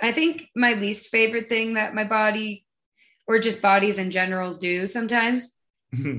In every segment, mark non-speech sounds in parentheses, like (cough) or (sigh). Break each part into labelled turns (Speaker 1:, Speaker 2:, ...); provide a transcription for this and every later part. Speaker 1: I think my least favorite thing that my body or just bodies in general do sometimes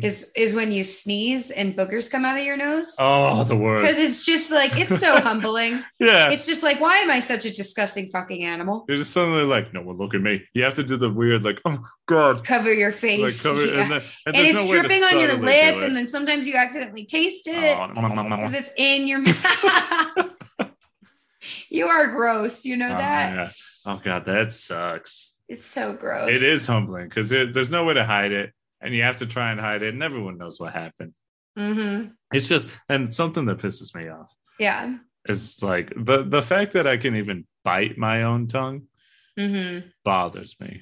Speaker 1: is is when you sneeze and boogers come out of your nose.
Speaker 2: Mm-hmm. oh, the
Speaker 1: Because
Speaker 2: worst.
Speaker 1: it's just like it's
Speaker 2: (laughs)
Speaker 1: so humbling.
Speaker 2: Yeah.
Speaker 1: It's just like, why am I such a disgusting fucking animal?
Speaker 2: You're just suddenly like, no one look at me. You have to do the weird, like, oh god,
Speaker 1: Cover your
Speaker 2: like
Speaker 1: face.
Speaker 2: cover,
Speaker 1: yeah.
Speaker 2: and, then, and,
Speaker 1: and,
Speaker 2: there's
Speaker 1: it's
Speaker 2: no way to
Speaker 1: dripping on your
Speaker 2: subtly do
Speaker 1: lip,
Speaker 2: it.
Speaker 1: and then sometimes you accidentally taste it
Speaker 2: Oh, nom, nom, nom,
Speaker 1: because
Speaker 2: nom.
Speaker 1: it's in your mouth. (laughs) you are gross. You know
Speaker 2: Oh,
Speaker 1: that?
Speaker 2: yeah. Oh god, that sucks.
Speaker 1: It's so gross.
Speaker 2: It is humbling because there's no way to hide it, and you have to try and hide it, and everyone knows what happened.
Speaker 1: hmm
Speaker 2: It's just, and something that pisses me off
Speaker 1: Yeah.
Speaker 2: is like the the fact that I can even bite my own tongue
Speaker 1: hmm
Speaker 2: bothers me.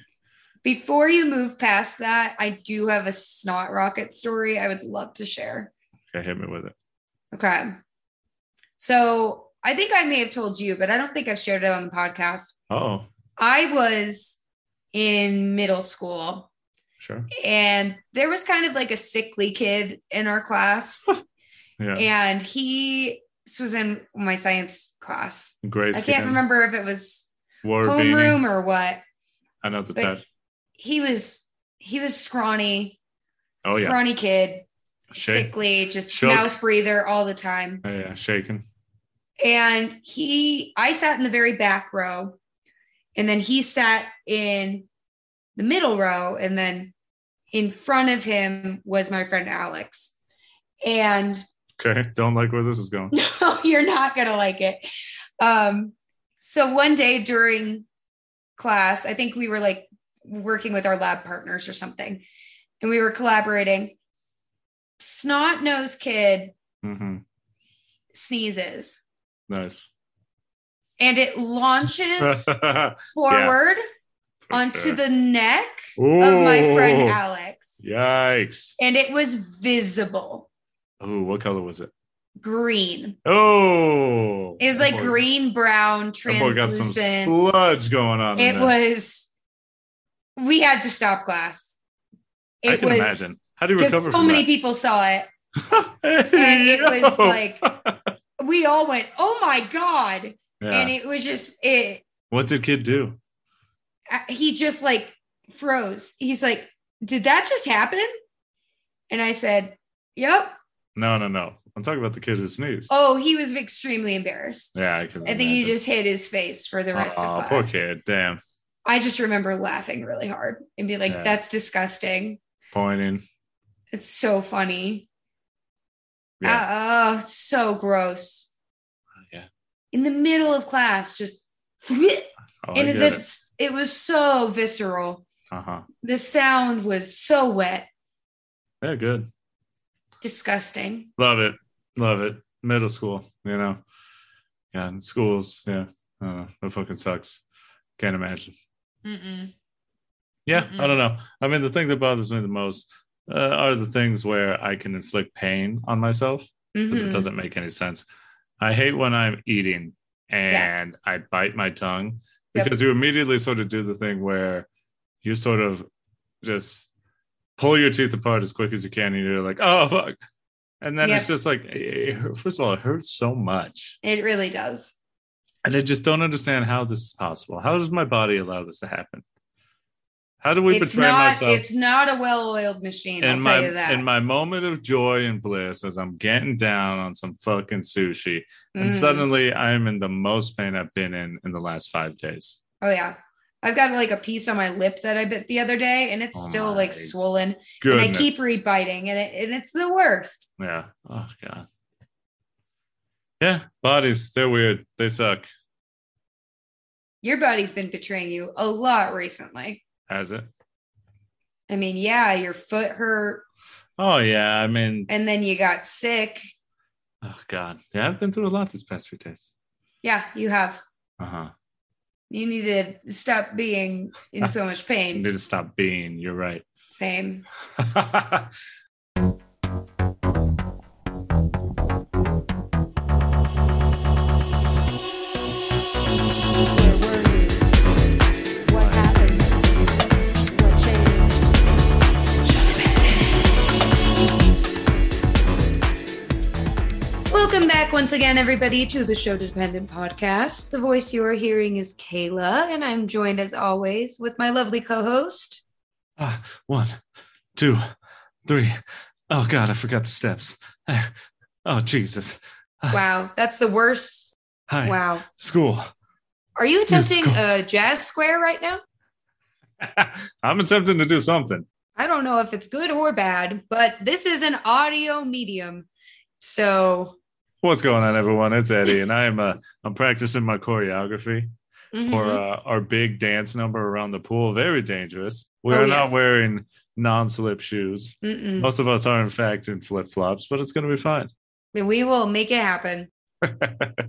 Speaker 1: Before you move past that, I do have a snot rocket story I would love to share.
Speaker 2: Okay, hit me with it.
Speaker 1: Okay. So I think I may have told you, but I don't think I've shared it on the podcast.
Speaker 2: Oh,
Speaker 1: I was in middle school
Speaker 2: sure.
Speaker 1: and there was kind of like a sickly kid in our class
Speaker 2: Yeah,
Speaker 1: and he this was in my science class
Speaker 2: gray
Speaker 1: i
Speaker 2: skin.
Speaker 1: can't remember if it was
Speaker 2: Wore a beanie.
Speaker 1: homeroom or what
Speaker 2: I know the
Speaker 1: but
Speaker 2: type.
Speaker 1: he was he was scrawny
Speaker 2: Oh yeah,
Speaker 1: scrawny kid
Speaker 2: shake.
Speaker 1: sickly just
Speaker 2: Shook.
Speaker 1: mouth breather all the time
Speaker 2: Oh, yeah, shaking.
Speaker 1: and he i sat in the very back row and then he sat in the middle row and then in front of him was my friend alex and (laughs)
Speaker 2: Okay, don't like where this is going.
Speaker 1: No, you're not gonna like it. Um, so one day during class, I think we were like working with our lab partners or something, and we were collaborating. Snot nose kid
Speaker 2: hmm
Speaker 1: sneezes
Speaker 2: Nice.
Speaker 1: and it launches
Speaker 2: (laughs) For
Speaker 1: forward onto
Speaker 2: sure.
Speaker 1: the neck of my
Speaker 2: Ooh,
Speaker 1: friend Alex,
Speaker 2: Yikes.
Speaker 1: and it was visible
Speaker 2: Oh, what color was it?
Speaker 1: green.
Speaker 2: Oh,
Speaker 1: It was
Speaker 2: that
Speaker 1: like
Speaker 2: boy-
Speaker 1: green brown,
Speaker 2: That boy got some
Speaker 1: translucent.
Speaker 2: sludge going on. in
Speaker 1: it
Speaker 2: there.
Speaker 1: was we had to stop class it
Speaker 2: I can
Speaker 1: was
Speaker 2: imagine. How do you
Speaker 1: just
Speaker 2: recover
Speaker 1: so
Speaker 2: from
Speaker 1: many
Speaker 2: that?
Speaker 1: people saw
Speaker 2: (laughs)
Speaker 1: it
Speaker 2: and
Speaker 1: it was like- we all went oh my god and it was just it
Speaker 2: what did kid do?
Speaker 1: I- he just like froze he's like did that just happen and i said yep
Speaker 2: No, no, no. I'm talking about the kid who sneezed.
Speaker 1: oh he was extremely embarrassed
Speaker 2: yeah, I can.
Speaker 1: i think he just hid his face for the rest
Speaker 2: Oh,
Speaker 1: of
Speaker 2: poor
Speaker 1: class
Speaker 2: kid. Damn.
Speaker 1: i just remember laughing really hard and be like
Speaker 2: Yeah.
Speaker 1: that's disgusting
Speaker 2: Pointing.
Speaker 1: it's so funny
Speaker 2: Yeah. Uh,
Speaker 1: Uh, oh, it's so gross.
Speaker 2: Yeah.
Speaker 1: In the middle of class, just (laughs) and
Speaker 2: oh, I get it.
Speaker 1: this it. was so visceral.
Speaker 2: Uh huh.
Speaker 1: The sound was so wet,
Speaker 2: They're good.
Speaker 1: disgusting.
Speaker 2: Love it. Love it. Middle school. You know. Yeah, and schools. Yeah. I don't know. That fucking sucks. Can't imagine.
Speaker 1: Mm-mm.
Speaker 2: Yeah,
Speaker 1: Mm-mm.
Speaker 2: I don't know. I mean, the thing that bothers me the most uh, are the things where I can inflict pain on myself because it
Speaker 1: Mhm.
Speaker 2: doesn't make any sense. I hate when I'm eating
Speaker 1: Yeah.
Speaker 2: and I bite my tongue
Speaker 1: Yep.
Speaker 2: because you immediately sort of do the thing where you sort of just pull your teeth apart as quick as you can and you're like, oh, fuck. And then it's just like, it hurt- first of all, it hurts so much.
Speaker 1: It really does.
Speaker 2: And I just don't understand how this is possible. How does my body allow this to happen? How do we
Speaker 1: it's
Speaker 2: betray
Speaker 1: not
Speaker 2: myself?
Speaker 1: it's not a well-oiled machine, I'll
Speaker 2: in
Speaker 1: tell
Speaker 2: my
Speaker 1: you that.
Speaker 2: in my moment of joy and bliss as I'm getting down on some fucking sushi, and
Speaker 1: Mm.
Speaker 2: suddenly I'm in the most pain I've been in in the last five days.
Speaker 1: Oh yeah. I've got like a piece on my lip that I bit the other day and it's
Speaker 2: Oh,
Speaker 1: still
Speaker 2: my
Speaker 1: like swollen.
Speaker 2: Goodness.
Speaker 1: And I keep rebiting and it and it's the worst.
Speaker 2: yeah. Oh god. Yeah, bodies. They're weird. They suck.
Speaker 1: Your body's been betraying you a lot recently.
Speaker 2: Has it?
Speaker 1: I mean, yeah, your foot hurt
Speaker 2: Oh yeah. I mean,
Speaker 1: and then you got sick.
Speaker 2: oh god. Yeah, I've been through a lot these past few days.
Speaker 1: Yeah, you have.
Speaker 2: Uh huh.
Speaker 1: You need to stop being in so much
Speaker 2: (laughs) Need
Speaker 1: pain.
Speaker 2: to stop being. You're right. (laughs)
Speaker 1: Same.
Speaker 3: Where were you? What happened? What changed?
Speaker 1: Welcome back once again, everybody, to the Show Dependent podcast. The voice you are hearing is Kayla, and I'm joined as always with my lovely co host.
Speaker 2: Ah, one, two, three. Oh God, I forgot the steps. (laughs) Oh Jesus.
Speaker 1: Wow, that's the worst.
Speaker 2: Hi.
Speaker 1: Wow.
Speaker 2: School. (laughs)
Speaker 1: Are you attempting
Speaker 2: cool.
Speaker 1: a jazz square right now?
Speaker 2: I'm attempting to do something.
Speaker 1: I don't know if it's good or bad, but this is an audio medium. So,
Speaker 2: What's going on, everyone? It's Eddie, and I'm uh, I'm practicing my choreography
Speaker 1: mhm.
Speaker 2: for uh, our big dance number around the pool. Very dangerous. We
Speaker 1: Oh,
Speaker 2: are not
Speaker 1: yes. Mm-hmm.
Speaker 2: wearing non-slip shoes.
Speaker 1: Mm-mm.
Speaker 2: Most of us are, in fact, in flip-flops, but it's going to be fine.
Speaker 1: we will make it happen.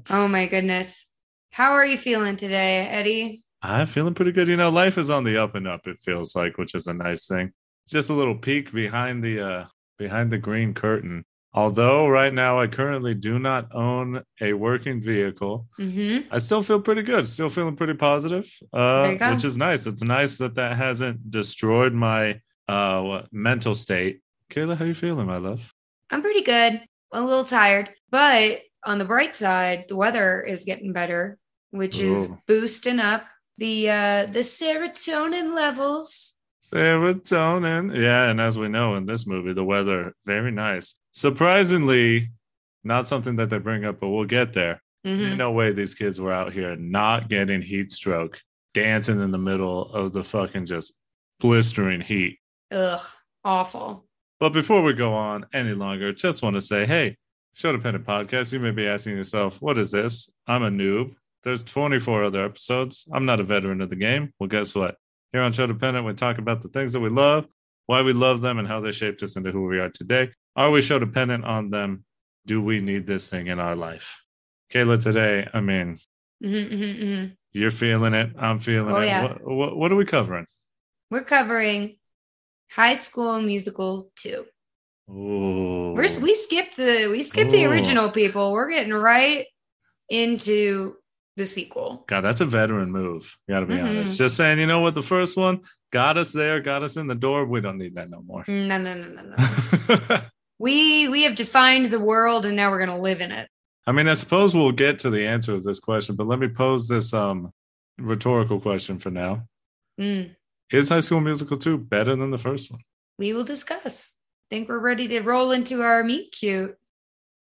Speaker 1: Oh my goodness. How are you feeling today, Eddie?
Speaker 2: I'm feeling pretty good. You know, life is on the up and up. It feels like, which is a nice thing. Just a little peek behind the uh, behind the green curtain. Although right now I currently do not own a working vehicle,
Speaker 1: Mm-hmm.
Speaker 2: I still feel pretty good. Still feeling pretty positive, uh,
Speaker 1: There you go.
Speaker 2: which is nice. It's nice that that hasn't destroyed my uh, what, mental state. Kayla, how you feeling, my love?
Speaker 1: I'm pretty good. A little tired, but on the bright side, the weather is getting better, which is
Speaker 2: Ooh.
Speaker 1: boosting up the uh the serotonin levels.
Speaker 2: Serotonin. Yeah, and as we know in this movie, the weather very nice. Surprisingly, not something that they bring up, but we'll get there.
Speaker 1: Mhm.
Speaker 2: No way these kids were out here not getting heat stroke, dancing in the middle of the fucking just blistering heat.
Speaker 1: Ugh, awful.
Speaker 2: But before we go on any longer, just want to say, hey, Show Dependent Podcast, you may be asking yourself, what is this? I'm a noob. There's 24 other episodes. I'm not a veteran of the game. Well, guess what? Here on Show Dependent, we talk about the things that we love, why we love them, and how they shaped us into who we are today. Are we show dependent on them? Do we need this thing in our life? Kayla, today, I mean,
Speaker 1: Mhm, mhm, mhm.
Speaker 2: you're feeling it. I'm feeling
Speaker 1: Oh,
Speaker 2: it.
Speaker 1: yeah.
Speaker 2: What, what, what are we covering?
Speaker 1: We're covering High School Musical 2.
Speaker 2: Ooh.
Speaker 1: We're, we skipped the we skipped the
Speaker 2: Ooh.
Speaker 1: original people. We're getting right into the sequel.
Speaker 2: God, that's a veteran move. Got to be
Speaker 1: Mhm.
Speaker 2: honest. Just saying, you know what? The first one got us there, got us in the door. We don't need that no more. (laughs)
Speaker 1: No, no, no, no, no. we we have defined the world and now we're gonna live in it.
Speaker 2: I mean, I suppose we'll get to the answer of this question, but let me pose this um rhetorical question for now:
Speaker 1: Mm,
Speaker 2: Is High School Musical two better than the first one?
Speaker 1: we will discuss. Think we're ready to roll into our meet cute.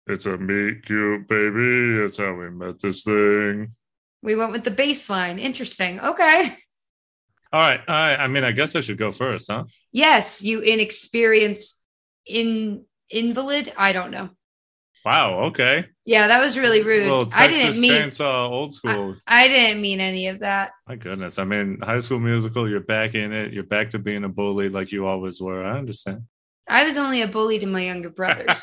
Speaker 2: It's a meet cute, baby. It's how we met this thing.
Speaker 1: We went with the baseline. Interesting. Okay.
Speaker 2: All right. I, I mean, I guess I should go first, huh?
Speaker 1: Yes, you inexperienced in invalid. I don't know.
Speaker 2: Wow. Okay.
Speaker 1: Yeah, that was really
Speaker 2: Little
Speaker 1: rude. I
Speaker 2: Texas
Speaker 1: didn't mean
Speaker 2: Chainsaw old school.
Speaker 1: I didn't mean any of that.
Speaker 2: My goodness. I mean, high school musical, you're back in it. You're back to being a bully like you always were. I understand.
Speaker 1: I was only a bully to my younger brothers.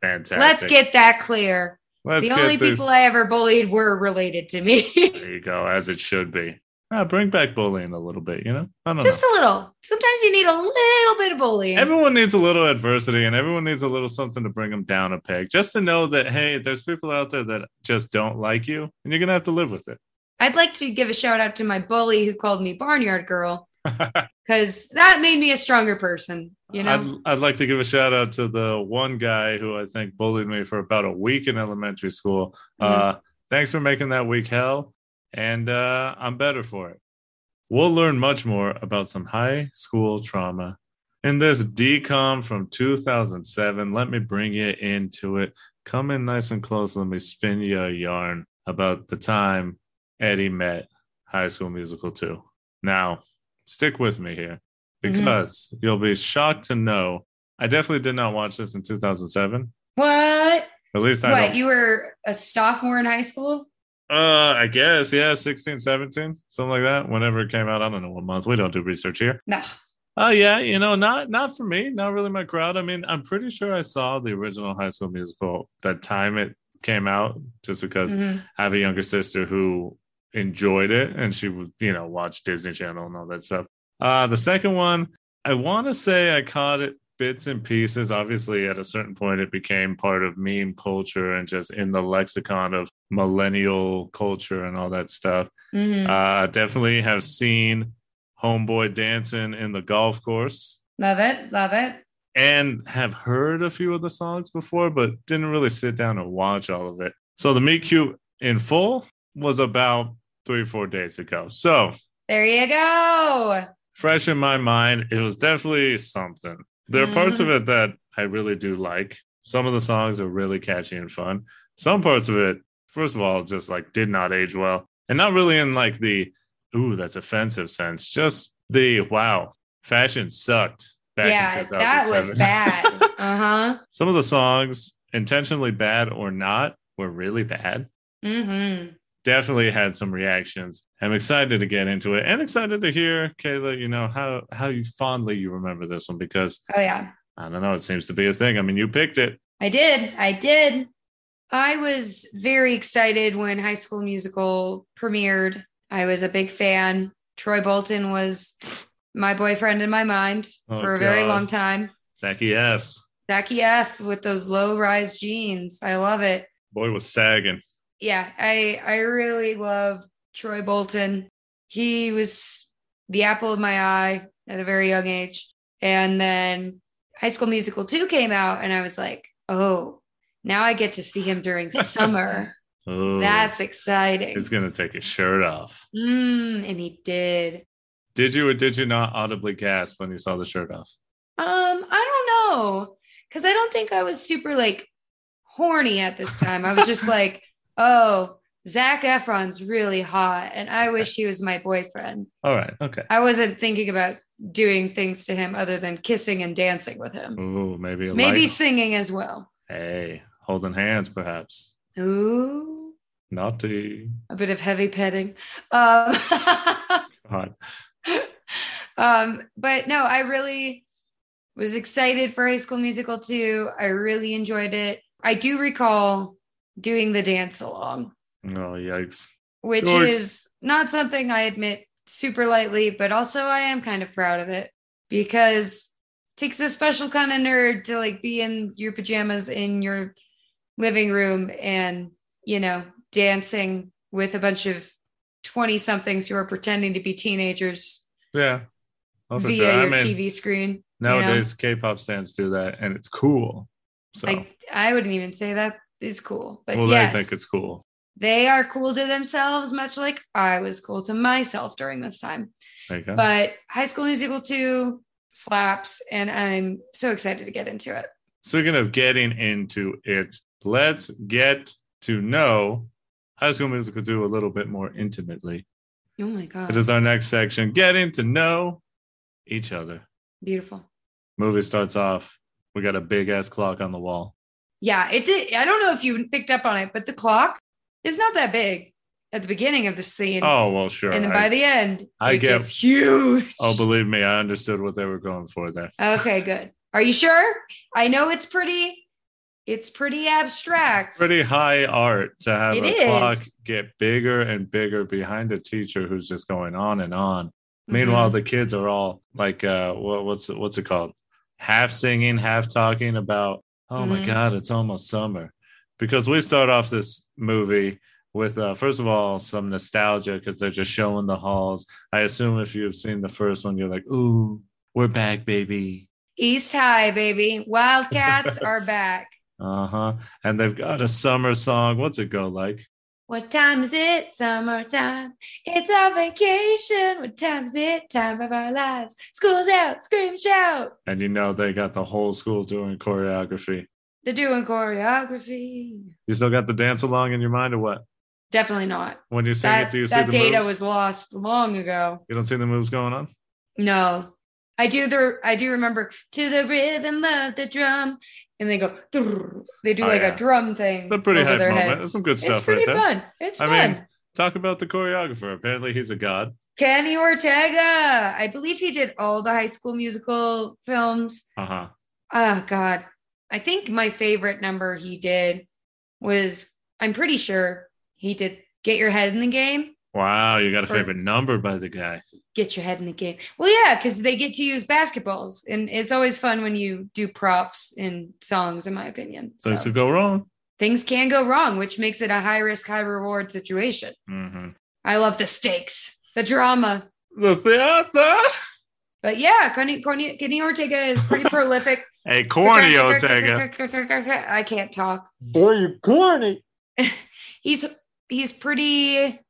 Speaker 2: Fantastic.
Speaker 1: Let's get that clear.
Speaker 2: Let's
Speaker 1: the only
Speaker 2: get this-
Speaker 1: people I ever bullied were related to me. (laughs)
Speaker 2: There you go, as it should be. Ah, bring back bullying a little bit, you know? I don't
Speaker 1: Just
Speaker 2: know.
Speaker 1: a little. Sometimes you need a little bit of bullying.
Speaker 2: Everyone needs a little adversity and everyone needs a little something to bring them down a peg. Just to know that, hey, there's people out there that just don't like you and you're going to have to live with it.
Speaker 1: I'd like to give a shout out to my bully who called me Barnyard
Speaker 2: (laughs)
Speaker 1: Girl because that made me a stronger person. You know,
Speaker 2: I'd, I'd like to give a shout out to the one guy who I think bullied me for about a week in elementary school.
Speaker 1: Mm-hmm.
Speaker 2: Uh, thanks for making that week hell, and uh, I'm better for it. We'll learn much more about some high school trauma in this decom from 2007. Let me bring you into it. Come in nice and close. Let me spin you a yarn about the time Eddie met High School Musical 2. Now, stick with me here
Speaker 1: Mm-hmm.
Speaker 2: because you'll be shocked to know I definitely did not watch this in 2007.
Speaker 1: what?
Speaker 2: At least I don't
Speaker 1: What? You were a sophomore in high school?
Speaker 2: Uh, I guess, yeah, 16, 17, something like that. Whenever it came out, I don't know what month. We don't do research here.
Speaker 1: No.
Speaker 2: Oh, yeah, you know, not not for me, not really my crowd. I mean, I'm pretty sure I saw the original High School Musical that time it came out, just because
Speaker 1: Mhm.
Speaker 2: I have a younger sister who enjoyed it, and she would, you know, watch Disney Channel and all that stuff. Uh, the second one, I want to say I caught it bits and pieces. Obviously, at a certain point, it became part of meme culture and just in the lexicon of millennial culture and all that stuff.
Speaker 1: Mhm.
Speaker 2: Uh, definitely have seen Homeboy dancing in the golf course.
Speaker 1: love it. Love it.
Speaker 2: and have heard a few of the songs before, but didn't really sit down and watch all of it. So the Meet Cute in full was about three or four days ago. So
Speaker 1: There you go.
Speaker 2: fresh in my mind, it was definitely something. There are parts
Speaker 1: Mm-hmm.
Speaker 2: of it that I really do like. Some of the songs are really catchy and fun. Some parts of it, first of all, just like did not age well. And not really in like the ooh, that's offensive sense. Just the wow, fashion sucked back
Speaker 1: yeah,
Speaker 2: in 2007.
Speaker 1: that was bad.
Speaker 2: (laughs)
Speaker 1: uh huh.
Speaker 2: Some of the songs, intentionally bad or not, were really bad.
Speaker 1: Mm-hmm.
Speaker 2: Definitely had some reactions. I'm excited to get into it and excited to hear, Kayla, you know, how how you fondly you remember this one because
Speaker 1: Oh yeah,
Speaker 2: I don't know, it seems to be a thing. I mean, you picked it.
Speaker 1: I did. I did. I was very excited when High School Musical premiered. I was a big fan. Troy Bolton was my boyfriend in my mind
Speaker 2: Oh,
Speaker 1: for a very
Speaker 2: God.
Speaker 1: long time.
Speaker 2: Zachy F's.
Speaker 1: Zachy F with those low rise jeans. I love it.
Speaker 2: Boy was sagging.
Speaker 1: yeah, I I really love Troy Bolton. He was the apple of my eye at a very young age. And then High School Musical 2 came out and I was like, "Oh, now I get to see him during
Speaker 2: (laughs)
Speaker 1: summer.
Speaker 2: Oh,
Speaker 1: That's exciting."
Speaker 2: he's gonna take his shirt off.
Speaker 1: Mm, and he did.
Speaker 2: Did you or did you not audibly gasp when you saw the shirt off?
Speaker 1: Um, I don't know cuz I don't think I was super like horny at this time. I was
Speaker 2: (laughs)
Speaker 1: just like, "Oh, Zach Efron's really hot and I wish he was my boyfriend."
Speaker 2: All right, okay.
Speaker 1: I wasn't thinking about doing things to him other than kissing and dancing with him.
Speaker 2: Ooh, maybe a
Speaker 1: Maybe
Speaker 2: light-
Speaker 1: singing as well.
Speaker 2: Hey, holding hands, perhaps.
Speaker 1: Ooh,
Speaker 2: Naughty.
Speaker 1: a bit of heavy petting. Um, (laughs)
Speaker 2: God.
Speaker 1: um, but no, I really was excited for High School Musical 2. I really enjoyed it. I do recall doing the dance along,
Speaker 2: Oh, yikes.
Speaker 1: which
Speaker 2: Yikes.
Speaker 1: is not something I admit super lightly, but also I am kind of proud of it because it takes a special kind of nerd to like be in your pajamas in your living room and, you know, dancing with a bunch of 20 somethings who are pretending to be teenagers
Speaker 2: Yeah. Oh, for
Speaker 1: via
Speaker 2: sure. I
Speaker 1: your
Speaker 2: mean,
Speaker 1: TV screen. you know?
Speaker 2: nowadays K-pop stands do that, and it's cool. So,
Speaker 1: Like, I wouldn't even say that is cool, but
Speaker 2: oh. well,
Speaker 1: yes,
Speaker 2: they think it's cool.
Speaker 1: they are cool to themselves, much like I was cool to myself during this time.
Speaker 2: There you go.
Speaker 1: but High School Musical 2 slaps, and I'm so excited to get into it.
Speaker 2: Speaking of getting into it, let's get to know High School Musical 2 a little bit more intimately.
Speaker 1: Oh my God.
Speaker 2: It is our next section, getting to know each other.
Speaker 1: Beautiful.
Speaker 2: Movie starts off. We got a big ass clock on the wall.
Speaker 1: Yeah, it did. I don't know if you picked up on it, but the clock is not that big at the beginning of the scene.
Speaker 2: Oh, well, sure.
Speaker 1: and then
Speaker 2: I-
Speaker 1: by the end,
Speaker 2: I
Speaker 1: it
Speaker 2: get-
Speaker 1: gets huge.
Speaker 2: oh, believe me, I understood what they were going for there.
Speaker 1: okay, good. Are you sure? I know it's pretty. It's pretty abstract.
Speaker 2: pretty high art to have
Speaker 1: It
Speaker 2: a
Speaker 1: is.
Speaker 2: clock get bigger and bigger behind a teacher who's just going on and on.
Speaker 1: Mm-hmm.
Speaker 2: Meanwhile, the kids are all like, uh, what, what's what's it called? Half singing, half talking about. Oh my
Speaker 1: Mhm.
Speaker 2: God, it's almost summer, because we start off this movie with uh, first of all some nostalgia because they're just showing the halls. I assume if you've seen the first one, you're like, ooh, we're back, baby.
Speaker 1: East High, baby.
Speaker 2: (laughs)
Speaker 1: Wildcats are back.
Speaker 2: Uh huh. And they've got a summer song. What's it go like?
Speaker 1: What time is it? Summertime. It's our vacation. What time's it? Time of our lives. School's out. Scream, shout.
Speaker 2: and you know they got the whole school doing choreography.
Speaker 1: They're doing choreography.
Speaker 2: You still got the dance along in your mind, or what?
Speaker 1: Definitely not.
Speaker 2: When you sing it,
Speaker 1: That,
Speaker 2: do you see
Speaker 1: that
Speaker 2: the
Speaker 1: data
Speaker 2: moves?
Speaker 1: was lost long ago.
Speaker 2: you don't see the moves going on.
Speaker 1: No. I do the I do remember to the rhythm of the drum. And they go "Drrr." they do
Speaker 2: Oh,
Speaker 1: like
Speaker 2: yeah.
Speaker 1: a drum thing.
Speaker 2: It's a pretty
Speaker 1: over
Speaker 2: hype
Speaker 1: their
Speaker 2: moment.
Speaker 1: heads.
Speaker 2: That's some good
Speaker 1: It's
Speaker 2: stuff right
Speaker 1: pretty
Speaker 2: there.
Speaker 1: fun. It's
Speaker 2: I
Speaker 1: fun.
Speaker 2: mean- Talk about the choreographer. Apparently, he's a god.
Speaker 1: Kenny Ortega. I believe he did all the high school musical films.
Speaker 2: Uh huh.
Speaker 1: Oh God. I think my favorite number he did was I'm pretty sure he did get your head in the game.
Speaker 2: Wow, you got a
Speaker 1: Or-
Speaker 2: favorite number by the guy.
Speaker 1: Get your head in the game. Well, yeah, because they get to use basketballs. And it's always fun when you do props in songs, in my opinion. So
Speaker 2: Things could go wrong.
Speaker 1: things can go wrong, which makes it a high risk, high reward situation.
Speaker 2: hmm
Speaker 1: I love the stakes, the drama.
Speaker 2: The theater.
Speaker 1: But yeah, Kenny, Kenny, Kenny Ortega is
Speaker 2: (laughs)
Speaker 1: pretty prolific.
Speaker 2: Hey, corny Ortega.
Speaker 1: (laughs) I can't talk.
Speaker 4: Boy, you corny.
Speaker 1: He's he's pretty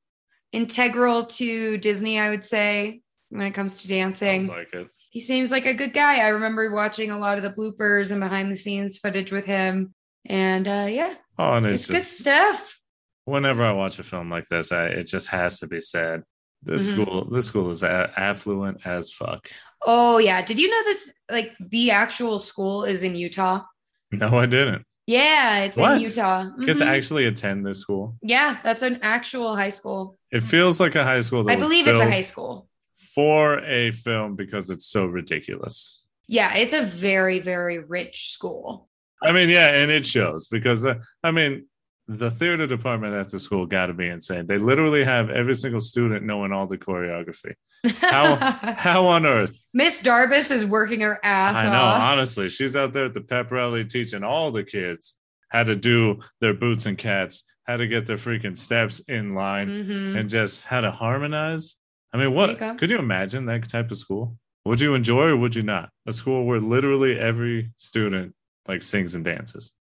Speaker 1: integral to Disney, I would say, when it comes to dancing.
Speaker 2: Sounds like it.
Speaker 1: he seems like a good guy. I remember watching a lot of the bloopers and behind the scenes footage with him. And uh, yeah,
Speaker 2: Oh, and
Speaker 1: it's
Speaker 2: it's,
Speaker 1: good
Speaker 2: just,
Speaker 1: stuff.
Speaker 2: whenever I watch a film like this, I, it just has to be said. This
Speaker 1: Mhm.
Speaker 2: school, this school is a- affluent as fuck.
Speaker 1: Oh yeah, did you know this? Like the actual school is in Utah.
Speaker 2: No, I didn't.
Speaker 1: Yeah, it's
Speaker 2: What?
Speaker 1: in Utah.
Speaker 2: Kids
Speaker 1: Mhm.
Speaker 2: actually attend this school.
Speaker 1: yeah, that's an actual high school.
Speaker 2: It feels like a high school. That
Speaker 1: I
Speaker 2: was
Speaker 1: believe it's a
Speaker 2: built
Speaker 1: high school.
Speaker 2: for a film because it's so ridiculous.
Speaker 1: Yeah, it's a very very rich school.
Speaker 2: I mean, yeah, and it shows because uh, I mean, the theater department at the school got to be insane. They literally have every single student knowing all the choreography.
Speaker 1: (laughs)
Speaker 2: How- How on earth?
Speaker 1: Miss Darbus is working her ass
Speaker 2: I know,
Speaker 1: off.
Speaker 2: honestly, she's out there at the pep rally teaching all the kids how to do their boots and cats, how to get their freaking steps in line,
Speaker 1: Mhm.
Speaker 2: and just how to harmonize. I mean,
Speaker 1: you
Speaker 2: what
Speaker 1: go.
Speaker 2: could you imagine that type of school? Would you enjoy or would you not? A school where literally every student like sings and dances.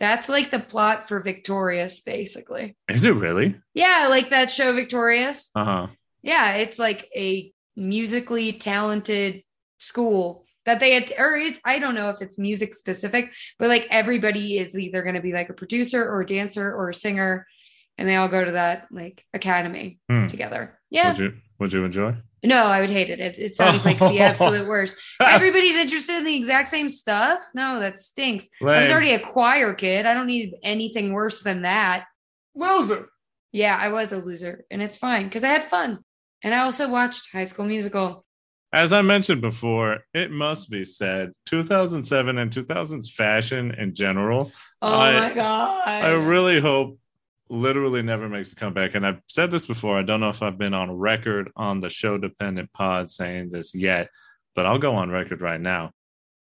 Speaker 1: That's like the plot for Victorious, basically.
Speaker 2: Is it really?
Speaker 1: Yeah, like that show Victorious.
Speaker 2: Uh huh.
Speaker 1: Yeah, it's like a musically talented school that they had, or it's, I don't know if it's music specific, but like everybody is either going to be like a producer or a dancer or a singer, and they all go to that like academy
Speaker 2: Hmm.
Speaker 1: together. Yeah.
Speaker 2: Would you would you enjoy?
Speaker 1: No, I would hate it. It, it sounds like
Speaker 2: (laughs)
Speaker 1: the absolute worst. Everybody's interested in the exact same stuff. No, that stinks. I was already a choir kid. I don't need anything worse than that.
Speaker 2: loser.
Speaker 1: Yeah, I was a loser, and it's fine because I had fun. And I also watched High School Musical.
Speaker 2: As I mentioned before, it must be said, 2007 and 2000s fashion in general,
Speaker 1: Oh
Speaker 2: I-
Speaker 1: my god!
Speaker 2: I really hope literally never makes a comeback. And I've said this before. I don't know if I've been on record on the show dependent pod saying this yet, but I'll go on record right now.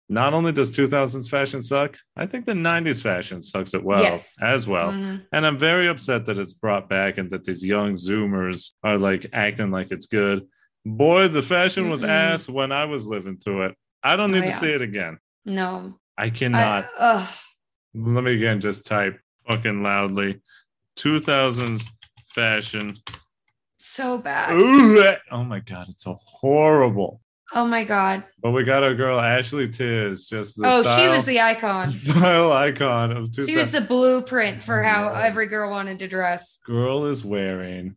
Speaker 2: Not only does 2000s fashion suck, I think the 90s fashion sucks it well
Speaker 1: Yes.
Speaker 2: as well.
Speaker 1: Mhm.
Speaker 2: And I'm very upset that it's brought back and that these young Zoomers are like acting like it's good. Boy, the fashion was
Speaker 1: Mm-mm.
Speaker 2: ass when I was living through it. I don't
Speaker 1: Oh,
Speaker 2: need to
Speaker 1: yeah.
Speaker 2: see it again.
Speaker 1: No,
Speaker 2: I cannot.
Speaker 1: I, ugh.
Speaker 2: Let me again just type fucking loudly 2000s fashion.
Speaker 1: so bad.
Speaker 2: Ooh, eh. oh my God, it's so horrible.
Speaker 1: Oh my god!
Speaker 2: But we got our girl Ashley Tiz, just the
Speaker 1: oh, she
Speaker 2: style-
Speaker 1: was the icon.
Speaker 2: (laughs) style icon of 2000s.
Speaker 1: She was the blueprint for how
Speaker 2: Yeah.
Speaker 1: every girl wanted to dress.
Speaker 2: girl is wearing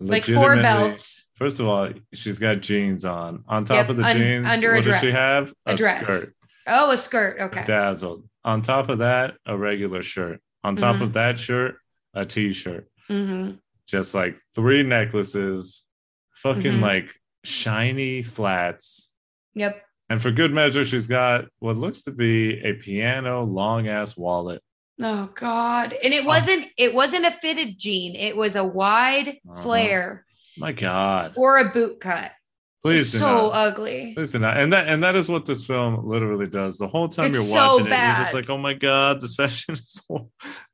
Speaker 1: Like four
Speaker 2: legitimately-
Speaker 1: belts.
Speaker 2: First of all, she's got jeans on. On top
Speaker 1: Yep,
Speaker 2: of the
Speaker 1: un-
Speaker 2: jeans,
Speaker 1: under a
Speaker 2: what does she
Speaker 1: dress.
Speaker 2: have?
Speaker 1: A dress.
Speaker 2: skirt,
Speaker 1: Oh, a skirt. Okay.
Speaker 2: bedazzled. On top of that, a regular shirt. On top
Speaker 1: Mhm.
Speaker 2: of that shirt, a t-shirt.
Speaker 1: hmm
Speaker 2: Just like three necklaces, fucking
Speaker 1: Mhm.
Speaker 2: like shiny flats.
Speaker 1: Yep.
Speaker 2: And for good measure, she's got what looks to be a piano long ass wallet.
Speaker 1: Oh God! And it wasn't. It wasn't a fitted jean. It was a wide
Speaker 2: Uh-huh.
Speaker 1: flare
Speaker 2: My God,
Speaker 1: or a boot cut.
Speaker 2: please
Speaker 1: it's
Speaker 2: do
Speaker 1: so
Speaker 2: not.
Speaker 1: ugly.
Speaker 2: Please do not. And that and that is what this film literally does. The whole time
Speaker 1: It's
Speaker 2: you're
Speaker 1: so
Speaker 2: watching it, you're
Speaker 1: bad.
Speaker 2: just like, oh my god, this (laughs) fashion is. hor-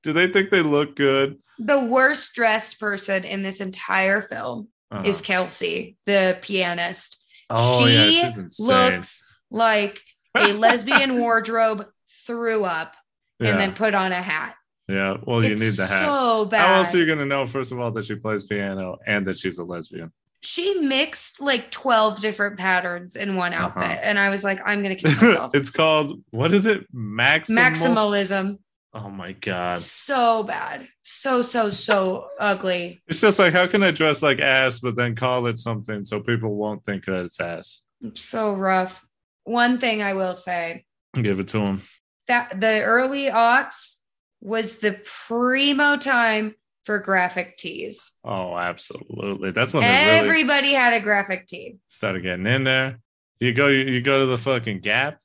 Speaker 2: Do they think they look good?
Speaker 1: The worst dressed person in this entire film
Speaker 2: Uh-huh.
Speaker 1: is Kelsey, the pianist.
Speaker 2: oh yeah,
Speaker 1: she
Speaker 2: she's insane.
Speaker 1: Looks like
Speaker 2: (laughs)
Speaker 1: a lesbian wardrobe threw up
Speaker 2: yeah.
Speaker 1: and then put on a hat.
Speaker 2: yeah. Well, you
Speaker 1: It's
Speaker 2: need the hat.
Speaker 1: So bad.
Speaker 2: How else are you gonna know? First of all, that she plays piano and that she's a lesbian.
Speaker 1: she mixed like 12 different patterns in one
Speaker 2: Uh-huh.
Speaker 1: outfit. And I was like, I'm going to
Speaker 2: (laughs)
Speaker 1: kill myself.
Speaker 2: it's called what is it? Maximal.
Speaker 1: Maximalism.
Speaker 2: Oh my god.
Speaker 1: So bad. So, so, so ugly.
Speaker 2: It's just like how can I dress like ass but then call it something so people won't think that it's ass?
Speaker 1: So rough. One thing I will say
Speaker 2: Give it to him.
Speaker 1: that the early aughts was the primo time for graphic
Speaker 2: (laughs)
Speaker 1: tees.
Speaker 2: Oh, absolutely. That's when they really
Speaker 1: Everybody had a graphic tee.
Speaker 2: started getting in there. You go, you, you go to the fucking Gap.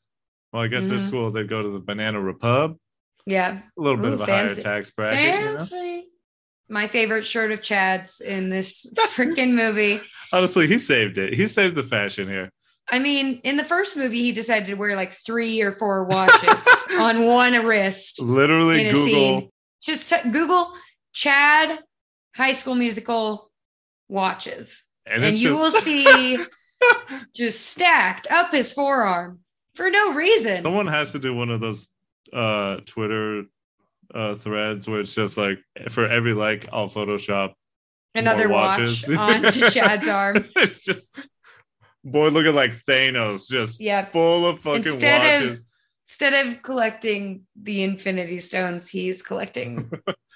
Speaker 2: Well, I guess this
Speaker 1: Mhm.
Speaker 2: school they go to the Banana Repub.
Speaker 1: Yeah.
Speaker 2: A little bit
Speaker 1: Ooh,
Speaker 2: of a
Speaker 1: fancy.
Speaker 2: higher tax bracket. you know?
Speaker 1: My favorite shirt of Chad's in this (laughs) freaking movie.
Speaker 2: Honestly, he saved it. He saved the fashion here.
Speaker 1: I mean, in the first movie, he decided to wear like three or four
Speaker 2: (laughs)
Speaker 1: watches on one wrist
Speaker 2: Literally,
Speaker 1: in a
Speaker 2: Google.
Speaker 1: scene. Just t- Google Chad High School Musical watches.
Speaker 2: And,
Speaker 1: and
Speaker 2: it's
Speaker 1: you
Speaker 2: just- (laughs)
Speaker 1: will see just stacked up his forearm for no reason.
Speaker 2: Someone has to do one of those uh, Twitter uh, threads where it's just like for every like, I'll Photoshop (laughs)
Speaker 1: Another
Speaker 2: more
Speaker 1: watch
Speaker 2: watches. (laughs)
Speaker 1: onto Chad's arm.
Speaker 2: it's just boy looking like Thanos, just
Speaker 1: Yep.
Speaker 2: full of fucking
Speaker 1: Instead of-
Speaker 2: watches.
Speaker 1: Instead of collecting the Infinity Stones, he's
Speaker 2: (laughs)
Speaker 1: collecting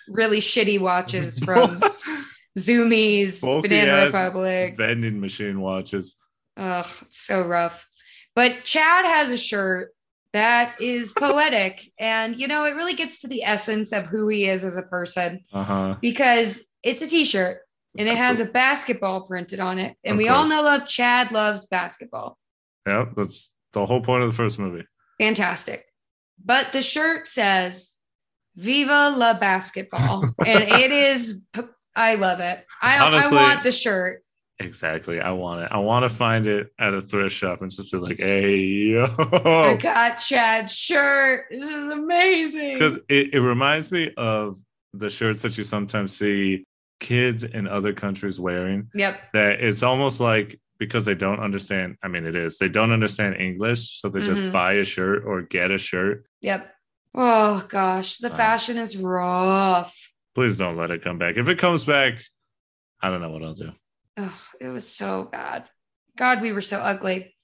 Speaker 1: really shitty watches from Zoomies,
Speaker 2: Bulky
Speaker 1: Banana
Speaker 2: ass
Speaker 1: Republic.
Speaker 2: vending machine watches.
Speaker 1: Ugh, so rough. But Chad has a shirt that is poetic. and, you know, it really gets to the essence of who he is as a person
Speaker 2: Uh huh.
Speaker 1: because it's a t shirt and it has a basketball printed on it. And
Speaker 2: Of
Speaker 1: we all
Speaker 2: course.
Speaker 1: know love Chad loves basketball.
Speaker 2: Yeah, that's the whole point of the first movie.
Speaker 1: Fantastic. But the shirt says, Viva la
Speaker 2: (laughs)
Speaker 1: basketball. and it is, p- I love it. I,
Speaker 2: Honestly-
Speaker 1: I want the shirt.
Speaker 2: Exactly. I want it. I want to find it at a thrift shop and just be like, hey,
Speaker 1: I
Speaker 2: yo. (laughs)
Speaker 1: got Chad's shirt. This is amazing.
Speaker 2: Because it, it reminds me of the shirts that you sometimes see kids in other countries wearing.
Speaker 1: Yep.
Speaker 2: That it's almost like because they don't understand, I mean, it is, they don't understand English. So they
Speaker 1: Mhm.
Speaker 2: just buy a shirt or get a shirt.
Speaker 1: Yep. Oh gosh, the
Speaker 2: Wow.
Speaker 1: fashion is rough.
Speaker 2: Please don't let it come back. If it comes back, I don't know what I'll do.
Speaker 1: Ugh, it was so bad. God, we were so ugly.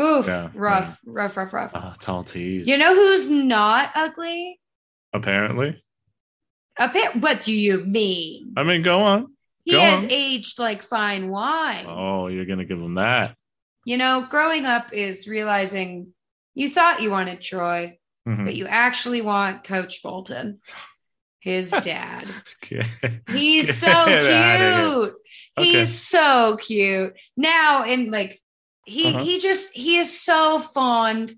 Speaker 1: Oof,
Speaker 2: Yeah,
Speaker 1: rough, rough, rough, rough.
Speaker 2: Oh, tall tees.
Speaker 1: you know who's not ugly?
Speaker 2: apparently.
Speaker 1: Appa- what do you mean?
Speaker 2: I mean, go on.
Speaker 1: He
Speaker 2: Uh, go
Speaker 1: has
Speaker 2: on.
Speaker 1: aged like fine wine.
Speaker 2: Oh, you're going to give them that. (laughs)
Speaker 1: You know, growing up is realizing you thought you wanted Troy,
Speaker 2: Mhm.
Speaker 1: but you actually want Coach Bolton,
Speaker 2: (laughs)
Speaker 1: his dad.
Speaker 2: Okay.
Speaker 1: He's
Speaker 2: Get
Speaker 1: so
Speaker 2: outta here.
Speaker 1: cute.
Speaker 2: Okay.
Speaker 1: He's so cute. Now and like he
Speaker 2: Uh-huh.
Speaker 1: he just he is so fond.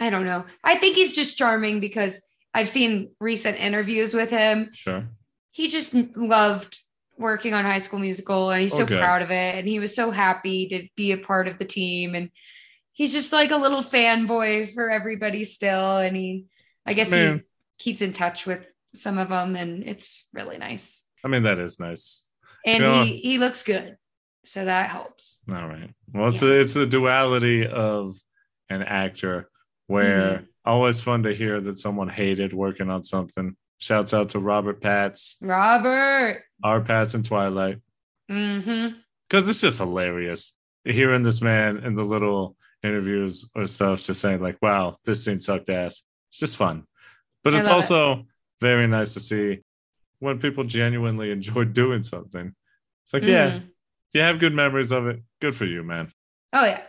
Speaker 1: I don't know. I think he's just charming because I've seen recent interviews with him.
Speaker 2: Sure.
Speaker 1: He just loved working on High School Musical and he's so
Speaker 2: Okay.
Speaker 1: proud of it and he was so happy to be a part of the team and he's just like a little fanboy for everybody still and he I guess
Speaker 2: Man.
Speaker 1: he keeps in touch with some of them and it's really nice
Speaker 2: I mean, that is nice.
Speaker 1: and
Speaker 2: Yeah.
Speaker 1: he he looks good so that helps
Speaker 2: All right. Well, it's a, it's the duality of an actor where
Speaker 1: Mm-hmm.
Speaker 2: always fun to hear that someone hated working on something. Shouts out to Robert Patz,
Speaker 1: robert
Speaker 2: our Patz and Twilight,
Speaker 1: hmm
Speaker 2: because it's just hilarious hearing this man in the little interviews or stuff just saying like, "Wow, this scene sucked ass." It's just fun, but
Speaker 1: I
Speaker 2: it's
Speaker 1: love it.
Speaker 2: also very nice to see when people genuinely enjoy (laughs) doing something. It's
Speaker 1: mm-hmm.
Speaker 2: like, yeah, you have good memories of it. Good for you, man.
Speaker 1: oh yeah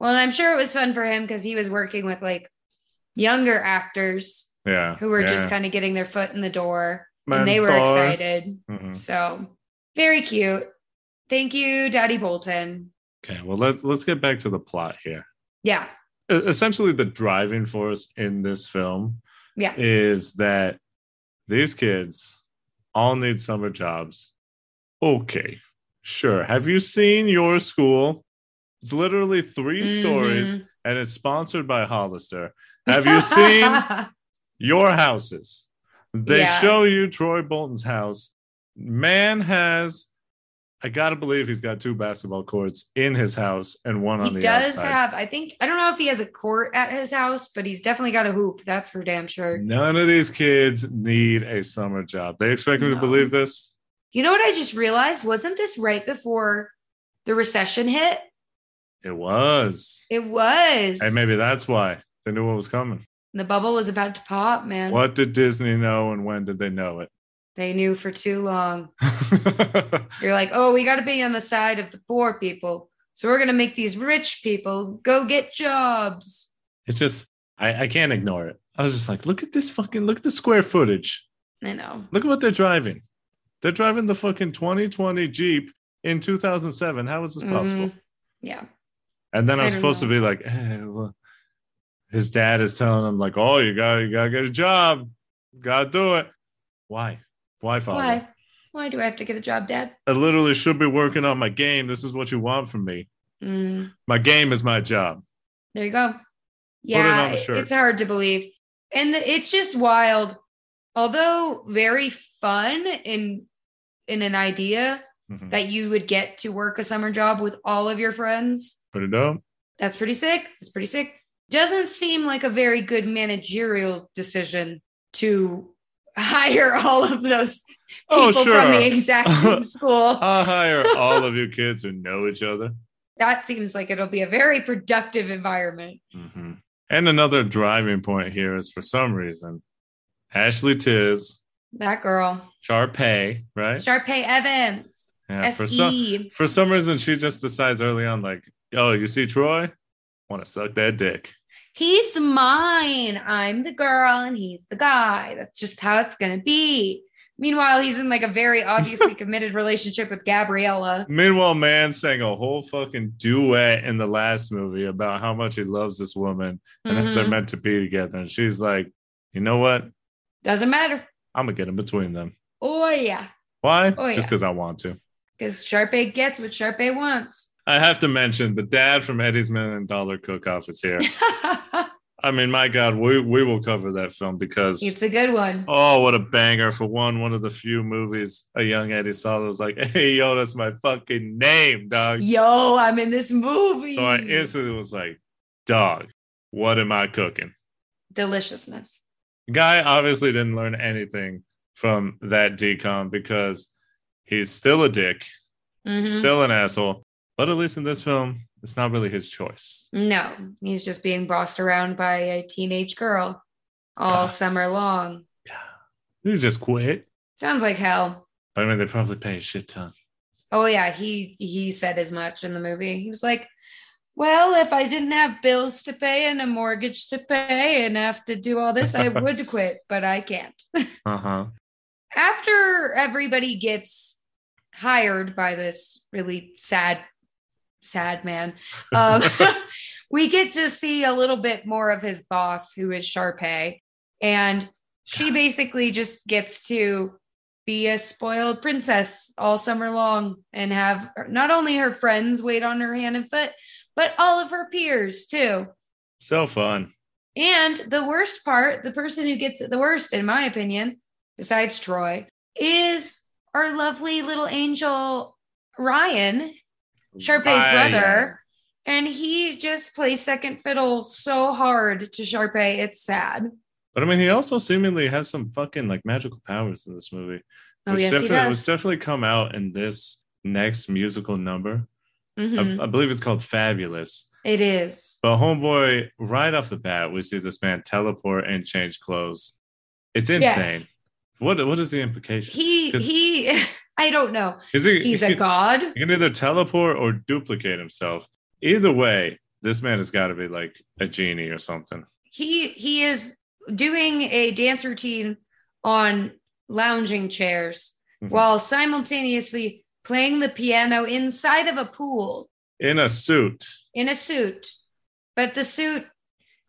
Speaker 1: well and i'm sure it was fun for him because he was working with like younger actors
Speaker 2: Yeah.
Speaker 1: who were
Speaker 2: yeah.
Speaker 1: just kind of getting their foot in the door
Speaker 2: Man,
Speaker 1: and they were
Speaker 2: Thor.
Speaker 1: excited
Speaker 2: Mhm.
Speaker 1: so very cute thank you daddy bolton
Speaker 2: Okay, well let's let's get back to the plot here.
Speaker 1: yeah
Speaker 2: E- Essentially, the driving force in this film
Speaker 1: Yeah.
Speaker 2: is that these kids all need summer jobs. Okay, sure. Have you seen your school? It's literally 3 stories
Speaker 1: Mhm.
Speaker 2: and it's sponsored by Hollister. Have
Speaker 1: (laughs)
Speaker 2: you seen your houses. They
Speaker 1: Yeah.
Speaker 2: show you Troy Bolton's house. Man has, I gotta believe he's got two basketball courts in his house and one on
Speaker 1: he
Speaker 2: the
Speaker 1: does
Speaker 2: outside.
Speaker 1: have i think i don't know if he has a court at his house but he's definitely got a hoop that's for damn sure
Speaker 2: None of these kids need a summer job. They expect me to
Speaker 1: No.
Speaker 2: believe this.
Speaker 1: You know what I just realized? Wasn't this right before the recession hit?
Speaker 2: It was,
Speaker 1: It was.
Speaker 2: and maybe that's why they knew what was coming.
Speaker 1: the bubble was about to pop, man.
Speaker 2: What did Disney know, and when did they know it? (laughs)
Speaker 1: They knew for too long. You're like, oh, we got to be on the side of the poor people. So we're going to make these rich people go get jobs.
Speaker 2: it just, I, I can't ignore it. I was just like, look at this fucking, look at the square footage.
Speaker 1: I know.
Speaker 2: Look at what they're driving. They're driving the fucking 2020 Jeep in 2007. How is this possible?
Speaker 1: Mhm. Yeah.
Speaker 2: And then
Speaker 1: I
Speaker 2: I'm
Speaker 1: don't
Speaker 2: supposed to be like, eh, well, his dad is telling him like, oh, you got to you got to get a job, got to do it. Why? Why, father?
Speaker 1: Why? Why do I have to get a job, Dad?
Speaker 2: I literally should be working on my game. This is what you want from me.
Speaker 1: Mm,
Speaker 2: My game is my job.
Speaker 1: there you go.
Speaker 2: it on
Speaker 1: Yeah.
Speaker 2: the
Speaker 1: it-
Speaker 2: shirt.
Speaker 1: It's hard to believe. And the, it's just wild. Although very fun in in an idea,
Speaker 2: Mhm.
Speaker 1: that you would get to work a summer job with all of your friends
Speaker 2: Put it up.
Speaker 1: That's pretty sick. That's pretty sick. Doesn't seem like a very good managerial decision to hire (laughs) all of those people
Speaker 2: Oh, sure.
Speaker 1: from the exact
Speaker 2: (laughs)
Speaker 1: same school.
Speaker 2: I'll hire all of you kids who know each other.
Speaker 1: That seems like it'll be a very productive environment.
Speaker 2: hmm And another driving point here is for some reason, Ashley Tiz,
Speaker 1: That girl,
Speaker 2: Sharpay, right?
Speaker 1: Sharpay E Evans,
Speaker 2: yeah, for some
Speaker 1: SE.
Speaker 2: for some reason she just decides early on, like, oh, you see Troy? Want to suck that dick.
Speaker 1: He's mine. I'm the girl and he's the guy. That's just how it's going to be. Meanwhile, he's in like a very
Speaker 2: (laughs)
Speaker 1: obviously committed relationship with Gabriella.
Speaker 2: Meanwhile, man sang a whole fucking duet in the last movie about how much he loves this woman and that they're
Speaker 1: Mhm.
Speaker 2: meant to be together. And she's like, you know what?
Speaker 1: Doesn't matter.
Speaker 2: I'm gonna get in between them.
Speaker 1: Oh, yeah.
Speaker 2: Why?
Speaker 1: Oh,
Speaker 2: Just
Speaker 1: yeah.
Speaker 2: because I want to.
Speaker 1: Because Sharpay gets what Sharpay
Speaker 2: (laughs)
Speaker 1: wants.
Speaker 2: I have to mention the dad from Eddie's Million Dollar Cook Off is
Speaker 1: (laughs)
Speaker 2: here. I mean, my God, we we will cover that film because
Speaker 1: it's a good one.
Speaker 2: oh, what a banger! For one, one of the few movies a young Eddie saw that was like, (laughs) "Hey, yo, that's my fucking name, dog."
Speaker 1: Yo, I'm in this movie.
Speaker 2: So I instantly was like, "Dog, what am I cooking?"
Speaker 1: Deliciousness.
Speaker 2: Guy obviously didn't learn anything from that decom because he's still a dick,
Speaker 1: Mhm.
Speaker 2: still an asshole. But at least in this film, it's not really his choice.
Speaker 1: no, he's just being bossed around by a teenage girl all
Speaker 2: Yeah.
Speaker 1: summer long.
Speaker 2: You just quit.
Speaker 1: Sounds like hell.
Speaker 2: But I mean, they probably pay a shit ton.
Speaker 1: Oh yeah, he he said as much in the movie. He was like, "Well, if I didn't have bills to pay and a mortgage to pay and have to do all
Speaker 2: (laughs)
Speaker 1: this, I would quit, but I can't."
Speaker 2: Uh huh.
Speaker 1: After everybody gets hired by this really sad sad man, um, (laughs) we get to see a little bit more of his boss, who is Sharpay, and she basically just gets to be a spoiled princess all summer long and have not only her friends wait on her hand and foot, but all of her peers too.
Speaker 2: So fun.
Speaker 1: And the worst part, the person who gets it the worst, in my opinion, besides Troy, is our lovely little angel Ryan, Sharpay's
Speaker 2: Ryan.
Speaker 1: brother. And he just plays second fiddle so hard to Sharpay, it's sad.
Speaker 2: But I mean, he also seemingly has some fucking like magical powers in this movie.
Speaker 1: Oh,
Speaker 2: which
Speaker 1: yes, he
Speaker 2: definitely,
Speaker 1: does.
Speaker 2: which definitely come out in this next musical number. I-
Speaker 1: Mhm.
Speaker 2: I, believe it's called Fabulous.
Speaker 1: It is.
Speaker 2: But homeboy, right off the bat, we see this man teleport and change clothes. It's
Speaker 1: Yes.
Speaker 2: insane. What what is the implication?
Speaker 1: He,
Speaker 2: 'Cause-
Speaker 1: he, (laughs) I don't know.
Speaker 2: is he,
Speaker 1: He's
Speaker 2: (laughs)
Speaker 1: a god.
Speaker 2: He can either teleport or duplicate himself. Either way, this man has got to be like a genie or something.
Speaker 1: He, he is doing a dance routine on lounging chairs.
Speaker 2: Mhm.
Speaker 1: while simultaneously playing the piano inside of a pool
Speaker 2: In a suit.
Speaker 1: in a suit. But the suit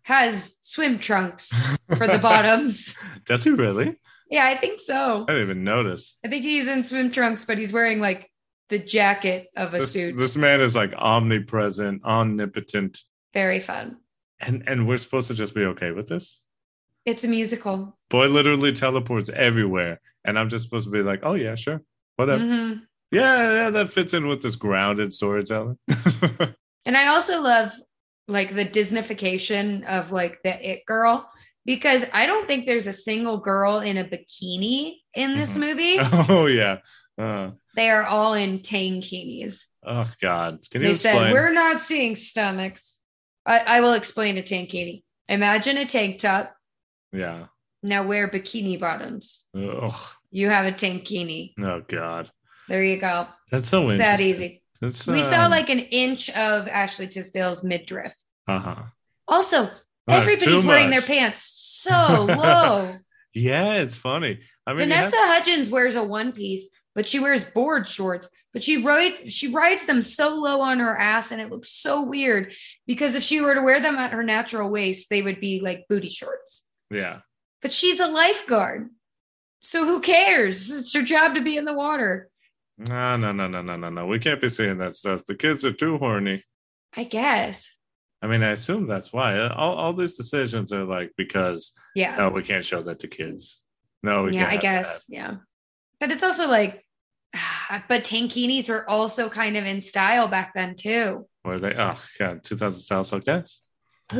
Speaker 1: has swim trunks for
Speaker 2: (laughs)
Speaker 1: the bottoms.
Speaker 2: Does he really?
Speaker 1: Yeah, I think so.
Speaker 2: I didn't even notice.
Speaker 1: I think he's in swim trunks, but he's wearing like the jacket of a
Speaker 2: This,
Speaker 1: suit.
Speaker 2: this man is like omnipresent, omnipotent,
Speaker 1: Very fun.
Speaker 2: and and we're supposed to just be okay with this.
Speaker 1: It's a musical.
Speaker 2: Boy literally teleports everywhere, and I'm just supposed to be like, oh yeah, sure, whatever.
Speaker 1: Mhm.
Speaker 2: Yeah, yeah, that fits in with this grounded storytelling.
Speaker 1: And I also love like the Disneyfication of like the it girl because I don't think there's a single girl in a bikini in this
Speaker 2: Mhm. (laughs)
Speaker 1: movie.
Speaker 2: (laughs) oh yeah. Uh,
Speaker 1: They are all in tankinis.
Speaker 2: oh god. Can you
Speaker 1: They
Speaker 2: explain?
Speaker 1: said, We're not seeing stomachs. I, I will explain a tankini. Imagine a tank top.
Speaker 2: yeah.
Speaker 1: Now wear bikini bottoms.
Speaker 2: Oh,
Speaker 1: You have a tankini.
Speaker 2: oh god.
Speaker 1: There you go.
Speaker 2: That's so
Speaker 1: it's that
Speaker 2: Oh, interesting.
Speaker 1: easy.
Speaker 2: That's,
Speaker 1: we saw
Speaker 2: um,
Speaker 1: like an inch of Ashley Tisdale's midriff.
Speaker 2: uh-huh.
Speaker 1: Also,
Speaker 2: That's
Speaker 1: everybody's
Speaker 2: too
Speaker 1: wearing their
Speaker 2: much.
Speaker 1: pants so
Speaker 2: (laughs)
Speaker 1: low.
Speaker 2: Yeah, it's funny. I mean, you have-
Speaker 1: Vanessa Hudgens wears a one piece, but she wears board shorts. But she rides she rides them so low on her ass, and it looks so weird because if she were to wear them at her natural waist, they would be like booty shorts.
Speaker 2: yeah.
Speaker 1: But she's a lifeguard, so who cares? It's her job to be in the water,
Speaker 2: No, no, no, no, no, no, no. We can't be seeing that stuff. The kids are too horny.
Speaker 1: I guess.
Speaker 2: I mean, I assume that's why. Uh, All, all these decisions are like because
Speaker 1: Yeah,
Speaker 2: no, we can't show that to kids. No, Oh, we
Speaker 1: yeah,
Speaker 2: can't
Speaker 1: I
Speaker 2: have
Speaker 1: guess. Yeah, but it's (sighs) also like, but tankinis were also kind of in style back then too.
Speaker 2: Were they? Oh god, 2000 style sucked ass.
Speaker 1: (laughs)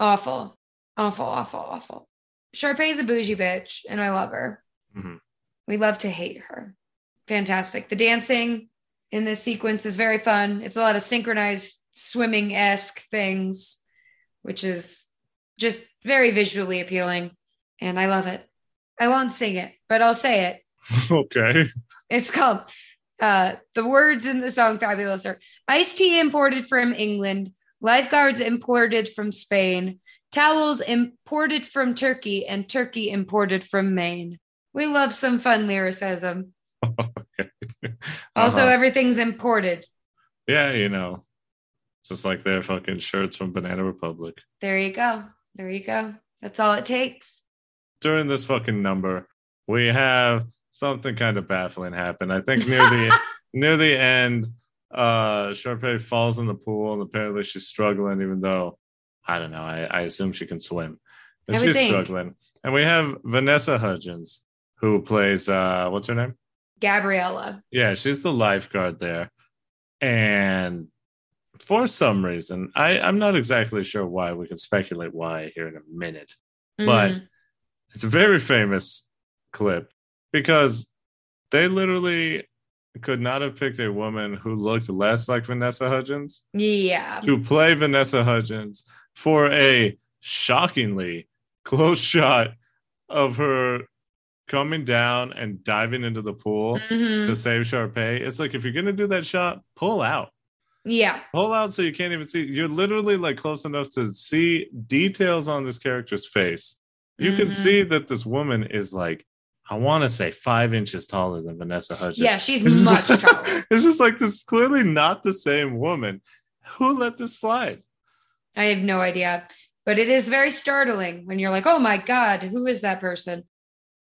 Speaker 1: awful, awful, awful, awful. Sharpay is a bougie bitch, and I love her.
Speaker 2: Mhm.
Speaker 1: We love to hate her. Fantastic. The dancing in this sequence is very fun. It's a lot of synchronized swimming esque things, which is just very visually appealing, and I love it. I won't sing it, but I'll say it.
Speaker 2: (laughs) okay. (laughs)
Speaker 1: It's called uh the words in the song fabulous are iced tea imported from England, lifeguards imported from Spain, towels imported from Turkey, and turkey imported from Maine. We love some fun
Speaker 2: (laughs)
Speaker 1: lyricism. (laughs) Also,
Speaker 2: Uh-huh.
Speaker 1: everything's imported.
Speaker 2: yeah, you know, just like their fucking shirts from Banana Republic.
Speaker 1: There you go. There you go. That's all it takes.
Speaker 2: During this fucking number, we have something kind of baffling happen. I think near the near the end, uh Sharpay falls in the pool and apparently she's struggling, even though I don't know, I, I assume she can swim. And
Speaker 1: I would
Speaker 2: she's
Speaker 1: think.
Speaker 2: struggling. And we have Vanessa Hudgens, who plays uh what's her name?
Speaker 1: Gabriella.
Speaker 2: Yeah, she's the lifeguard there. And for some reason, I, I'm not exactly sure why. We can speculate why here in a minute. But-
Speaker 1: Mhm.
Speaker 2: It's a very famous clip because they literally could not have picked a woman who looked less like Vanessa Hudgens
Speaker 1: Mm-hmm. yeah.
Speaker 2: to play Vanessa Hudgens for a shockingly close (laughs) shot of her coming down and diving into the pool
Speaker 1: Mhm.
Speaker 2: to save Sharpay. It's like if you're gonna do that shot, pull out.
Speaker 1: Yeah.
Speaker 2: Pull out so you can't even see. You're literally like close enough to see details on this character's face. You can
Speaker 1: Mhm.
Speaker 2: see that this woman is like, I want to say five inches taller than Vanessa Hudgens.
Speaker 1: Yeah, she's
Speaker 2: (laughs) It's
Speaker 1: much
Speaker 2: just-
Speaker 1: taller.
Speaker 2: (laughs) it's just like this is clearly not the same woman. Who let this slide?
Speaker 1: I have no idea. But it is very startling when you're like, oh my God, who is that person?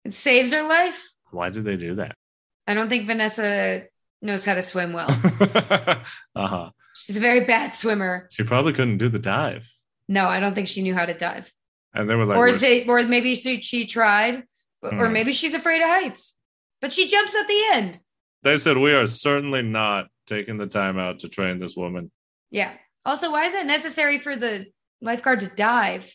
Speaker 1: It saves her life.
Speaker 2: Why did they do that? (laughs)
Speaker 1: I don't think Vanessa knows how to swim
Speaker 2: (laughs)
Speaker 1: well.
Speaker 2: uh huh.
Speaker 1: She's a very bad swimmer.
Speaker 2: She probably couldn't do the dive.
Speaker 1: No, I don't think she knew how to dive.
Speaker 2: And they were like,
Speaker 1: or,
Speaker 2: "We're-
Speaker 1: they, or maybe she, she tried, but, or
Speaker 2: Hmm.
Speaker 1: maybe she's afraid of heights, but she jumps at the end.
Speaker 2: they said, we are certainly not taking the time out to train this woman.
Speaker 1: Yeah. Also, why is it necessary for the lifeguard to dive?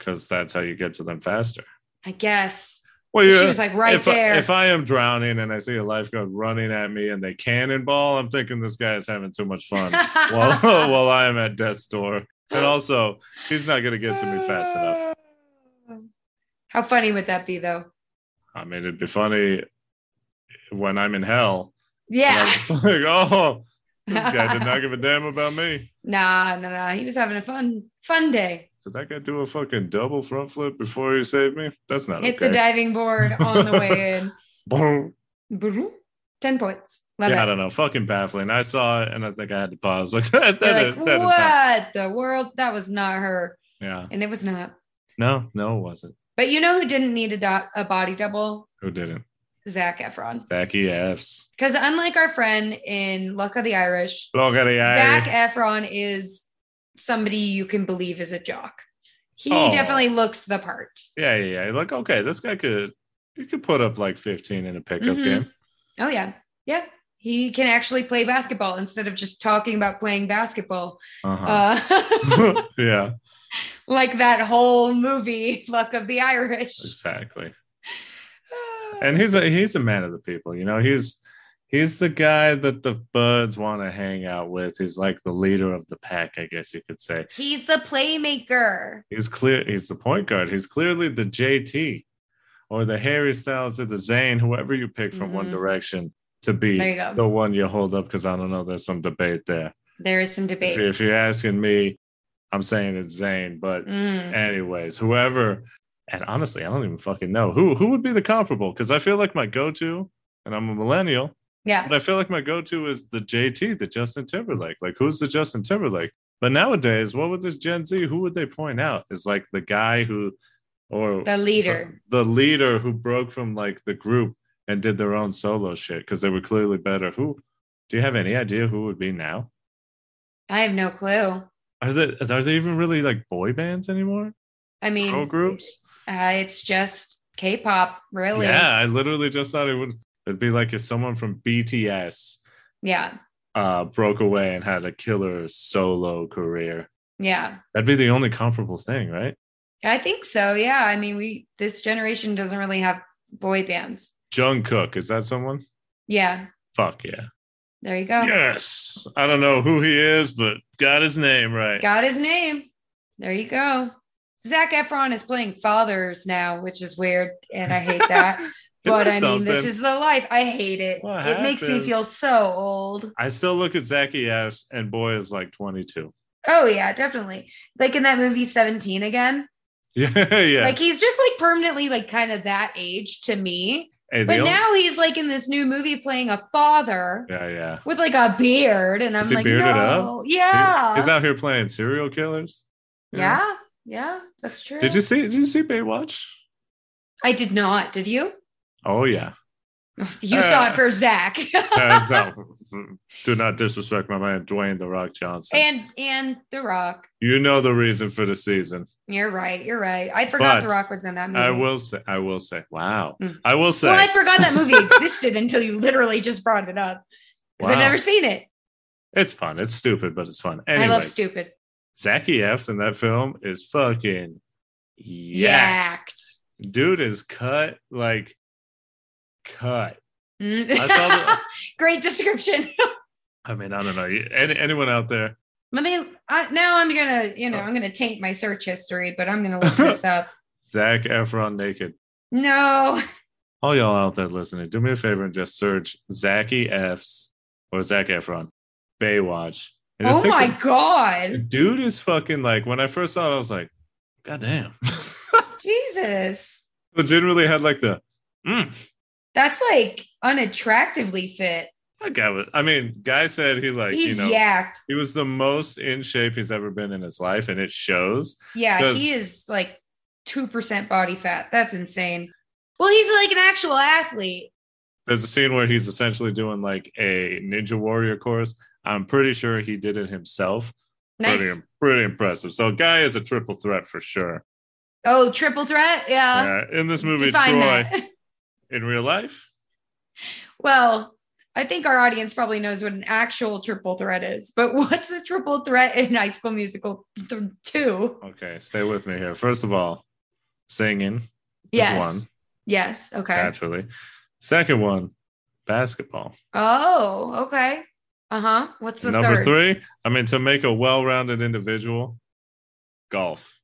Speaker 2: because that's how you get to them faster.
Speaker 1: I guess.
Speaker 2: Well,
Speaker 1: She was like right
Speaker 2: if,
Speaker 1: there. (laughs)
Speaker 2: I, if I am drowning and I see a lifeguard running at me and they cannonball, I'm thinking this guy is having too
Speaker 1: (laughs)
Speaker 2: much fun while (laughs) while I am at death's door. And also, he's not going to get to me fast enough.
Speaker 1: How funny would that be, though?
Speaker 2: I mean, it'd be funny when I'm in hell. and
Speaker 1: Yeah.
Speaker 2: I'm just (laughs) like, oh, this guy did not give a damn about me.
Speaker 1: (laughs) Nah, nah, nah. He was having a fun, fun day.
Speaker 2: Did that guy do a fucking double front flip before he saved me? That's not
Speaker 1: Hit
Speaker 2: okay.
Speaker 1: the diving board on the way
Speaker 2: (laughs)
Speaker 1: in.
Speaker 2: Boom.
Speaker 1: Boo-hoo. Ten points. Love
Speaker 2: Yeah, I
Speaker 1: it.
Speaker 2: don't know. Fucking baffling. I saw it and I think I had to pause. (laughs) Like that,
Speaker 1: You're
Speaker 2: that
Speaker 1: like,
Speaker 2: is- that is
Speaker 1: what
Speaker 2: not-
Speaker 1: the world? That was not her,
Speaker 2: Yeah.
Speaker 1: and it was not.
Speaker 2: No, no, it wasn't.
Speaker 1: But you know who didn't need a, do- a body double?
Speaker 2: Who didn't?
Speaker 1: Zach Efron.
Speaker 2: Zachy F's.
Speaker 1: Because unlike our friend in Luck of the Irish,
Speaker 2: Look at the
Speaker 1: Zach
Speaker 2: eye.
Speaker 1: Efron is somebody you can believe is a jock. He
Speaker 2: Oh.
Speaker 1: definitely looks the part.
Speaker 2: Yeah, yeah, yeah. Like, okay, this guy could you could put up like 15 in a pickup
Speaker 1: Mhm.
Speaker 2: game.
Speaker 1: Oh yeah, yeah. He can actually play basketball instead of just talking about playing basketball.
Speaker 2: Uh-huh.
Speaker 1: Uh, (laughs)
Speaker 2: (laughs) yeah,
Speaker 1: like that whole movie, Luck of the Irish.
Speaker 2: exactly. And he's a he's a man of the people, you know. He's he's the guy that the buds want to hang out with. He's like the leader of the pack, I guess you could say.
Speaker 1: He's the playmaker.
Speaker 2: He's clear. He's the point guard. He's clearly the JT or the Harry Styles or the Zayn, whoever you pick from One
Speaker 1: Mhm.
Speaker 2: Direction to be
Speaker 1: There you go.
Speaker 2: the one you hold up. Because I don't know, there's some debate there.
Speaker 1: There is some
Speaker 2: If, you-
Speaker 1: debate.
Speaker 2: if you're asking me, I'm saying it's Zayn. But
Speaker 1: Mm.
Speaker 2: anyways, whoever. And honestly, I don't even fucking know who who would be the comparable because I feel like my go-to, and I'm a millennial,
Speaker 1: Yeah.
Speaker 2: but I feel like my go-to is the JT, the Justin Timberlake. Like, who's the Justin Timberlake? But nowadays, what would this Gen Z? Who would they point out is like the guy who, or
Speaker 1: The leader.
Speaker 2: the leader who broke from like the group and did their own solo shit because they were clearly better. Who? Do you have any idea who would be now?
Speaker 1: I have no clue.
Speaker 2: Are they are they even really like boy bands anymore?
Speaker 1: I mean,
Speaker 2: Girl groups?
Speaker 1: Uh, it's just K-pop, really.
Speaker 2: Yeah, I literally just thought it would. It'd be like if someone from BTS
Speaker 1: Yeah.
Speaker 2: uh, uh, broke away and had a killer solo career.
Speaker 1: Yeah.
Speaker 2: That'd be the only comparable thing, right?
Speaker 1: I think so. Yeah. I mean, we, this generation doesn't really have boy bands.
Speaker 2: Jungkook, is that someone?
Speaker 1: Yeah.
Speaker 2: Fuck yeah.
Speaker 1: There you go.
Speaker 2: Yes. I don't know who he is, but got his name right.
Speaker 1: Got his name. There you go. Zach Efron is playing fathers now, which is weird. And I hate that. but I mean,
Speaker 2: (laughs) Isn't that
Speaker 1: this
Speaker 2: something?
Speaker 1: is the life. I hate it.
Speaker 2: What
Speaker 1: it makes me
Speaker 2: happens?
Speaker 1: feel so old.
Speaker 2: I still look at Zachy S and boy is like 22.
Speaker 1: Oh, yeah, definitely. Like in that movie 17 again.
Speaker 2: (laughs) Yeah, yeah.
Speaker 1: Like he's just like permanently like kind of that age to me.
Speaker 2: Hey, the
Speaker 1: But
Speaker 2: only-
Speaker 1: now he's like in this new movie playing a father
Speaker 2: yeah, yeah.
Speaker 1: with like a beard. And I'm
Speaker 2: he
Speaker 1: like,
Speaker 2: bearded
Speaker 1: no.
Speaker 2: He-
Speaker 1: Yeah.
Speaker 2: He's out here playing serial killers. you know?
Speaker 1: yeah. Yeah. That's true.
Speaker 2: Did you see did you see Baywatch?
Speaker 1: I did not. Did you?
Speaker 2: Oh yeah.
Speaker 1: You
Speaker 2: Uh,
Speaker 1: saw it for (laughs) Zach.
Speaker 2: Uh, so, (laughs) do not disrespect my man Dwayne the Rock Johnson.
Speaker 1: and and The Rock.
Speaker 2: you know the reason for the season.
Speaker 1: You're right. You're right. I forgot
Speaker 2: But
Speaker 1: The Rock was in that movie.
Speaker 2: I will say I will say. Wow.
Speaker 1: Mm-hmm. Mm.
Speaker 2: I will say
Speaker 1: Well, I forgot that
Speaker 2: (laughs)
Speaker 1: movie existed until you literally just brought it up because I've
Speaker 2: Wow.
Speaker 1: never seen it.
Speaker 2: it's fun. It's stupid, but it's fun. Anyway,
Speaker 1: I love stupid.
Speaker 2: Zachy F's in that film is fucking yeah.
Speaker 1: Yacked.
Speaker 2: Dude is cut like cut.
Speaker 1: Mm.
Speaker 2: I saw the-
Speaker 1: (laughs) Great description.
Speaker 2: I mean, I don't know. You- Any, anyone out there?
Speaker 1: Let me. I, now I'm gonna. You know,
Speaker 2: Oh.
Speaker 1: I'm gonna taint my search history, but I'm gonna look
Speaker 2: (laughs)
Speaker 1: this up.
Speaker 2: Zach Efron naked.
Speaker 1: No,
Speaker 2: All y'all out there listening, do me a favor and just search Zachy F's or Zach Efron Baywatch. And just
Speaker 1: oh
Speaker 2: take
Speaker 1: my
Speaker 2: the-
Speaker 1: god,
Speaker 2: dude is fucking like when I first saw it, I was like, God damn.
Speaker 1: Jesus,
Speaker 2: (laughs) Legitimately had like the mm,
Speaker 1: that's like unattractively fit.
Speaker 2: That guy was. I mean, guy said he like
Speaker 1: He's
Speaker 2: you know
Speaker 1: yacked.
Speaker 2: he was the most in shape he's ever been in his life, and it shows.
Speaker 1: Yeah,
Speaker 2: Does-
Speaker 1: he is like 2% body fat. That's insane. Well, he's like an actual athlete.
Speaker 2: There's a scene where he's essentially doing like a ninja warrior course. I'm pretty sure he did it himself.
Speaker 1: Nice.
Speaker 2: Pretty, pretty impressive. So, guy is a triple threat for sure.
Speaker 1: Oh, triple threat? Yeah.
Speaker 2: yeah, in this movie,
Speaker 1: Uh, Define
Speaker 2: Troy,
Speaker 1: that.
Speaker 2: in real life,
Speaker 1: (laughs) Well, I think our audience probably knows what an actual triple threat is, but (laughs) what's the triple threat in High School Musical th- 2?
Speaker 2: okay, stay with me here. First of all, singing,
Speaker 1: Yes.
Speaker 2: one.
Speaker 1: Yes. Okay.
Speaker 2: naturally. Second one, basketball.
Speaker 1: Oh, okay. Uh huh. What's the
Speaker 2: Number
Speaker 1: third?
Speaker 2: three, I mean, to make a well rounded individual, golf.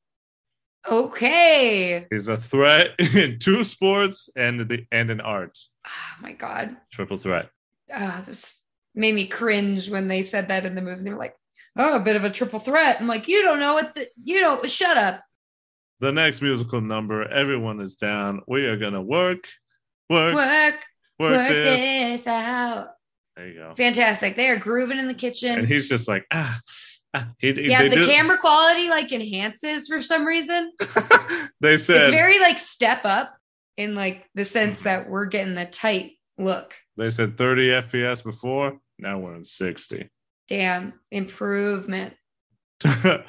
Speaker 1: Okay.
Speaker 2: He's a threat (laughs) in two sports and the and an art.
Speaker 1: Oh, my God.
Speaker 2: Triple threat.
Speaker 1: Ah, this made me cringe when they said that in the movie. They were like, "Oh, a bit of a triple threat." I'm like, "You don't know what the you don't shut up."
Speaker 2: The next musical number, everyone is down. We are gonna work, work, work,
Speaker 1: Work, work
Speaker 2: this.
Speaker 1: this. out.
Speaker 2: There you go.
Speaker 1: Fantastic. They are grooving in the
Speaker 2: And
Speaker 1: kitchen.
Speaker 2: he's just like, ah, ah. He, he-
Speaker 1: yeah,
Speaker 2: they
Speaker 1: the
Speaker 2: do-
Speaker 1: camera quality like enhances for some reason.
Speaker 2: (laughs) they
Speaker 1: It's
Speaker 2: said
Speaker 1: very like step up in like the sense that we're getting the tight look.
Speaker 2: they said 30 FPS before. Now we're in 60.
Speaker 1: Damn improvement.
Speaker 2: (laughs) and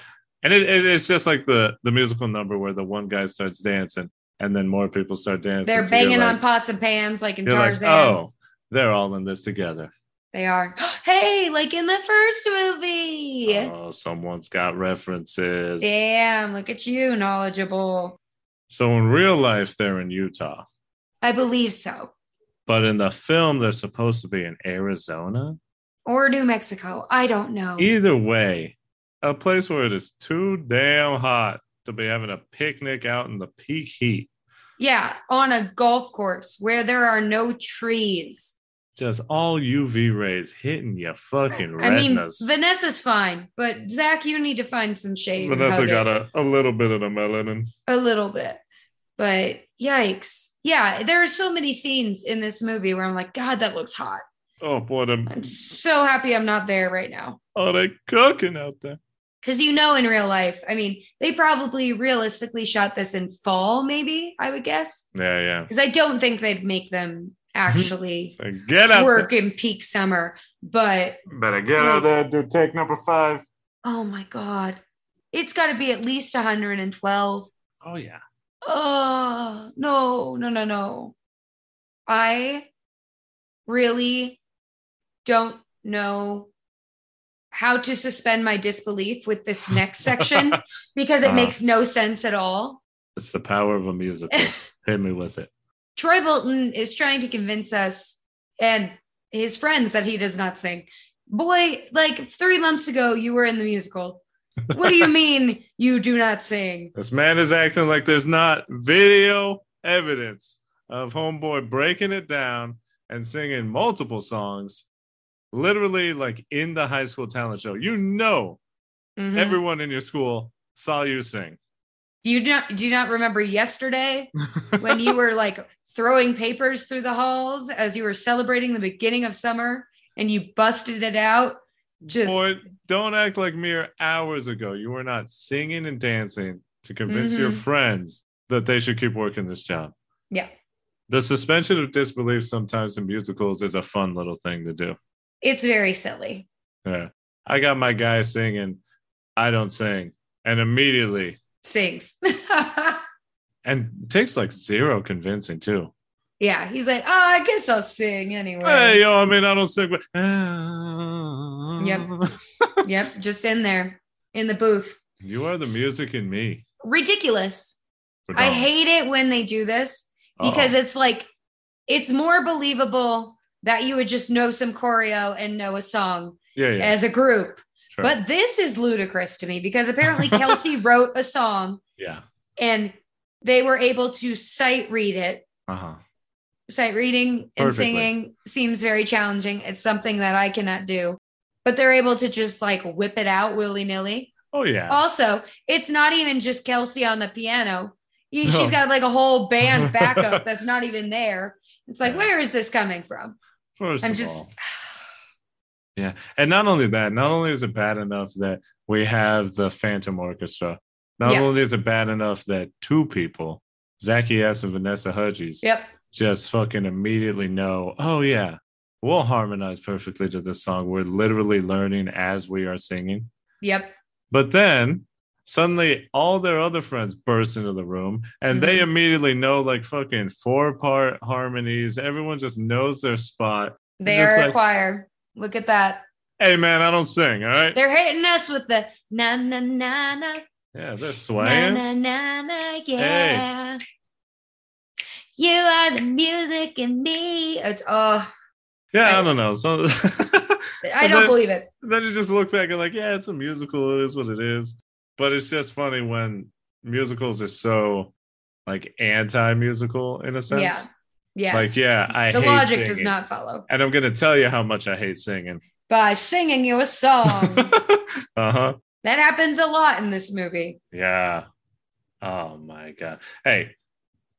Speaker 2: it, it- it's just like the the musical number where the one guy starts dancing and then more people start dancing.
Speaker 1: They're
Speaker 2: So you're
Speaker 1: banging
Speaker 2: like-
Speaker 1: on pots and pans like in
Speaker 2: You're like,
Speaker 1: Tarzan.
Speaker 2: oh, they're all in this together.
Speaker 1: They are. (gasps) hey, like in the first movie.
Speaker 2: Oh, someone's got references.
Speaker 1: Damn, look at you, knowledgeable.
Speaker 2: So in real life, they're in Utah,
Speaker 1: I believe so.
Speaker 2: but in the film, they're supposed to be in Arizona.
Speaker 1: Or New Mexico. I don't know.
Speaker 2: Either way, a place where it is too damn hot to be having a picnic out in the peak heat.
Speaker 1: Yeah, on a golf course where there are no trees.
Speaker 2: Just all UV rays hitting your fucking
Speaker 1: I mean,
Speaker 2: retinas.
Speaker 1: Vanessa's fine, but Zach, you need to find some shade. and
Speaker 2: Vanessa
Speaker 1: hug
Speaker 2: got
Speaker 1: it.
Speaker 2: a, a little bit of the melanin.
Speaker 1: a little bit. But yikes. Yeah, there are so many scenes in this movie where I'm like, God, that looks hot.
Speaker 2: Oh boy,
Speaker 1: I'm
Speaker 2: them,
Speaker 1: so happy I'm not there right now.
Speaker 2: oh they cooking out there.
Speaker 1: Because you know, in real life, I mean, they probably realistically shot this in fall, maybe, I would guess.
Speaker 2: Yeah, yeah.
Speaker 1: Because I don't think they'd make them actually
Speaker 2: So Mm-hmm. get out
Speaker 1: work in peak summer. But
Speaker 2: there. Better get out there, do take number five.
Speaker 1: oh my God, it's got to be at least 112.
Speaker 2: Oh yeah.
Speaker 1: Oh, no, no, no, no. I really don't know how to suspend my disbelief with this next
Speaker 2: (laughs)
Speaker 1: section because it
Speaker 2: Uh-huh.
Speaker 1: makes no sense at all.
Speaker 2: It's the power of
Speaker 1: (laughs)
Speaker 2: a musical. Hit me with it.
Speaker 1: Troy Bolton is trying to convince us and his friends that he does not sing. Boy, like three months ago, you were in the musical. What do
Speaker 2: (laughs)
Speaker 1: you mean you do not sing?
Speaker 2: This man is acting like there's not video evidence of Homeboy breaking it down and singing multiple songs, literally like in the high school talent show. You know,
Speaker 1: Mhm.
Speaker 2: everyone in your school saw you sing.
Speaker 1: do you not do you not remember yesterday when you were like throwing papers through the halls as you were celebrating the beginning of summer and you busted it out? Just
Speaker 2: Boy, don't act like mere hours ago you were not singing and dancing to convince your friends that they should keep working this job.
Speaker 1: Mm-hmm. yeah.
Speaker 2: The suspension of disbelief sometimes in musicals is a fun little thing to do.
Speaker 1: It's very silly.
Speaker 2: Yeah. I got my guy singing, I don't sing. And immediately,
Speaker 1: Sings. (laughs)
Speaker 2: and takes like zero convincing too.
Speaker 1: yeah. He's like, oh, I guess I'll sing anyway.
Speaker 2: Hey, yo, I mean, I don't sing, but.
Speaker 1: yep, just in there in the booth.
Speaker 2: (laughs) You are the music in me.
Speaker 1: Ridiculous. I hate it when they do this because it's like it's more believable that you would just know some choreo and know a song
Speaker 2: yeah, yeah.
Speaker 1: as a group.
Speaker 2: sure.
Speaker 1: But this is ludicrous to me because apparently Kelsey
Speaker 2: (laughs)
Speaker 1: wrote a song
Speaker 2: yeah.
Speaker 1: and they were able to sight read it.
Speaker 2: Uh huh.
Speaker 1: Sight reading and
Speaker 2: Perfectly.
Speaker 1: singing seems very challenging. It's something that I cannot do. But they're able to just like whip it out willy nilly.
Speaker 2: Oh, yeah.
Speaker 1: Also, it's not even just Kelsey on the piano. You-
Speaker 2: No.
Speaker 1: She's got like a whole
Speaker 2: (laughs)
Speaker 1: band backup that's not even there. It's like,
Speaker 2: Yeah.
Speaker 1: where is this coming from?
Speaker 2: 1st
Speaker 1: I'm
Speaker 2: of
Speaker 1: just,
Speaker 2: all. (sighs) Yeah. And not only that, not only is it bad enough that we have the Phantom Orchestra, not
Speaker 1: Yeah.
Speaker 2: only is it bad enough that two people, Zachy S and Vanessa Hudgens,
Speaker 1: yep,
Speaker 2: just fucking immediately know, oh yeah, we'll harmonize perfectly to this song. We're literally learning as we are singing.
Speaker 1: yep,
Speaker 2: But then suddenly all their other friends burst into the room and they
Speaker 1: Mhm.
Speaker 2: immediately know like fucking four part harmonies. Everyone just knows their spot.
Speaker 1: they
Speaker 2: just
Speaker 1: are a
Speaker 2: like-
Speaker 1: choir. Look at that.
Speaker 2: Hey man, I don't sing. All right.
Speaker 1: They're hitting us with the na na na na
Speaker 2: Yeah, they're
Speaker 1: na
Speaker 2: swaying.
Speaker 1: na na na yeah. You are the music in me. It's oh,
Speaker 2: Yeah, I
Speaker 1: Right.
Speaker 2: don't know.
Speaker 1: I
Speaker 2: So (laughs) And
Speaker 1: don't
Speaker 2: then-
Speaker 1: believe it.
Speaker 2: then you just look back and like, yeah, it's a musical. It is what it is. But it's just funny when musicals are so like anti-musical in a sense.
Speaker 1: Yeah. Yes.
Speaker 2: Like, yeah, I
Speaker 1: the
Speaker 2: hate
Speaker 1: logic does
Speaker 2: singing.
Speaker 1: not follow.
Speaker 2: And I'm gonna tell you how much I hate singing.
Speaker 1: By singing you a
Speaker 2: (laughs)
Speaker 1: song.
Speaker 2: uh huh.
Speaker 1: That happens a lot in this movie.
Speaker 2: Yeah. Oh my god. Hey,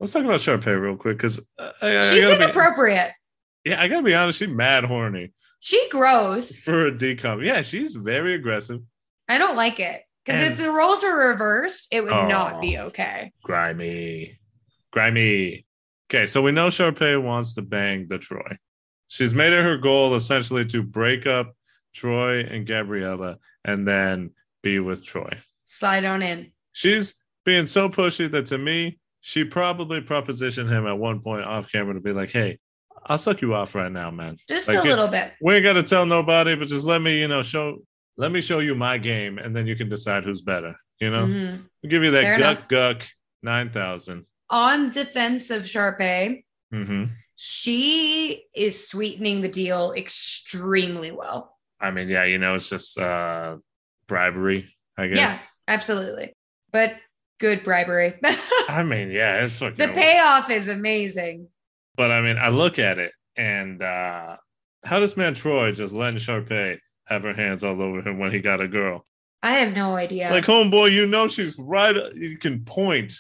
Speaker 2: let's talk about Sharpay real quick because I, I,
Speaker 1: She's
Speaker 2: I gotta be,
Speaker 1: inappropriate.
Speaker 2: yeah, I gotta be honest. She's mad horny
Speaker 1: She grows.
Speaker 2: for a decom. Yeah, she's very aggressive,
Speaker 1: I don't like it because
Speaker 2: And-
Speaker 1: if the roles were reversed, it would
Speaker 2: Oh.
Speaker 1: not be okay.
Speaker 2: grimy, grimy. Okay, so we know Sharpay wants to bang the Troy. She's made it her goal essentially to break up Troy and Gabriella and then be with Troy.
Speaker 1: Slide on in.
Speaker 2: She's being so pushy that to me, she probably propositioned him at one point off camera to be like, hey, I'll suck you off right now, man.
Speaker 1: Just
Speaker 2: Like
Speaker 1: a
Speaker 2: it-
Speaker 1: little bit.
Speaker 2: We ain't gotta tell nobody, but just let me, you know, show let me show you my game and then you can decide who's better. You know?
Speaker 1: Mhm.
Speaker 2: We'll give you that
Speaker 1: Fair enough.
Speaker 2: guck guck nine thousand.
Speaker 1: On defense of Sharpay,
Speaker 2: Mm-hmm.
Speaker 1: she is sweetening the deal extremely well.
Speaker 2: I mean, yeah, you know, it's just uh bribery, I guess.
Speaker 1: Yeah, absolutely. But good bribery. (laughs) the
Speaker 2: (laughs) I mean, yeah, it's fucking
Speaker 1: payoff is amazing.
Speaker 2: But I mean, I look at it and uh how does man Troy just letting Sharpay have her hands all over him when he got a girl?
Speaker 1: I have no idea.
Speaker 2: Like homeboy, you know she's right. You can point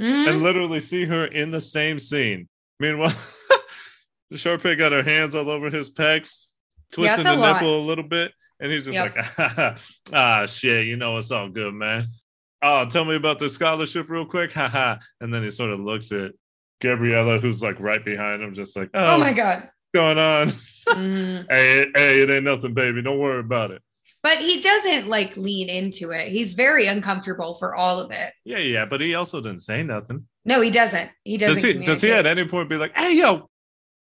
Speaker 1: Mhm.
Speaker 2: and literally see her in the same scene. Meanwhile, (laughs) Sharpay got her hands all over his pecs,
Speaker 1: Yeah,
Speaker 2: twisting
Speaker 1: it's a
Speaker 2: the
Speaker 1: lot.
Speaker 2: nipple a little bit, and he's just
Speaker 1: Yep.
Speaker 2: like, (laughs) "Ah, shit, you know it's all good, man. Oh, tell me about the scholarship real quick, haha." And then he sort of looks at Gabriella, who's like right behind him, just like, "Oh,
Speaker 1: oh my God. (laughs)
Speaker 2: going on? (laughs)
Speaker 1: Mhm.
Speaker 2: hey, hey, it ain't nothing, baby. Don't worry about it."
Speaker 1: But he doesn't like lean into it. He's very uncomfortable for all of it.
Speaker 2: Yeah, yeah, but he also didn't say nothing.
Speaker 1: No, he doesn't. He doesn't.
Speaker 2: Does he? Does he at
Speaker 1: communicate.
Speaker 2: any point be like, "Hey, yo,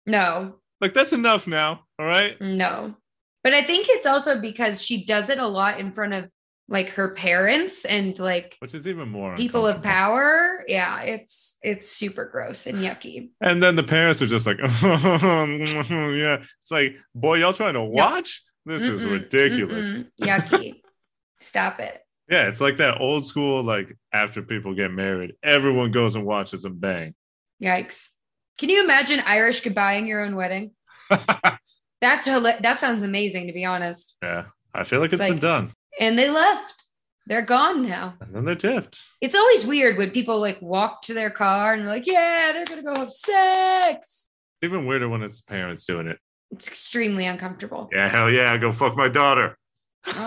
Speaker 1: No,
Speaker 2: like that's enough now all right
Speaker 1: no. But I think it's also because she does it a lot in front of like her parents and like
Speaker 2: which is even more
Speaker 1: people of
Speaker 2: uncomfortable.
Speaker 1: power. Yeah, it's it's super gross and yucky.
Speaker 2: And then the parents are just like, (laughs) yeah. It's like, boy, y'all trying to watch? This is
Speaker 1: Mm-mm,
Speaker 2: ridiculous.
Speaker 1: mm-mm,
Speaker 2: (laughs)
Speaker 1: yucky. Stop it.
Speaker 2: Yeah, it's like that old school, like after people get married, everyone goes and watches them bang.
Speaker 1: Yikes. Can you imagine Irish goodbyeing your own
Speaker 2: (laughs)
Speaker 1: wedding? That's hila- that sounds amazing to be honest.
Speaker 2: yeah. I feel like
Speaker 1: It's
Speaker 2: it's been
Speaker 1: like-
Speaker 2: done.
Speaker 1: And they left. They're gone now.
Speaker 2: And then they're dipped.
Speaker 1: It's always weird when people like walk to their car and they're like, yeah, they're gonna go have sex.
Speaker 2: It's even weirder when it's parents doing it.
Speaker 1: It's extremely uncomfortable.
Speaker 2: Yeah, hell yeah, go fuck my daughter.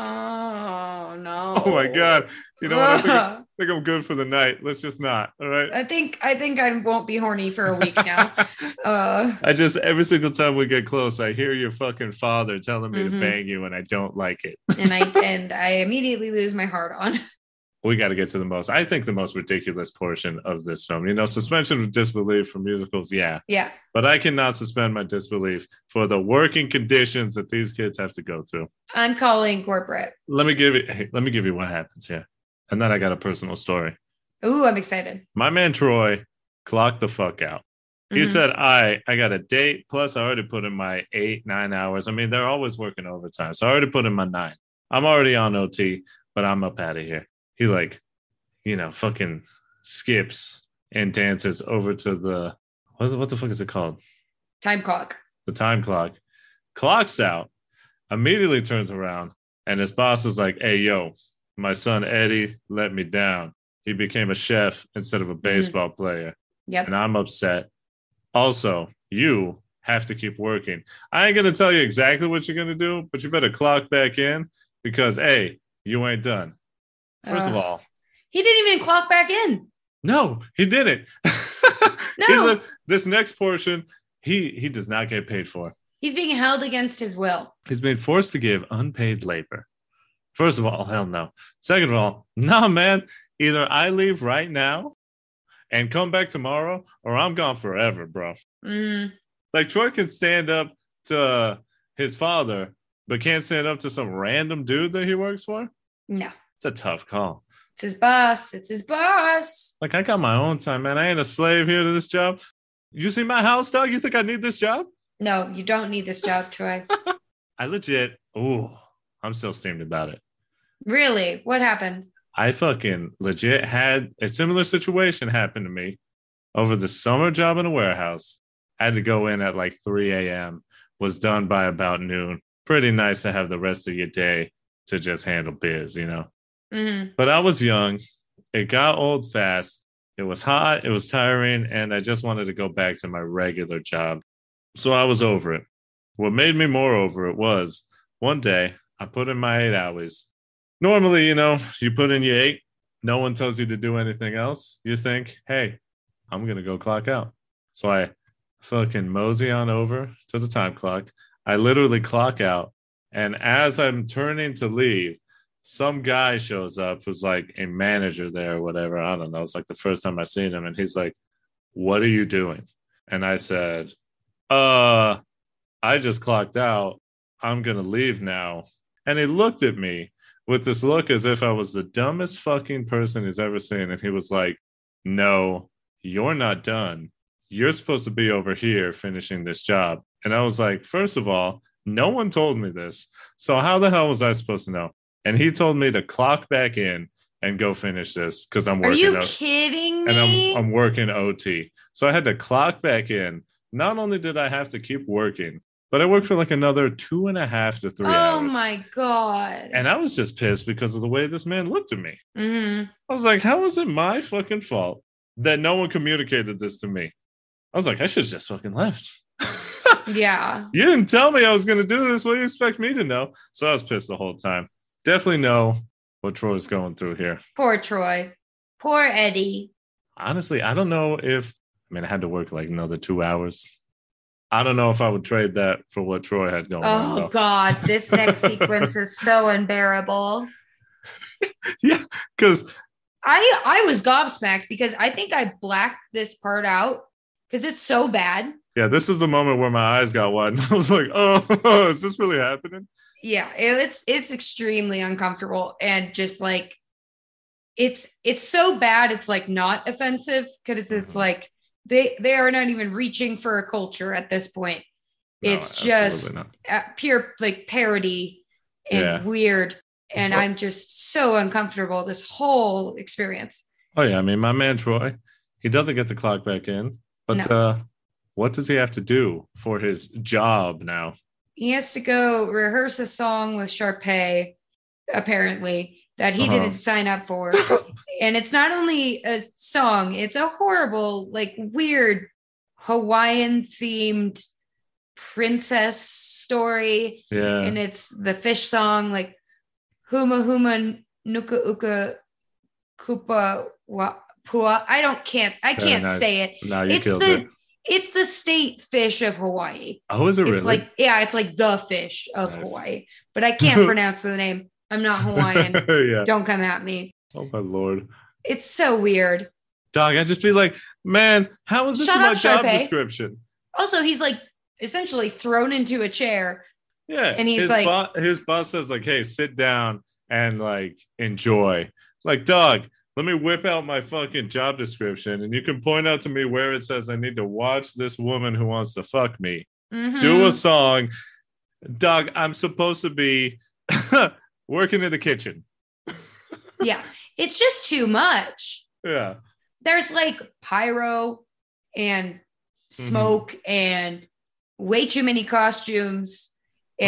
Speaker 1: Oh no.
Speaker 2: (laughs) Oh my god. You know what? I think, I
Speaker 1: Ugh.
Speaker 2: think I'm good for the night. Let's just not. All
Speaker 1: (laughs)
Speaker 2: right.
Speaker 1: I think I think I won't be horny for a week
Speaker 2: (laughs)
Speaker 1: now. uh
Speaker 2: I just every single time we get close, I hear your fucking father telling me to
Speaker 1: Mhm.
Speaker 2: bang you, and I don't like it.
Speaker 1: and I and I immediately lose my heart on. (laughs)
Speaker 2: we got to get to the most, I think, the most ridiculous portion of this film. You know, suspension of disbelief for musicals, yeah,
Speaker 1: Yeah.
Speaker 2: but I cannot suspend my disbelief for the working conditions that these kids have to go through.
Speaker 1: I'm calling corporate.
Speaker 2: Let me give you, hey, let me give you what happens here, and then I got a personal story.
Speaker 1: Ooh, I'm excited.
Speaker 2: My man Troy clocked the fuck out. He
Speaker 1: Mhm.
Speaker 2: said, "I I got a date. Plus, I already put in my eight nine hours. I mean, they're always working overtime, so I already put in my nine. I'm already on OT, but I'm up out of here." He like, you know, fucking skips and dances over to the what the, what the fuck is it called?
Speaker 1: Time clock.
Speaker 2: The time clock. Clocks out. Immediately turns around, and his boss is like, "Hey, yo, my son Eddie let me down. He became a chef instead of a baseball player."
Speaker 1: Yep.
Speaker 2: and I'm upset. Also, you have to keep working. I ain't gonna tell you exactly what you're gonna do, but you better clock back in because hey, you ain't done. First of
Speaker 1: Uh,
Speaker 2: all,
Speaker 1: he didn't even clock back in.
Speaker 2: no, he didn't.
Speaker 1: No,
Speaker 2: (laughs) He li- this next portion, he he does not get paid for.
Speaker 1: he's being held against his will.
Speaker 2: He's been forced to give unpaid labor. First of all, hell no. Second of all, nah, man. Either I leave right now and come back tomorrow, or I'm gone forever, bro.
Speaker 1: Mhm.
Speaker 2: like Troy can stand up to his father, but can't stand up to some random dude that he works for.
Speaker 1: No,
Speaker 2: It's a tough call.
Speaker 1: it's his boss. It's his boss.
Speaker 2: Like I got my own time, man. I ain't a slave here to this job. You see my house, dog? You think I need this job?
Speaker 1: No, you don't need this job, Troy.
Speaker 2: I legit. Ooh, I'm still steamed about it.
Speaker 1: really? What happened?
Speaker 2: I fucking legit had a similar situation happen to me over the summer job in a warehouse. I had to go in at like 3 a.m., was done by about noon. Pretty nice to have the rest of your day to just handle biz, you know?
Speaker 1: Mhm.
Speaker 2: But I was young. It got old fast. It was hot. It was tiring. And I just wanted to go back to my regular job. So I was over it. What made me more over it was one day I put in my eight hours. Normally, you know, you put in your eight, no one tells you to do anything else. You think, hey, I'm going to go clock out. So I fucking mosey on over to the time clock. I literally clock out. And as I'm turning to leave, some guy shows up who's like a manager there or whatever. I don't know. It's like the first time I seen him, and he's like, "What are you doing?" And I said, "Uh, I just clocked out. I'm gonna leave now." And he looked at me with this look as if I was the dumbest fucking person he's ever seen, and he was like, "No, you're not done. You're supposed to be over here finishing this job." And I was like, first of all, no one told me this. So how the hell was I supposed to know?" and he told me to clock back in and go finish this because I'm
Speaker 1: Are
Speaker 2: working
Speaker 1: you
Speaker 2: out
Speaker 1: kidding
Speaker 2: and
Speaker 1: me?
Speaker 2: I'm I'm working OT. So I had to clock back in. Not only did I have to keep working, but I worked for like another two and a half to three
Speaker 1: oh
Speaker 2: hours.
Speaker 1: my god.
Speaker 2: And I was just pissed because of the way this man looked at me.
Speaker 1: Mhm.
Speaker 2: I was like, how is it my fucking fault that no one communicated this to me? I was like, I should have just fucking left. (laughs)
Speaker 1: Yeah.
Speaker 2: you didn't tell me I was going to do this. What do you expect me to know? So I was pissed the whole time. Definitely know what Troy's going through here.
Speaker 1: Poor Troy. Poor Eddie.
Speaker 2: honestly, I don't know if I mean I had to work like another two hours. I don't know if I would trade that for what Troy had going on.
Speaker 1: Oh
Speaker 2: though.
Speaker 1: god, this next sequence is
Speaker 2: (laughs)
Speaker 1: so unbearable.
Speaker 2: Because
Speaker 1: I I was gobsmacked because I think I blacked this part out because it's so bad.
Speaker 2: (laughs) yeah, this is the moment where my eyes got wide and I was like, oh, is this really happening?
Speaker 1: yeah it- it's it's extremely uncomfortable and just like it's it's so bad it's like not offensive because it's
Speaker 2: Mhm.
Speaker 1: like they they are not even reaching for a culture at this point It's just-
Speaker 2: absolutely not.
Speaker 1: uh, pure like parody and
Speaker 2: Yeah.
Speaker 1: weird and
Speaker 2: So-
Speaker 1: i'm just so uncomfortable this whole experience
Speaker 2: Oh yeah, I mean, my man Troy, he doesn't get the clock back in, but uh, what does he have to do for his job now?
Speaker 1: he has to go rehearse a song with Sharpay, apparently, that he
Speaker 2: Uh-huh.
Speaker 1: didn't sign up
Speaker 2: (coughs)
Speaker 1: for. and it's not only a song, it's a horrible, like weird Hawaiian themed princess story.
Speaker 2: Yeah,
Speaker 1: And it's the fish song, like Huma Huma Nuka Uka Kupa Wa Pua. I don't can't I
Speaker 2: very
Speaker 1: can't
Speaker 2: nice.
Speaker 1: say it.
Speaker 2: No, you
Speaker 1: It's
Speaker 2: killed
Speaker 1: the
Speaker 2: it.
Speaker 1: It's the state fish of Hawaii
Speaker 2: Oh, (laughs) is it really?
Speaker 1: it's like yeah it's like the fish of
Speaker 2: Nice.
Speaker 1: hawaii but i
Speaker 2: (laughs)
Speaker 1: can't pronounce the name i'm not hawaiian
Speaker 2: yeah.
Speaker 1: don't come at me
Speaker 2: Oh my lord,
Speaker 1: it's so weird
Speaker 2: dog! I'd just be like, man, how is this
Speaker 1: Shut
Speaker 2: in my
Speaker 1: up,
Speaker 2: job
Speaker 1: Sharpay.
Speaker 2: description?
Speaker 1: also he's like essentially thrown into a chair
Speaker 2: Yeah,
Speaker 1: And he's
Speaker 2: his
Speaker 1: like-
Speaker 2: bo- his boss says like, hey, sit down and like enjoy. Like, dog, let me whip out my fucking job description, and you can point out to me where it says I need to watch this woman who wants to fuck me. do a
Speaker 1: Mhm.
Speaker 2: song. Doug, I'm supposed to be (laughs) working in the kitchen.
Speaker 1: yeah it's just too much
Speaker 2: Yeah.
Speaker 1: there's like pyro and
Speaker 2: Mm-hmm.
Speaker 1: smoke and way too many costumes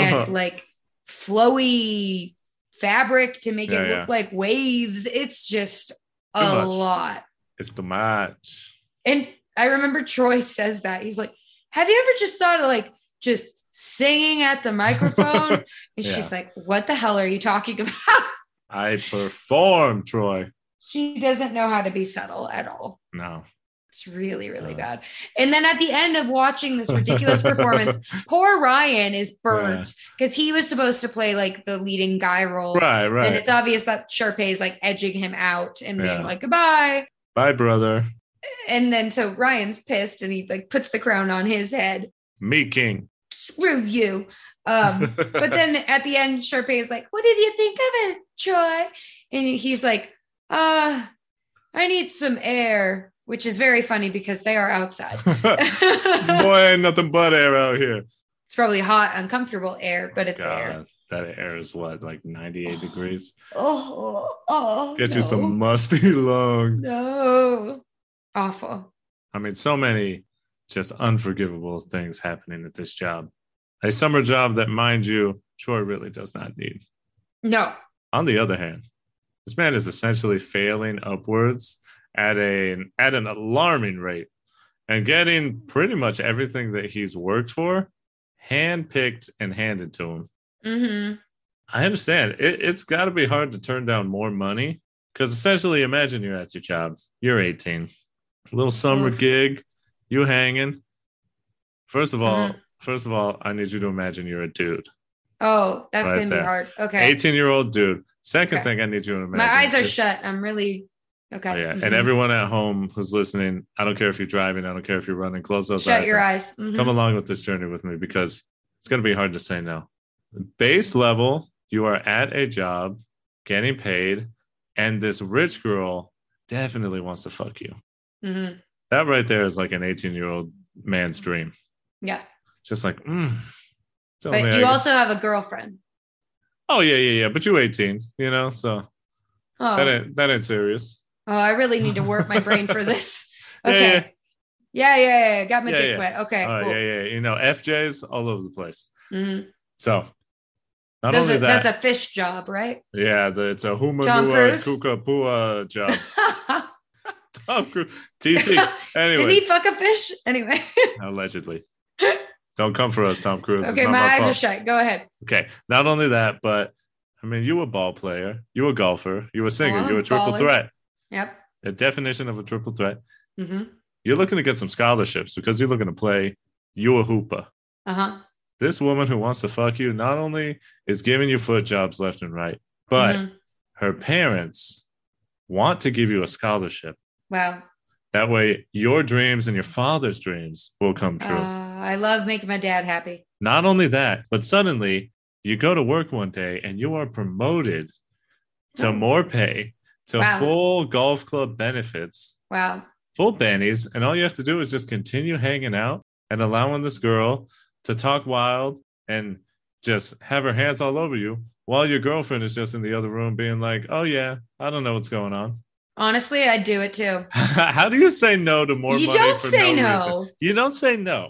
Speaker 1: and
Speaker 2: Uh-huh.
Speaker 1: like flowy fabric to make
Speaker 2: Yeah,
Speaker 1: it look
Speaker 2: yeah.
Speaker 1: like waves it's just a
Speaker 2: much.
Speaker 1: lot
Speaker 2: It's the match.
Speaker 1: And I remember Troy says that. He's like, Have you ever just thought of like just singing at the microphone?
Speaker 2: (laughs)
Speaker 1: And
Speaker 2: Yeah.
Speaker 1: she's like, What the hell are you talking about? (laughs)
Speaker 2: I perform, Troy.
Speaker 1: She doesn't know how to be subtle at all.
Speaker 2: No.
Speaker 1: It's really, really
Speaker 2: Uh.
Speaker 1: bad. And then at the end of watching this ridiculous
Speaker 2: (laughs)
Speaker 1: performance, poor Ryan is burnt because he was supposed to play like the leading guy role.
Speaker 2: Right,
Speaker 1: And
Speaker 2: right.
Speaker 1: it's obvious that Sharpay is like edging him out and
Speaker 2: Yeah.
Speaker 1: being like, goodbye.
Speaker 2: Bye, brother.
Speaker 1: And then so Ryan's pissed and he like puts the crown on his head.
Speaker 2: Me king.
Speaker 1: Screw you.
Speaker 2: (laughs)
Speaker 1: Um, but then at the end, Sharpay is like, "What did you think of it, Troy?" And he's like, "Uh, I need some air," which is very funny because they are
Speaker 2: (laughs)
Speaker 1: outside. (laughs) it's
Speaker 2: Boy, ain't nothing but air out here.
Speaker 1: probably hot, uncomfortable air, but it's air.
Speaker 2: God, that air is what,
Speaker 1: (sighs)
Speaker 2: like 98 degrees?
Speaker 1: Oh, oh,
Speaker 2: Get
Speaker 1: no.
Speaker 2: you some musty (laughs) lung.
Speaker 1: No, awful.
Speaker 2: I mean, so many just unforgivable things happening at this job. A summer job that, mind you, Troy really does not need.
Speaker 1: No,
Speaker 2: On the other hand, this man is essentially failing upwards at a at an alarming rate and getting pretty much everything that he's worked for handpicked and handed to him.
Speaker 1: hmm
Speaker 2: I understand. It, it's got to be hard to turn down more money because essentially, imagine you're at your job. You're 18, little summer
Speaker 1: Oof.
Speaker 2: gig, you hanging. First of all,
Speaker 1: Mm-hmm.
Speaker 2: first of all, I need you to imagine you're a dude,
Speaker 1: oh, that's
Speaker 2: Right
Speaker 1: gonna
Speaker 2: there.
Speaker 1: be hard. Okay,
Speaker 2: 18 year old dude. Second
Speaker 1: Okay.
Speaker 2: thing, I need you to imagine.
Speaker 1: my eyes are
Speaker 2: is-
Speaker 1: shut. I'm really okay.
Speaker 2: Oh, yeah,
Speaker 1: Mhm.
Speaker 2: and everyone at home who's listening, I don't care if you're driving, I don't care if you're running. Close those
Speaker 1: shut
Speaker 2: eyes.
Speaker 1: your
Speaker 2: and
Speaker 1: eyes. Mhm.
Speaker 2: Come along with this journey with me because it's going to be hard to say no. Base level, you are at a job, getting paid, and this rich girl definitely wants to fuck you.
Speaker 1: Mhm.
Speaker 2: That right there is like an 18 year old man's dream.
Speaker 1: Yeah,
Speaker 2: Just like, mm, it's
Speaker 1: but
Speaker 2: only I
Speaker 1: you
Speaker 2: can-
Speaker 1: also have a girlfriend.
Speaker 2: oh yeah, yeah, yeah. But you 18, you know, so
Speaker 1: Oh.
Speaker 2: that ain't that ain't serious.
Speaker 1: Oh, I really need to work my brain
Speaker 2: (laughs)
Speaker 1: for this. Okay. Yeah, yeah, yeah. yeah. Got my
Speaker 2: Yeah,
Speaker 1: dick
Speaker 2: yeah.
Speaker 1: wet. Okay.
Speaker 2: Oh
Speaker 1: cool.
Speaker 2: yeah, yeah. You know, FJs all over the place.
Speaker 1: Mhm.
Speaker 2: So not
Speaker 1: Those
Speaker 2: only
Speaker 1: are-
Speaker 2: that,
Speaker 1: That's a fish job, right?
Speaker 2: yeah, the, it's a
Speaker 1: Tom
Speaker 2: humanua
Speaker 1: Cruise?
Speaker 2: kukapua job.
Speaker 1: (laughs)
Speaker 2: Oh. Tom Cruise, TC.
Speaker 1: Did
Speaker 2: Anyway,
Speaker 1: he fuck a fish? Anyway.
Speaker 2: allegedly. Don't come for us, Tom Cruise. It's
Speaker 1: (laughs) okay,
Speaker 2: not
Speaker 1: my eyes are
Speaker 2: fault.
Speaker 1: shut. Go ahead.
Speaker 2: Okay, not only that, but I mean, you were a ball player, you were a golfer, you were a singer,
Speaker 1: I'm
Speaker 2: you were a triple
Speaker 1: baller.
Speaker 2: threat.
Speaker 1: Yep.
Speaker 2: The definition of a triple threat.
Speaker 1: hmm
Speaker 2: You're looking to get some scholarships because you're looking to play. You a hooper.
Speaker 1: Uh huh.
Speaker 2: This woman who wants to fuck you not only is giving you foot jobs left and right, but
Speaker 1: Mm-hmm.
Speaker 2: her parents want to give you a scholarship.
Speaker 1: wow.
Speaker 2: That way, your dreams and your father's dreams will come
Speaker 1: Uh,
Speaker 2: true.
Speaker 1: I love making my dad happy.
Speaker 2: Not only that, but suddenly You go to work one day and you are promoted to more pay, to
Speaker 1: Oh. Wow.
Speaker 2: full golf club benefits,
Speaker 1: Wow.
Speaker 2: full bannies, and all you have to do is just continue hanging out and allowing this girl to talk wild and just have her hands all over you while your girlfriend is just in the other room being like, "Oh yeah, I don't know what's going on." (laughs)
Speaker 1: Honestly, I'd do it too.
Speaker 2: How do you say no to more
Speaker 1: you
Speaker 2: money
Speaker 1: don't
Speaker 2: for
Speaker 1: say
Speaker 2: no, reason?
Speaker 1: no.
Speaker 2: You don't say no.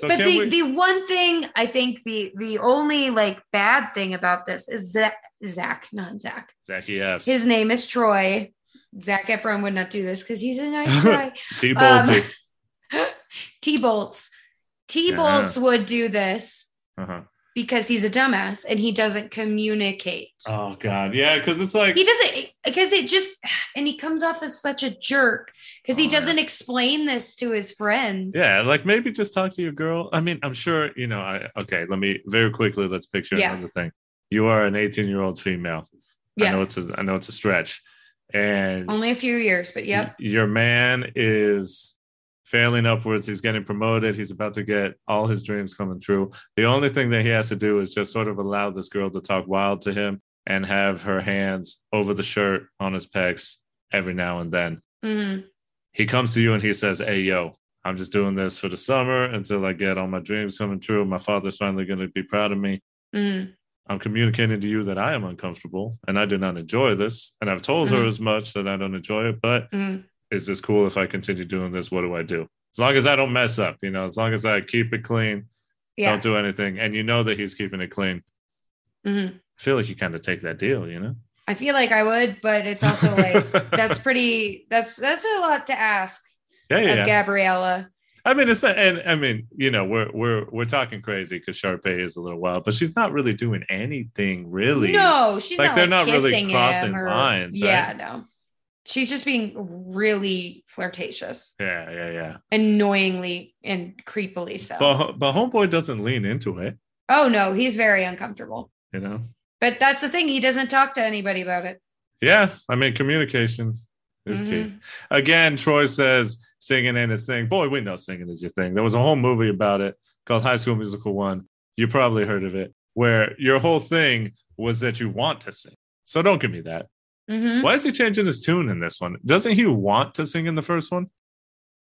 Speaker 2: So
Speaker 1: but
Speaker 2: can
Speaker 1: the,
Speaker 2: we-
Speaker 1: the one thing I think the the only like bad thing about this is Zach, Zach, not Zach.
Speaker 2: Zachy F's.
Speaker 1: His name is Troy. Zach Efron would not do this because he's a
Speaker 2: (laughs)
Speaker 1: nice guy.
Speaker 2: T
Speaker 1: um, (laughs)
Speaker 2: Bolte.
Speaker 1: T Bolts. T Bolts would do this
Speaker 2: uh-huh.
Speaker 1: because he's a dumbass and he doesn't communicate.
Speaker 2: Oh God, yeah, because it's like
Speaker 1: he doesn't because it just and he comes off as such a jerk because
Speaker 2: Oh,
Speaker 1: he
Speaker 2: yeah.
Speaker 1: doesn't explain this to his friends.
Speaker 2: Yeah, like maybe just talk to your girl. I mean, I'm sure, you know, I okay, let me very quickly let's picture
Speaker 1: Yeah.
Speaker 2: another thing. You are an 18 year old female. I
Speaker 1: Yeah.
Speaker 2: know it's a, I know it's a stretch. And
Speaker 1: Only a few years, but yep.
Speaker 2: y- your man is failing upwards. He's getting promoted. He's about to get all his dreams coming true. The only thing that he has to do is just sort of allow this girl to talk wild to him and have her hands over the shirt on his pecs every now and then
Speaker 1: Mhm.
Speaker 2: he comes to you and he says, Hey, yo, I'm just doing this for the summer until I get all my dreams coming true. My father's finally going to be proud of me.
Speaker 1: Mhm.
Speaker 2: I'm communicating to you that I am uncomfortable and I do not enjoy this. And I've told her
Speaker 1: Mhm.
Speaker 2: as much that I don't enjoy it, but
Speaker 1: Mhm.
Speaker 2: is this cool if I continue doing this? What do I do? As long as I don't mess up, you know, as long as I keep it clean,
Speaker 1: Yeah.
Speaker 2: don't do anything. And you know that he's keeping it clean.
Speaker 1: Mhm.
Speaker 2: I feel like you kind of take that deal, you know?
Speaker 1: I feel like I would, but it's also
Speaker 2: (laughs)
Speaker 1: like that's pretty that's that's a lot to ask
Speaker 2: yeah, yeah, yeah.
Speaker 1: of Gabriella.
Speaker 2: I mean, it's not, and I mean, you know, we're we're we're talking crazy because Sharpay is a little wild, but she's not really doing anything really.
Speaker 1: No, she's
Speaker 2: Like,
Speaker 1: not
Speaker 2: they're
Speaker 1: like
Speaker 2: not really
Speaker 1: kissing
Speaker 2: crossing
Speaker 1: him or,
Speaker 2: lines, right?
Speaker 1: Yeah, no. She's just being really flirtatious,
Speaker 2: Yeah, yeah, yeah.
Speaker 1: annoyingly and creepily so.
Speaker 2: But but homeboy doesn't lean into it,
Speaker 1: oh no, he's very uncomfortable.
Speaker 2: you know.
Speaker 1: But that's the thing. He doesn't talk to anybody about it.
Speaker 2: Yeah, I mean, communication is key.
Speaker 1: Mhm.
Speaker 2: Again, Troy says singing ain't his thing. Boy, we know singing is your thing. There was a whole movie about it called High School Musical One. You probably heard of it, where your whole thing was that you want to sing. So don't give me that.
Speaker 1: Mhm.
Speaker 2: Why is he changing his tune in this one? Doesn't he want to sing in the first one?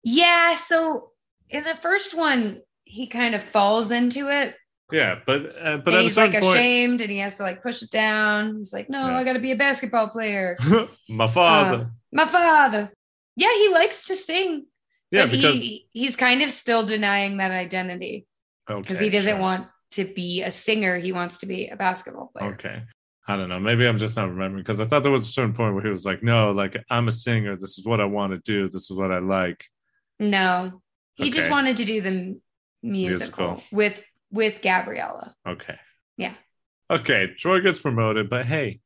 Speaker 1: Yeah. So in the first one, he kind of falls into it.
Speaker 2: Yeah, but uh,
Speaker 1: and
Speaker 2: but at a
Speaker 1: he's like
Speaker 2: certain point,
Speaker 1: ashamed and he has to like push it down. He's like, no,
Speaker 2: Yeah.
Speaker 1: I got to be a basketball player.
Speaker 2: (laughs) my father.
Speaker 1: My father. Yeah, he likes to sing.
Speaker 2: yeah,
Speaker 1: but
Speaker 2: because
Speaker 1: he, he's kind of still denying that identity because he doesn't want to be a singer. He wants to be a basketball player.
Speaker 2: Okay, I don't know. Maybe I'm just not remembering because I thought there was a certain point where he was like, "No, like I'm a singer. This is what I want to do. This is what I like."
Speaker 1: No, he just
Speaker 2: Oh. Okay.
Speaker 1: wanted to do the m- musical,
Speaker 2: Musical.
Speaker 1: with with Gabriella.
Speaker 2: Okay.
Speaker 1: Yeah.
Speaker 2: Okay, Troy gets promoted, but hey,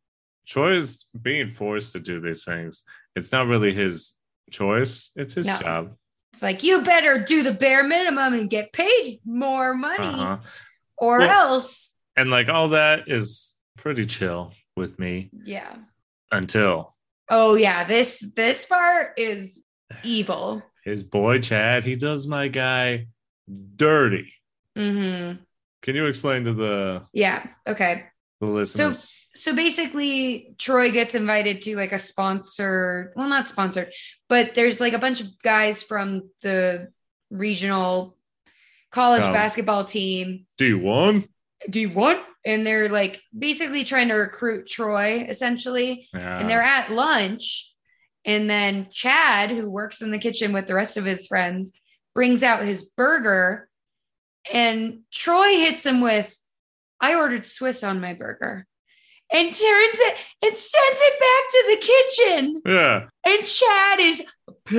Speaker 2: Troy is being forced to do these things. It's not really his choice. It's his
Speaker 1: No.
Speaker 2: job.
Speaker 1: It's like you better do the bare minimum and get paid more money,
Speaker 2: Uh-huh.
Speaker 1: or
Speaker 2: Well-
Speaker 1: else,
Speaker 2: And like all that is pretty chill with me
Speaker 1: yeah.
Speaker 2: until
Speaker 1: Oh yeah, this this part is evil.
Speaker 2: his boy Chad, he does my guy dirty.
Speaker 1: hmm
Speaker 2: Can you explain to the,
Speaker 1: Yeah. Okay.
Speaker 2: the listeners?
Speaker 1: So basically, Troy gets invited to like a sponsored, well, not sponsored, but there's like a bunch of guys from the regional college
Speaker 2: Oh.
Speaker 1: basketball team
Speaker 2: do you want?
Speaker 1: do you want? And they're like basically trying to recruit Troy essentially.
Speaker 2: Uh,
Speaker 1: And they're at lunch. And then Chad, who works in the kitchen with the rest of his friends, brings out his burger. And Troy hits him with, I ordered Swiss on my burger. And turns it and sends it back to the kitchen.
Speaker 2: yeah,
Speaker 1: And Chad is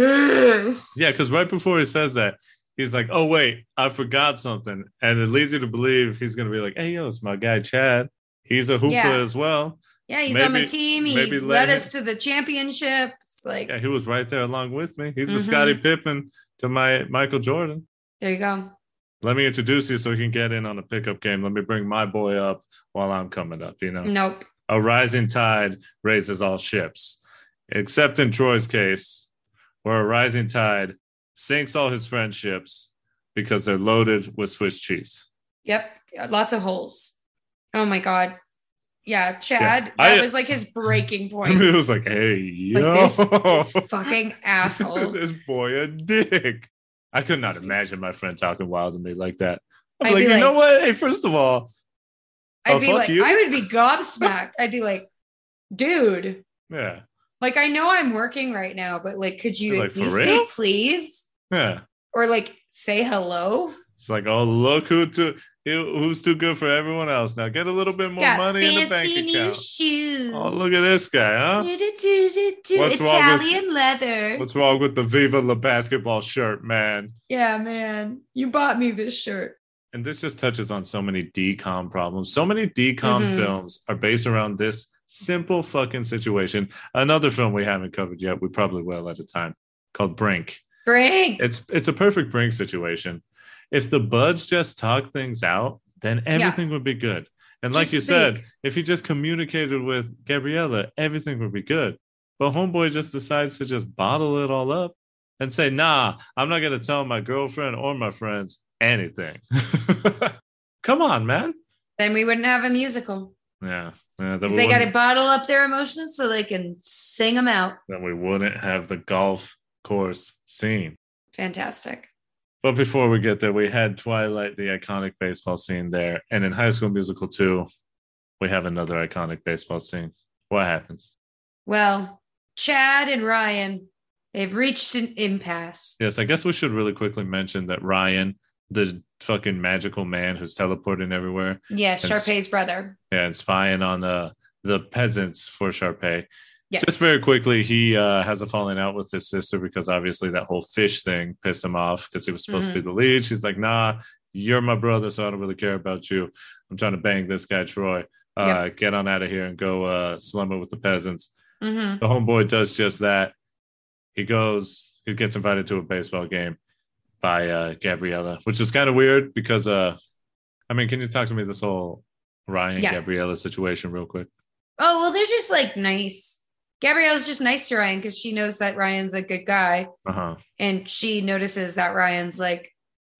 Speaker 1: pissed.
Speaker 2: yeah, because right before he says that, he's like, "Oh wait, I forgot something," and it leads you to believe he's gonna be like, "Hey, yo, it's my guy Chad. He's a hooper
Speaker 1: Yeah.
Speaker 2: as well.
Speaker 1: Yeah, he's on my
Speaker 2: Maybe-
Speaker 1: team. He
Speaker 2: maybe let
Speaker 1: led
Speaker 2: him-
Speaker 1: us to the championships. Like,
Speaker 2: Yeah, he was right there along with me. He's the
Speaker 1: Mhm.
Speaker 2: Scottie Pippen to my Michael Jordan."
Speaker 1: there you go.
Speaker 2: Let me introduce you so he can get in on the pickup game. Let me bring my boy up while I'm coming up. You know,
Speaker 1: Nope.
Speaker 2: a rising tide raises all ships, except in Troy's case, where a rising tide sinks all his (laughs) friendships because they're loaded with Swiss cheese.
Speaker 1: Yep. Lots of holes. Oh my god. Yeah, Chad.
Speaker 2: Yeah,
Speaker 1: That
Speaker 2: I-
Speaker 1: was like his breaking
Speaker 2: (laughs) I mean,
Speaker 1: point.
Speaker 2: it was like, hey, yo,
Speaker 1: Like this,
Speaker 2: (laughs)
Speaker 1: this fucking asshole.
Speaker 2: this boy a dick. I could not imagine my friend talking wild to me like that. I'm
Speaker 1: I'd
Speaker 2: like,
Speaker 1: be
Speaker 2: you
Speaker 1: like-
Speaker 2: know what? Hey, first of all,
Speaker 1: I'd
Speaker 2: Oh,
Speaker 1: be
Speaker 2: fuck
Speaker 1: like,
Speaker 2: you.
Speaker 1: I would be gobsmacked. I'd be like, dude,
Speaker 2: yeah,
Speaker 1: like I know I'm working right now, but like, could you
Speaker 2: Like,
Speaker 1: at
Speaker 2: for
Speaker 1: least
Speaker 2: real?
Speaker 1: say please?
Speaker 2: yeah.
Speaker 1: Or like say hello?
Speaker 2: It's like, oh, look who to who's too good for everyone else. Now get a little bit more
Speaker 1: Got
Speaker 2: money in the bank
Speaker 1: fancy new
Speaker 2: account.
Speaker 1: shoes.
Speaker 2: Oh, look at this guy, huh?
Speaker 1: Do, do, do, do, do.
Speaker 2: What's wrong with-
Speaker 1: Italian leather.
Speaker 2: What's wrong with the Viva La basketball shirt, man?
Speaker 1: Yeah, man. You bought me this shirt.
Speaker 2: And this just touches on so many decom problems. So many decom
Speaker 1: Mhm.
Speaker 2: films are based around this simple fucking situation. Another film we haven't covered yet, we probably will at a time, called Brink.
Speaker 1: Bring.
Speaker 2: It's it's a perfect Brink situation. If the buds just talk things out, then everything would be good. And like
Speaker 1: Just
Speaker 2: you said,
Speaker 1: speak.
Speaker 2: if he just communicated with Gabriella, everything would be good. But homeboy just decides to just bottle it all up and say, "Nah, I'm not gonna tell my girlfriend or my friends anything." (laughs) Come on, man.
Speaker 1: Then we wouldn't have a musical.
Speaker 2: Yeah, yeah then,
Speaker 1: Because
Speaker 2: we
Speaker 1: they got to
Speaker 2: wouldn't,
Speaker 1: bottle up their emotions so they can sing them out.
Speaker 2: then we wouldn't have the golf course scene.
Speaker 1: Fantastic.
Speaker 2: But before we get there, we had Twilight, the iconic baseball scene there. And in High School Musical 2, we have another iconic baseball scene. What happens?
Speaker 1: Well, Chad and Ryan, they've reached an impasse.
Speaker 2: Yes, I guess we should really quickly mention that Ryan, the fucking magical man who's teleporting everywhere
Speaker 1: Yeah,
Speaker 2: That's-
Speaker 1: Sharpay's brother.
Speaker 2: and spying on uh, the peasants for Sharpay.
Speaker 1: Yeah.
Speaker 2: Just very quickly, he uh, has a falling out with his sister because obviously that whole fish thing pissed him off because he was supposed
Speaker 1: Mm-hmm.
Speaker 2: to be the lead. She's like, nah, you're my brother, so I don't really care about you. I'm trying to bang this guy, Troy. Uh, Get on out of here and go uh, slumber with the peasants.
Speaker 1: hmm
Speaker 2: The homeboy does just that. He goes, he gets invited to a baseball game by uh, Gabriella, which is kind of weird because, uh, I mean, can you talk to me this whole Ryan
Speaker 1: Yeah.
Speaker 2: Gabriella situation real quick?
Speaker 1: Oh, well, they're just like nice. Gabrielle's just nice to Ryan because she knows that Ryan's a good guy.
Speaker 2: Uh huh.
Speaker 1: and she notices that Ryan's like,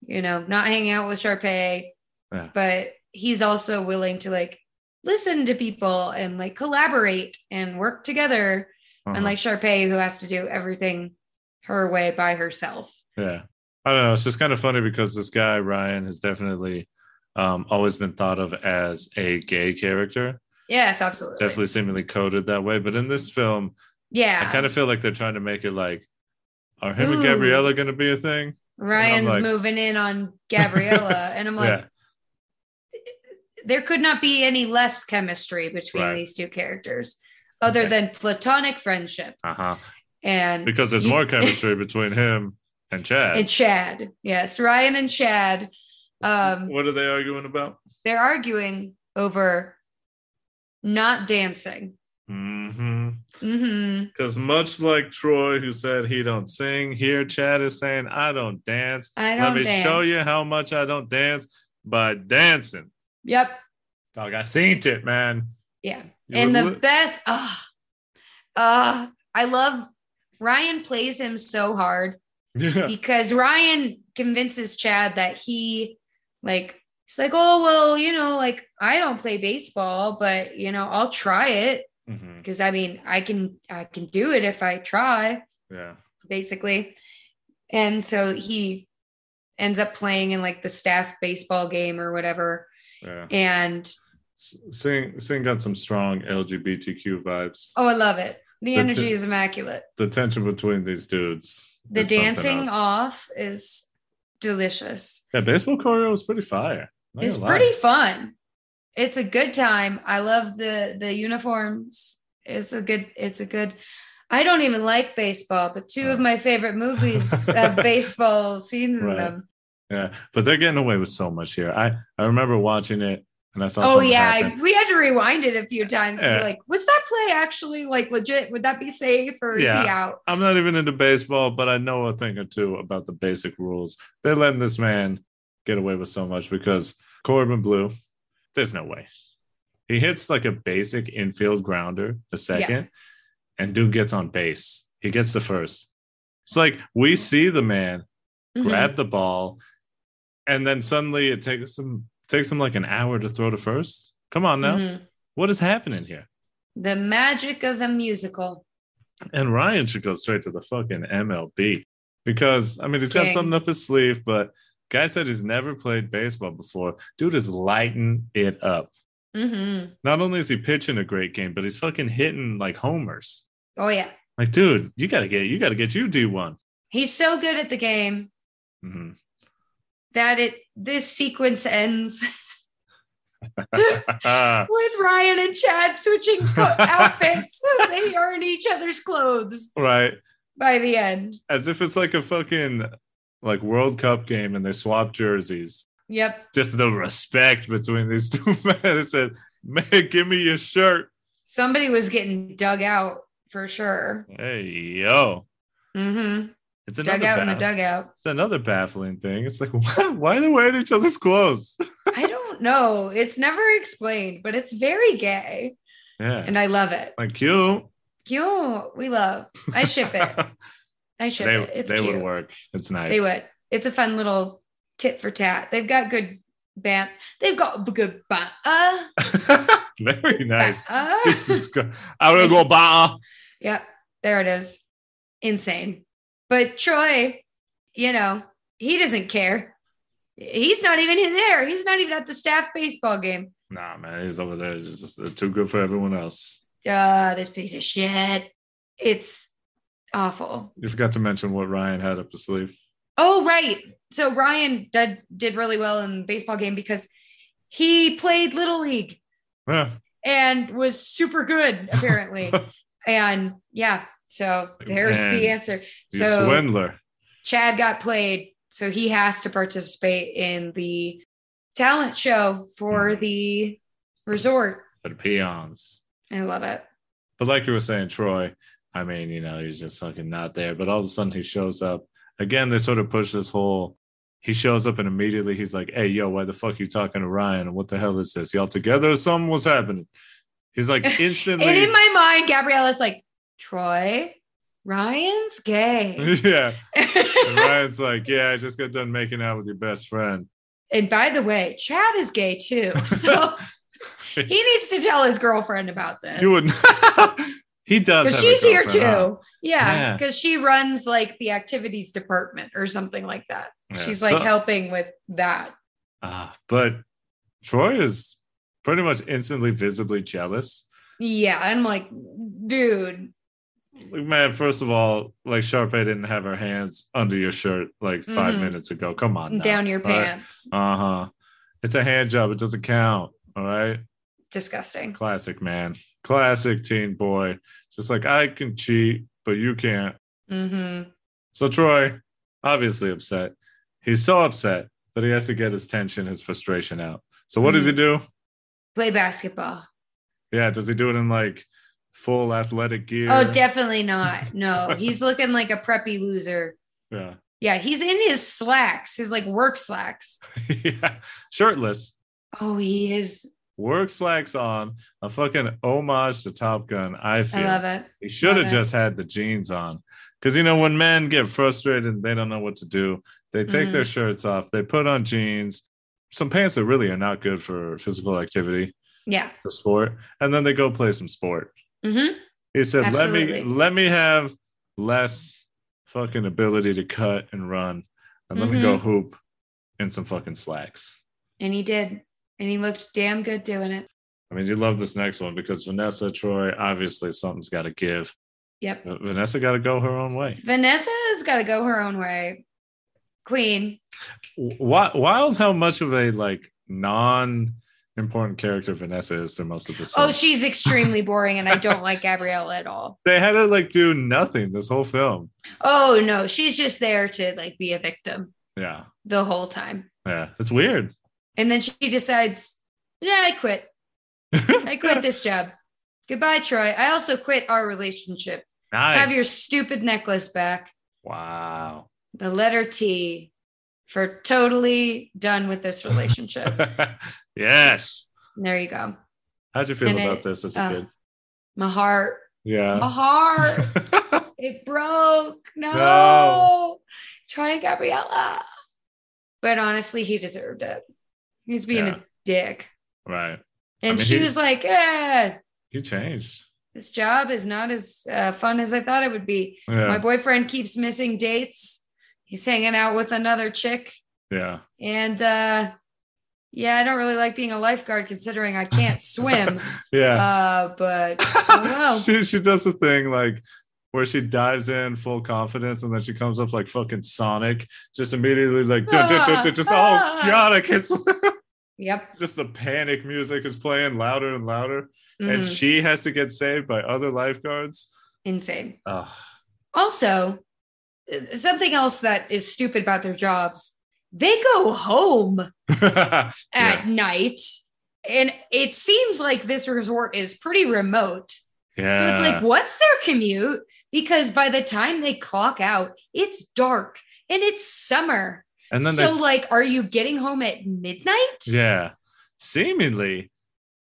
Speaker 1: you know, not hanging out with Sharpay,
Speaker 2: Yeah.
Speaker 1: but he's also willing to like listen to people and like collaborate and work together. Unlike
Speaker 2: Uh-huh.
Speaker 1: Sharpay, who has to do everything her way by herself.
Speaker 2: yeah, I don't know. It's just kind of funny because this guy Ryan has definitely um, always been thought of as a gay character,
Speaker 1: Yes, absolutely.
Speaker 2: definitely seemingly coded that way. But in this film,
Speaker 1: Yeah.
Speaker 2: I kind of feel like they're trying to make it like, are him and
Speaker 1: Ooh.
Speaker 2: Gabriella going to be a thing?
Speaker 1: Ryan's
Speaker 2: like-
Speaker 1: moving in on
Speaker 2: (laughs)
Speaker 1: Gabriella. and I'm like,
Speaker 2: yeah,
Speaker 1: there could not be any less chemistry between
Speaker 2: Right.
Speaker 1: these two characters other
Speaker 2: Okay.
Speaker 1: than platonic friendship.
Speaker 2: uh huh.
Speaker 1: And
Speaker 2: because there's
Speaker 1: You-
Speaker 2: more chemistry between him and Chad.
Speaker 1: and Chad. Yes, Ryan and Chad. Um,
Speaker 2: what are they arguing about?
Speaker 1: they're arguing over not dancing.
Speaker 2: Because
Speaker 1: hmm
Speaker 2: Mm-hmm. much like Troy, who said he don't sing, here Chad is saying I don't dance.
Speaker 1: I don't
Speaker 2: Let me
Speaker 1: dance.
Speaker 2: show you how much I don't dance by dancing.
Speaker 1: Yep.
Speaker 2: Dog, I seen it, man.
Speaker 1: Yeah.
Speaker 2: You
Speaker 1: and
Speaker 2: were
Speaker 1: the
Speaker 2: li-
Speaker 1: (laughs)
Speaker 2: (laughs)
Speaker 1: best. Ah, ah, I love Ryan plays him so hard
Speaker 2: yeah,
Speaker 1: because Ryan convinces Chad that he like he's like, oh well, you know, like I don't play baseball, but you know, I'll try it
Speaker 2: Mhm.
Speaker 1: because I mean, I can I can do it if I try.
Speaker 2: yeah,
Speaker 1: basically. And so he ends up playing in like the staff baseball game or whatever.
Speaker 2: yeah.
Speaker 1: And
Speaker 2: S- Sing, sing got some strong LGBTQ vibes.
Speaker 1: oh, I love it. The
Speaker 2: The
Speaker 1: energy
Speaker 2: t-
Speaker 1: is immaculate.
Speaker 2: The tension between these dudes.
Speaker 1: The
Speaker 2: is something
Speaker 1: dancing
Speaker 2: else.
Speaker 1: off is delicious.
Speaker 2: yeah, baseball choreo was pretty fire. Not
Speaker 1: It's
Speaker 2: gonna lie.
Speaker 1: pretty fun. It's a good time. I love the the uniforms. It's a good it's a good I don't even like baseball, but two of
Speaker 2: Oh.
Speaker 1: my favorite movies
Speaker 2: (laughs)
Speaker 1: have baseball scenes in
Speaker 2: Right.
Speaker 1: them.
Speaker 2: Yeah, but they're getting away with so much here. I I remember watching it and I saw.
Speaker 1: Oh
Speaker 2: something
Speaker 1: yeah,
Speaker 2: happen.
Speaker 1: I, we had to rewind it a few times. to be
Speaker 2: Yeah.
Speaker 1: like, was that play actually like legit? Would that be safe or is he
Speaker 2: Yeah.
Speaker 1: out?
Speaker 2: I'm not even into baseball, but I know a thing or two about the basic rules. They're letting this man get away with so much because Corbin Blue, there's no way. He hits like a basic infield grounder a second, and dude gets on base. He gets the first. It's like we see the man
Speaker 1: Mhm.
Speaker 2: grab the ball, and then suddenly it takes him takes him like an hour to throw to first. Come on now.
Speaker 1: Mhm.
Speaker 2: What is happening here?
Speaker 1: The magic of a musical.
Speaker 2: And Ryan should go straight to the fucking MLB because I mean he's got
Speaker 1: King.
Speaker 2: something up his sleeve, but guy said he's never played baseball before. Dude is lighting it up.
Speaker 1: hmm
Speaker 2: Not only is he pitching a great game, but he's fucking hitting like homers.
Speaker 1: Oh yeah,
Speaker 2: Like, dude, you gotta get you gotta get you D one.
Speaker 1: he's so good at the game
Speaker 2: Mhm.
Speaker 1: that it this sequence ends (laughs) with Ryan and Chad (laughs) switching co- outfits. so they are in each other's clothes
Speaker 2: (laughs) right.
Speaker 1: by the end.
Speaker 2: As if it's like a fucking like World Cup game and they swap jerseys.
Speaker 1: Yep.
Speaker 2: Just the respect between these two (laughs) men. They said, Man, give me your shirt.
Speaker 1: Somebody was getting dug out for sure.
Speaker 2: Hey, yo.
Speaker 1: Mm-hmm.
Speaker 2: It's another
Speaker 1: Dug out in the
Speaker 2: baff-
Speaker 1: dugout.
Speaker 2: It's another baffling thing. It's like, (laughs) why, why are they wearing each other's clothes? (laughs)
Speaker 1: I don't know. It's never explained, but it's very gay.
Speaker 2: Yeah.
Speaker 1: And I love it.
Speaker 2: like you.
Speaker 1: Cute. We love. I ship
Speaker 2: (laughs)
Speaker 1: it. I ship
Speaker 2: they
Speaker 1: it. It's
Speaker 2: they
Speaker 1: cute.
Speaker 2: would work. It's nice.
Speaker 1: They would. It's a fun little tit for tat. They've got good band. They've got b- good band. Uh,
Speaker 2: (laughs)
Speaker 1: (laughs)
Speaker 2: Very nice.
Speaker 1: Uh,
Speaker 2: Jesus Christ. I would go bah.
Speaker 1: yep. There it is. Insane. But Troy, you know, he doesn't care. He's not even in there. He's not even at the staff baseball game.
Speaker 2: Nah, man, he's over there. It's just it's too good for everyone else.
Speaker 1: Uh, this piece of shit. It's awful.
Speaker 2: You forgot to mention what Ryan had up his sleeve.
Speaker 1: Oh, right. So Ryan did, did really well in the baseball game because he played Little League
Speaker 2: Yeah.
Speaker 1: and was super good,
Speaker 2: (laughs)
Speaker 1: apparently. and yeah, so there's
Speaker 2: Man.
Speaker 1: the answer.
Speaker 2: You
Speaker 1: So
Speaker 2: swindler.
Speaker 1: Chad got played. So he has to participate in the talent show for
Speaker 2: Mhm.
Speaker 1: the resort.
Speaker 2: But peons.
Speaker 1: I love it.
Speaker 2: But like you were saying, Troy, I mean, you know, he's just fucking not there. But all of a sudden he shows up. Again, they sort of push this whole he shows up and immediately he's like, Hey yo, why the fuck you talking to Ryan? And what the hell is this? Y'all together or something? What's happening?
Speaker 1: (laughs)
Speaker 2: He's like instantly
Speaker 1: And in my mind, Gabriella's like, Troy, Ryan's gay. (laughs)
Speaker 2: (laughs) Yeah. And Ryan's like, Yeah, I just got done making out with your best friend.
Speaker 1: And by the way, Chad is gay too. (laughs) So
Speaker 2: (laughs)
Speaker 1: he needs to tell his girlfriend about this.
Speaker 2: You would (laughs) He does.
Speaker 1: Because
Speaker 2: have a
Speaker 1: she's here too.
Speaker 2: girlfriend, huh?
Speaker 1: Yeah.
Speaker 2: Yeah.
Speaker 1: Because she runs like the activities department or something like that.
Speaker 2: Yeah,
Speaker 1: She's like
Speaker 2: so-
Speaker 1: helping with that.
Speaker 2: Ah, but Troy is pretty much instantly visibly jealous.
Speaker 1: Yeah. I'm like, dude.
Speaker 2: Like, man, first of all, like Sharpay didn't have her hands under your shirt like 5
Speaker 1: Mhm.
Speaker 2: minutes ago. Come on, now.
Speaker 1: down your
Speaker 2: All right.
Speaker 1: pants.
Speaker 2: Uh huh. It's a hand job. It doesn't count. All right.
Speaker 1: Disgusting.
Speaker 2: Classic man. Classic teen boy. Just like I can cheat, but you can't.
Speaker 1: Mm-hmm.
Speaker 2: So Troy, obviously upset. He's so upset that he has to get his tension, his frustration out. So what does he
Speaker 1: Mm-hmm.
Speaker 2: do?
Speaker 1: Play basketball.
Speaker 2: Yeah, does he do it in like full athletic gear?
Speaker 1: Oh, definitely not. No, he's looking like a preppy loser.
Speaker 2: yeah. (laughs)
Speaker 1: Yeah, he's in his slacks, his like work slacks.
Speaker 2: yeah. Shirtless,
Speaker 1: Oh, he is.
Speaker 2: work slacks on, a fucking homage to Top Gun. I
Speaker 1: I
Speaker 2: feel
Speaker 1: love it.
Speaker 2: he should
Speaker 1: love
Speaker 2: have
Speaker 1: it.
Speaker 2: just had the jeans on. Because you know, when men get frustrated and they don't know what to do, they take
Speaker 1: Mm-hmm.
Speaker 2: their shirts off, they put on jeans, some pants that really are not good for physical activity,
Speaker 1: Yeah.
Speaker 2: for sport, and then they go play some sport.
Speaker 1: Mm-hmm.
Speaker 2: He said, "Let me
Speaker 1: Absolutely.
Speaker 2: let me have less fucking ability to cut and run, and let me go
Speaker 1: Mm-hmm.
Speaker 2: hoop in some fucking slacks."
Speaker 1: And he did. And he looked damn good doing it.
Speaker 2: I mean, you love this next one because Vanessa Troy obviously something's got to give.
Speaker 1: Yep.
Speaker 2: Uh, Vanessa got to go her own way.
Speaker 1: Vanessa's got to go her own way. Queen.
Speaker 2: W- wi- Wild, how much of a like non-important character Vanessa is through most of this. Film.
Speaker 1: Oh, she's extremely boring and I don't like Gabriella at all.
Speaker 2: they had her like do nothing this whole film.
Speaker 1: Oh, no. She's just there to like be a victim
Speaker 2: Yeah,
Speaker 1: the whole time.
Speaker 2: yeah, it's weird.
Speaker 1: And then she decides, yeah, I
Speaker 2: (laughs)
Speaker 1: quit. I quit this job. Goodbye, Troy. I also quit our relationship.
Speaker 2: nice.
Speaker 1: Have your stupid necklace back.
Speaker 2: wow. (laughs)
Speaker 1: The letter T for totally done with this
Speaker 2: (laughs)
Speaker 1: relationship.
Speaker 2: yes.
Speaker 1: there you go.
Speaker 2: How'd you feel
Speaker 1: And
Speaker 2: about
Speaker 1: it,
Speaker 2: this as a
Speaker 1: uh,
Speaker 2: kid?
Speaker 1: My heart. My
Speaker 2: Yeah.
Speaker 1: heart.
Speaker 2: (laughs)
Speaker 1: It broke. No.
Speaker 2: No.
Speaker 1: Try Gabriella. But honestly, he deserved it. He was being
Speaker 2: Yeah.
Speaker 1: a dick.
Speaker 2: right.
Speaker 1: And
Speaker 2: mean,
Speaker 1: she
Speaker 2: he-
Speaker 1: was like, eh,
Speaker 2: You changed.
Speaker 1: this job is not as uh, fun as I thought it would be.
Speaker 2: Yeah.
Speaker 1: My boyfriend keeps missing dates. He's hanging out with another chick.
Speaker 2: yeah.
Speaker 1: And uh, yeah, I don't really like being a lifeguard considering I
Speaker 2: (laughs)
Speaker 1: can't swim.
Speaker 2: Yeah.
Speaker 1: Uh, but wow.
Speaker 2: (laughs) she she does the thing like where she dives in full confidence and then she comes up like fucking Sonic, just immediately like duh, duh, duh, duh, just oh
Speaker 1: Ah, ah."
Speaker 2: god, I can't swim.
Speaker 1: yep.
Speaker 2: (laughs) just the panic music is playing louder and louder, and
Speaker 1: Mhm.
Speaker 2: she has to get saved by other lifeguards.
Speaker 1: Insane.
Speaker 2: Ugh. (laughs)
Speaker 1: Also, uh, something else that is stupid about their jobs they go home
Speaker 2: yeah,
Speaker 1: at night. And it seems like this resort is pretty remote. So it's like, what's their commute? Because by the time they clock out, it's dark and it's summer.
Speaker 2: and then
Speaker 1: so,
Speaker 2: there's-
Speaker 1: like, are you getting home at midnight?
Speaker 2: yeah, seemingly,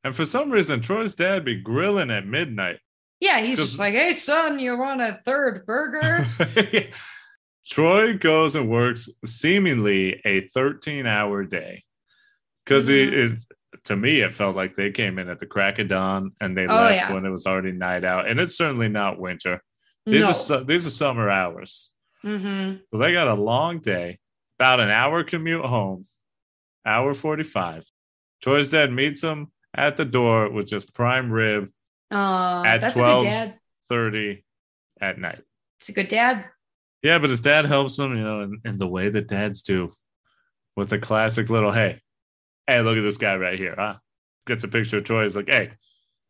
Speaker 2: and for some reason, Troy's dad be grilling at midnight.
Speaker 1: Yeah, he's just,
Speaker 2: Just-
Speaker 1: like, hey, son, you want a third burger?
Speaker 2: (laughs) Troy goes and works seemingly a 13 hour day because
Speaker 1: Mm-hmm.
Speaker 2: it, it- to me, it felt like they came in at the crack of dawn and they
Speaker 1: Oh,
Speaker 2: left
Speaker 1: yeah.
Speaker 2: when it was already night out. And it's certainly not winter. These
Speaker 1: no.
Speaker 2: are su- these are summer hours,
Speaker 1: Mhm.
Speaker 2: so they got a long day, about an hour commute home, hour forty five. Troy's dad meets him at the door with just prime rib
Speaker 1: Aw,
Speaker 2: At
Speaker 1: that's
Speaker 2: 12.
Speaker 1: a good dad.
Speaker 2: thirty at night.
Speaker 1: It's a good dad. (laughs)
Speaker 2: Yeah, but his dad helps him, you know, in, in the way that dads do, with the classic little hey, hey, look at this guy right here, huh? Gets a picture of Troy. He's like, hey,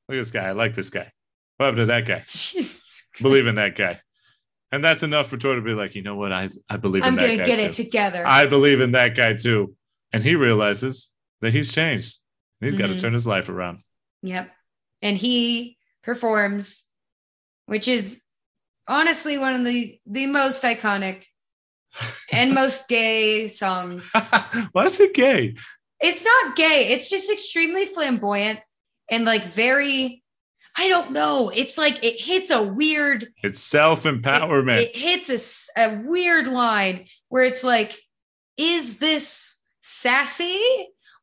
Speaker 2: look at this guy. I like this guy. What happened to that guy?
Speaker 1: Jesus.
Speaker 2: Believe in that guy. And that's enough for Troy to be like, you know what? I I believe in
Speaker 1: I'm
Speaker 2: that
Speaker 1: going to
Speaker 2: guy
Speaker 1: get
Speaker 2: too.
Speaker 1: it together.
Speaker 2: I believe in that guy too. And he realizes that he's changed. He's got to
Speaker 1: Mhm.
Speaker 2: turn his life around.
Speaker 1: Yep. And he performs, which is honestly one of the the most
Speaker 2: (laughs)
Speaker 1: iconic and most gay songs.
Speaker 2: (laughs) Why is he gay?
Speaker 1: It's not gay, it's just extremely flamboyant and like very I don't know. It's like it hits a weird
Speaker 2: It's self empowerment.
Speaker 1: it hits a s- a, weird line where it's like is this sassy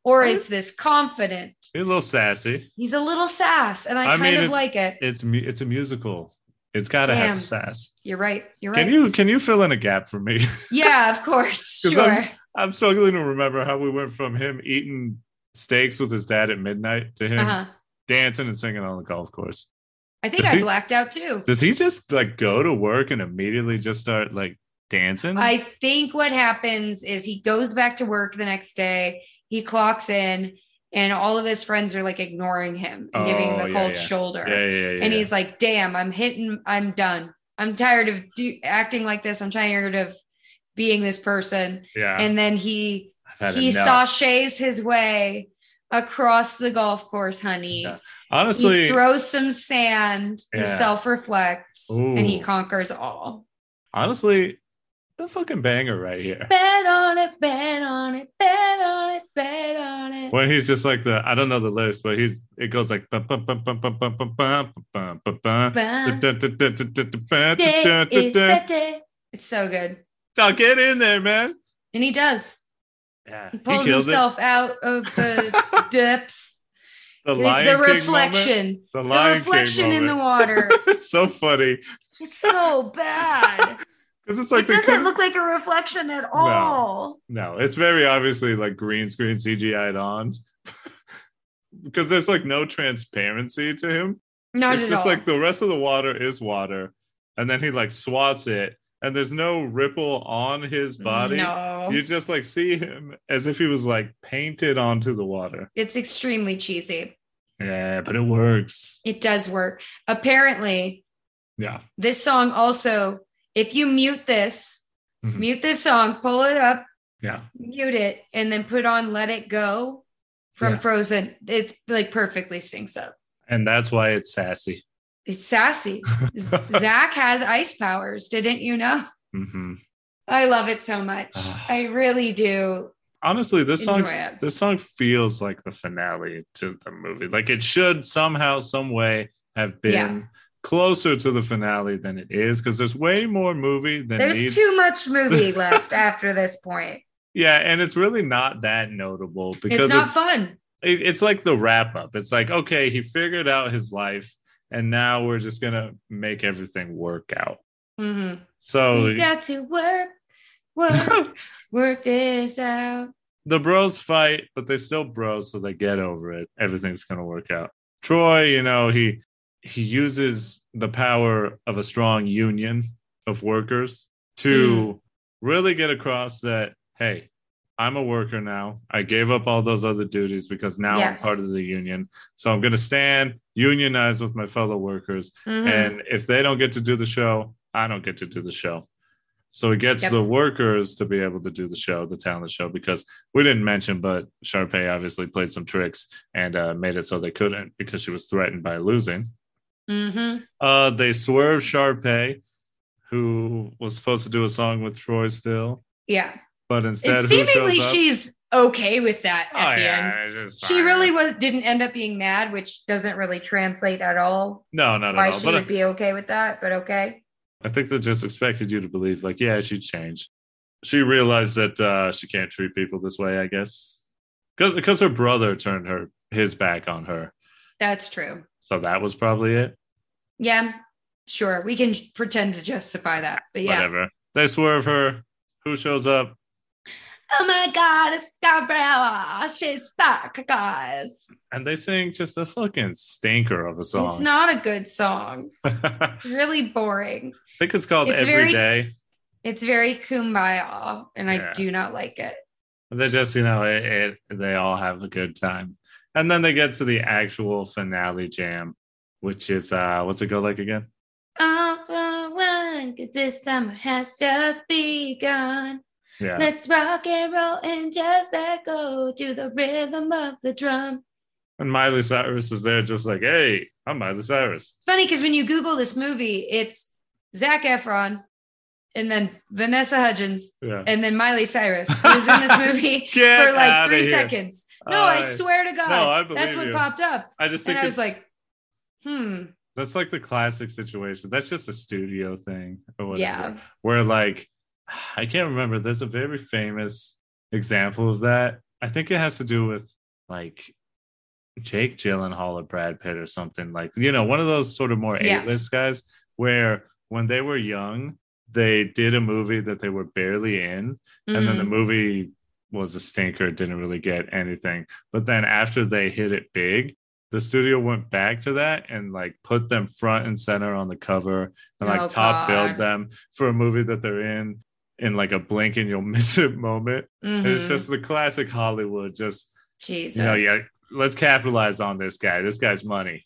Speaker 1: or is this confident?
Speaker 2: He's a little sassy.
Speaker 1: He's a little sass and I,
Speaker 2: I
Speaker 1: kind
Speaker 2: mean,
Speaker 1: of
Speaker 2: it's-
Speaker 1: like it.
Speaker 2: It's mu- it's a musical. It's got to
Speaker 1: Damn.
Speaker 2: have sass.
Speaker 1: You're right. You're right.
Speaker 2: Can you can you fill in a gap for me? (laughs)
Speaker 1: Yeah, of course.
Speaker 2: 'Cause
Speaker 1: Sure.
Speaker 2: I'm- I'm struggling to remember how we went from him eating steaks with his dad at midnight to him
Speaker 1: Uh-huh.
Speaker 2: dancing and singing on the golf course.
Speaker 1: I think
Speaker 2: Does
Speaker 1: I
Speaker 2: he-
Speaker 1: blacked out too.
Speaker 2: Does he just like go to work and immediately just start like dancing?
Speaker 1: I think what happens is he goes back to work the next day, he clocks in, and all of his friends are like ignoring him and giving him
Speaker 2: Oh,
Speaker 1: the
Speaker 2: yeah,
Speaker 1: cold
Speaker 2: yeah.
Speaker 1: shoulder.
Speaker 2: yeah, yeah, yeah.
Speaker 1: and
Speaker 2: yeah.
Speaker 1: he's like, damn, I'm hitting, I'm done. I'm tired of do- acting like this. I'm tired of being this person.
Speaker 2: yeah.
Speaker 1: And then he
Speaker 2: I've had
Speaker 1: he
Speaker 2: enough.
Speaker 1: sashays his way across the golf course, honey.
Speaker 2: Yeah. honestly
Speaker 1: he throws some sand, he
Speaker 2: Yeah.
Speaker 1: self reflects, and he
Speaker 2: Ooh.
Speaker 1: conquers all.
Speaker 2: honestly the fucking banger right
Speaker 1: (laughs)
Speaker 2: here
Speaker 1: Bet on it, bet on it, bet on it, bet on it.
Speaker 2: when he's just like the i don't know the lyrics but he's it goes like bum, bum, bum, bum, bum, bum, bum, bum, bum, bum, bum.
Speaker 1: Bah,
Speaker 2: Da, da, da, da, da, da, da, da,
Speaker 1: day
Speaker 2: da,
Speaker 1: is
Speaker 2: da.
Speaker 1: the day. It's so good.
Speaker 2: Now get in there man
Speaker 1: And he does.
Speaker 2: yeah
Speaker 1: He pulls
Speaker 2: kills it.
Speaker 1: himself out of the
Speaker 2: (laughs)
Speaker 1: depths,
Speaker 2: the,
Speaker 1: the,
Speaker 2: Lion
Speaker 1: the
Speaker 2: King moment.
Speaker 1: reflection,
Speaker 2: the
Speaker 1: the
Speaker 2: lion
Speaker 1: reflection in the
Speaker 2: water (laughs)
Speaker 1: water.
Speaker 2: it's so funny
Speaker 1: It's so bad.
Speaker 2: because (laughs) it's like
Speaker 1: it
Speaker 2: they
Speaker 1: doesn't
Speaker 2: couldn't-
Speaker 1: look like a reflection at all.
Speaker 2: no it's very obviously like green screen cgi'd on (laughs) because there's like no transparency to him
Speaker 1: Not
Speaker 2: it's
Speaker 1: at
Speaker 2: just
Speaker 1: all.
Speaker 2: like the rest of the water is water, and then he like swats it, and there's no ripple on his body.
Speaker 1: Mm, No.
Speaker 2: You just like see him as if he was like painted onto the water.
Speaker 1: It's extremely cheesy.
Speaker 2: Yeah, but it works.
Speaker 1: It does work. Apparently,
Speaker 2: Yeah.
Speaker 1: this song also, if you mute this,
Speaker 2: Mhm.
Speaker 1: mute this song, pull it up,
Speaker 2: Yeah.
Speaker 1: mute it, and then put on Let It Go from
Speaker 2: Yeah.
Speaker 1: Frozen. It like perfectly syncs up.
Speaker 2: And that's why it's sassy.
Speaker 1: It's
Speaker 2: (laughs)
Speaker 1: sassy. Z- Zach has ice powers. Didn't you know?
Speaker 2: hmm
Speaker 1: I love it so much.
Speaker 2: Ah.
Speaker 1: I really do.
Speaker 2: Honestly, this song
Speaker 1: Enjoy it.
Speaker 2: this song feels like the finale to the movie. Like it should somehow, some way have been
Speaker 1: Yeah.
Speaker 2: closer to the finale than it is, because there's way more movie than
Speaker 1: There's
Speaker 2: needs
Speaker 1: too much
Speaker 2: (laughs)
Speaker 1: movie left after this point.
Speaker 2: Yeah, and it's really not that notable because
Speaker 1: it's not
Speaker 2: it's,
Speaker 1: fun.
Speaker 2: it- it's like the wrap up. It's like, okay, he figured out his life, and now we're just gonna make everything work out.
Speaker 1: Mm-hmm.
Speaker 2: So
Speaker 1: We've got to work,
Speaker 2: (laughs)
Speaker 1: work, work this out.
Speaker 2: the bros fight, but they still bros, so they get over it. Everything's gonna work out. Troy, you know, he he uses the power of a strong union of workers to really get across that, hey, I'm a worker now. I gave up all those other duties because now
Speaker 1: Yes.
Speaker 2: I'm part of the union. So I'm gonna stand unionized with my fellow workers.
Speaker 1: Mhm.
Speaker 2: And if they don't get to do the show, I don't get to do the show. So it gets
Speaker 1: Yep.
Speaker 2: the workers to be able to do the show, the talent show, because we didn't mention, but Sharpay obviously played some tricks and uh, made it so they couldn't because she was threatened by losing.
Speaker 1: Mhm.
Speaker 2: Uh, they swerved Sharpay, who was supposed to do a song with Troy still,
Speaker 1: Yeah.
Speaker 2: but instead,
Speaker 1: and
Speaker 2: who
Speaker 1: seemingly
Speaker 2: shows up?
Speaker 1: she's okay with that
Speaker 2: Oh,
Speaker 1: at the
Speaker 2: yeah,
Speaker 1: end.
Speaker 2: it's just
Speaker 1: She
Speaker 2: fine.
Speaker 1: really was didn't end up being mad, which doesn't really translate at all.
Speaker 2: no, not
Speaker 1: why
Speaker 2: at all.
Speaker 1: she
Speaker 2: But
Speaker 1: would be okay with that, but okay.
Speaker 2: I think they just expected you to believe, like, yeah, she changed. She realized that uh, she can't treat people this way, I guess, because because her brother turned her his back on her.
Speaker 1: That's true.
Speaker 2: So that was probably it.
Speaker 1: Yeah. Sure. We can j- pretend to justify that. But yeah.
Speaker 2: Whatever. They swerve her. Who shows up?
Speaker 1: Oh my god, it's Gabriella. She's back, guys.
Speaker 2: And they sing just a fucking stinker of a
Speaker 1: It's
Speaker 2: song.
Speaker 1: not a good song.
Speaker 2: (laughs) I
Speaker 1: Really boring.
Speaker 2: think it's called
Speaker 1: It's
Speaker 2: Every Day.
Speaker 1: very- It's very kumbaya, and
Speaker 2: Yeah.
Speaker 1: I do not like it.
Speaker 2: They just, you know, it, it, they all have a good time. And then they get to the actual finale jam, which is uh, what's it go like again?
Speaker 1: All for one, 'cause this summer has just begun.
Speaker 2: Yeah.
Speaker 1: Let's rock and roll and just let go to the rhythm of the drum.
Speaker 2: And Miley Cyrus is there just like, hey, I'm Miley Cyrus.
Speaker 1: It's funny because when you Google this movie, it's Zach Efron and then Vanessa Hudgens
Speaker 2: Yeah.
Speaker 1: and then Miley Cyrus, who's in
Speaker 2: (laughs)
Speaker 1: this movie
Speaker 2: Get
Speaker 1: for like
Speaker 2: outta
Speaker 1: three
Speaker 2: here.
Speaker 1: seconds. No, I swear to God.
Speaker 2: I believe
Speaker 1: that's what
Speaker 2: you.
Speaker 1: popped up.
Speaker 2: I just
Speaker 1: And
Speaker 2: think
Speaker 1: I
Speaker 2: it's,
Speaker 1: was like, hmm,
Speaker 2: that's like the classic situation. That's just a studio thing or whatever.
Speaker 1: yeah.
Speaker 2: Where like, (sighs) I can't remember. There's a very famous example of that. I think it has to do with like Jake Gyllenhaal or Brad Pitt or something like, you know, one of those sort of more
Speaker 1: Yeah.
Speaker 2: A-list guys where when they were young, they did a movie that they were barely in and then the
Speaker 1: Mhm.
Speaker 2: movie was a stinker it didn't really get anything but then after they hit it big the studio went back to that and like put them front and center on the cover and like
Speaker 1: Oh, God.
Speaker 2: top billed them for a movie that they're in in like a blink and you'll (laughs) miss it moment it's
Speaker 1: Mhm.
Speaker 2: just the classic hollywood just
Speaker 1: mm-hmm. Jesus.
Speaker 2: you know yeah let's capitalize on this guy this guy's money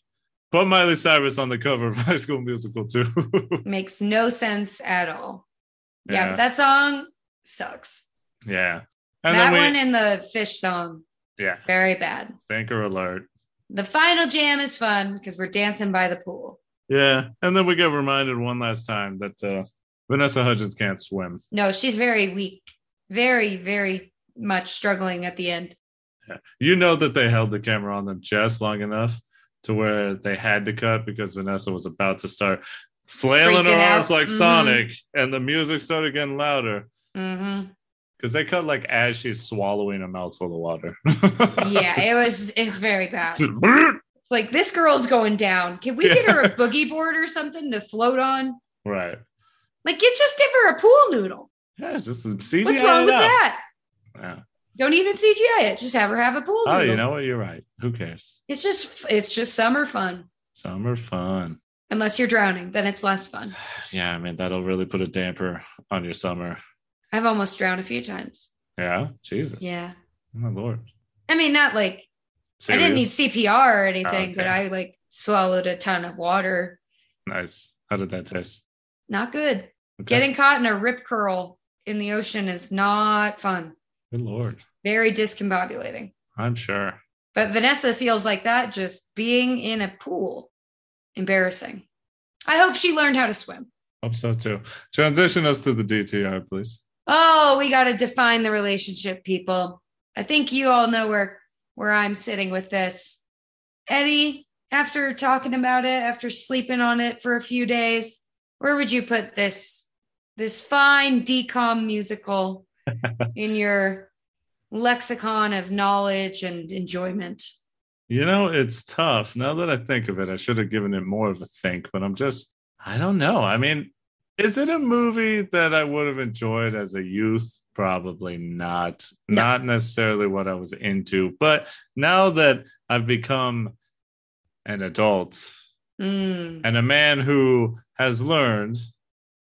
Speaker 2: put miley cyrus on the cover of (laughs) high school musical too (laughs)
Speaker 1: Makes no sense at all. Yeah,
Speaker 2: Yeah.
Speaker 1: but that song sucks.
Speaker 2: yeah and
Speaker 1: that
Speaker 2: then we
Speaker 1: one and the fish song,
Speaker 2: yeah
Speaker 1: very bad.
Speaker 2: thinker alert
Speaker 1: The final jam is fun because we're dancing by the pool.
Speaker 2: Yeah, and then we get reminded one last time that uh, Vanessa Hudgens can't swim.
Speaker 1: No, she's very weak, very, very much struggling at the end.
Speaker 2: You know that they held the camera on them just long enough to where they had to cut because Vanessa was about to start flailing her
Speaker 1: Freaking out.
Speaker 2: arms like
Speaker 1: Mhm.
Speaker 2: Sonic, and the music started getting louder
Speaker 1: hmm
Speaker 2: because they cut like as she's swallowing a mouthful of water.
Speaker 1: (laughs) yeah, it was. It's very bad.
Speaker 2: (laughs) Just brrrt.
Speaker 1: It's like this girl's going down. Can we get
Speaker 2: (laughs)
Speaker 1: her a boogie board or something to float on?
Speaker 2: right.
Speaker 1: Like, you just give her a pool noodle.
Speaker 2: Yeah, it's just CGI.
Speaker 1: What's wrong
Speaker 2: it
Speaker 1: with
Speaker 2: up.
Speaker 1: that?
Speaker 2: Yeah.
Speaker 1: Don't even CGI it. Just have her have a pool
Speaker 2: Oh,
Speaker 1: noodle.
Speaker 2: you know what? You're right. Who cares?
Speaker 1: It's just it's just summer fun.
Speaker 2: Summer fun.
Speaker 1: Unless you're drowning, then it's less fun.
Speaker 2: Yeah, I mean that'll really put a damper on your summer.
Speaker 1: I've almost drowned a few times.
Speaker 2: Yeah, Jesus.
Speaker 1: Yeah.
Speaker 2: Oh, my lord.
Speaker 1: I mean, not like I didn't need
Speaker 2: Serious?
Speaker 1: CPR or anything,
Speaker 2: Oh, okay.
Speaker 1: but I like swallowed a ton of water.
Speaker 2: Nice. How did that taste?
Speaker 1: Not good.
Speaker 2: Okay.
Speaker 1: Getting caught in a rip curl in the ocean is not fun.
Speaker 2: Good lord.
Speaker 1: Very discombobulating.
Speaker 2: I'm sure.
Speaker 1: But Vanessa feels like that just being in a pool. Embarrassing. I hope she learned how to swim.
Speaker 2: Hope so too. Transition us to the DTR, please.
Speaker 1: Oh, we got to define the relationship, people. I think you all know where where I'm sitting with this. Eddie, after talking about it, after sleeping on it for a few days, where would you put
Speaker 2: (laughs)
Speaker 1: this this fine decom musical in your lexicon of knowledge and enjoyment.
Speaker 2: You know, it's tough. Now that I think of it, I should have given it more of a think, but I'm just, I don't know. I mean, is it a movie that I would have enjoyed as a youth? Probably not.
Speaker 1: No.
Speaker 2: Not necessarily what I was into. But now that I've become an adult
Speaker 1: Mm.
Speaker 2: and a man who has learned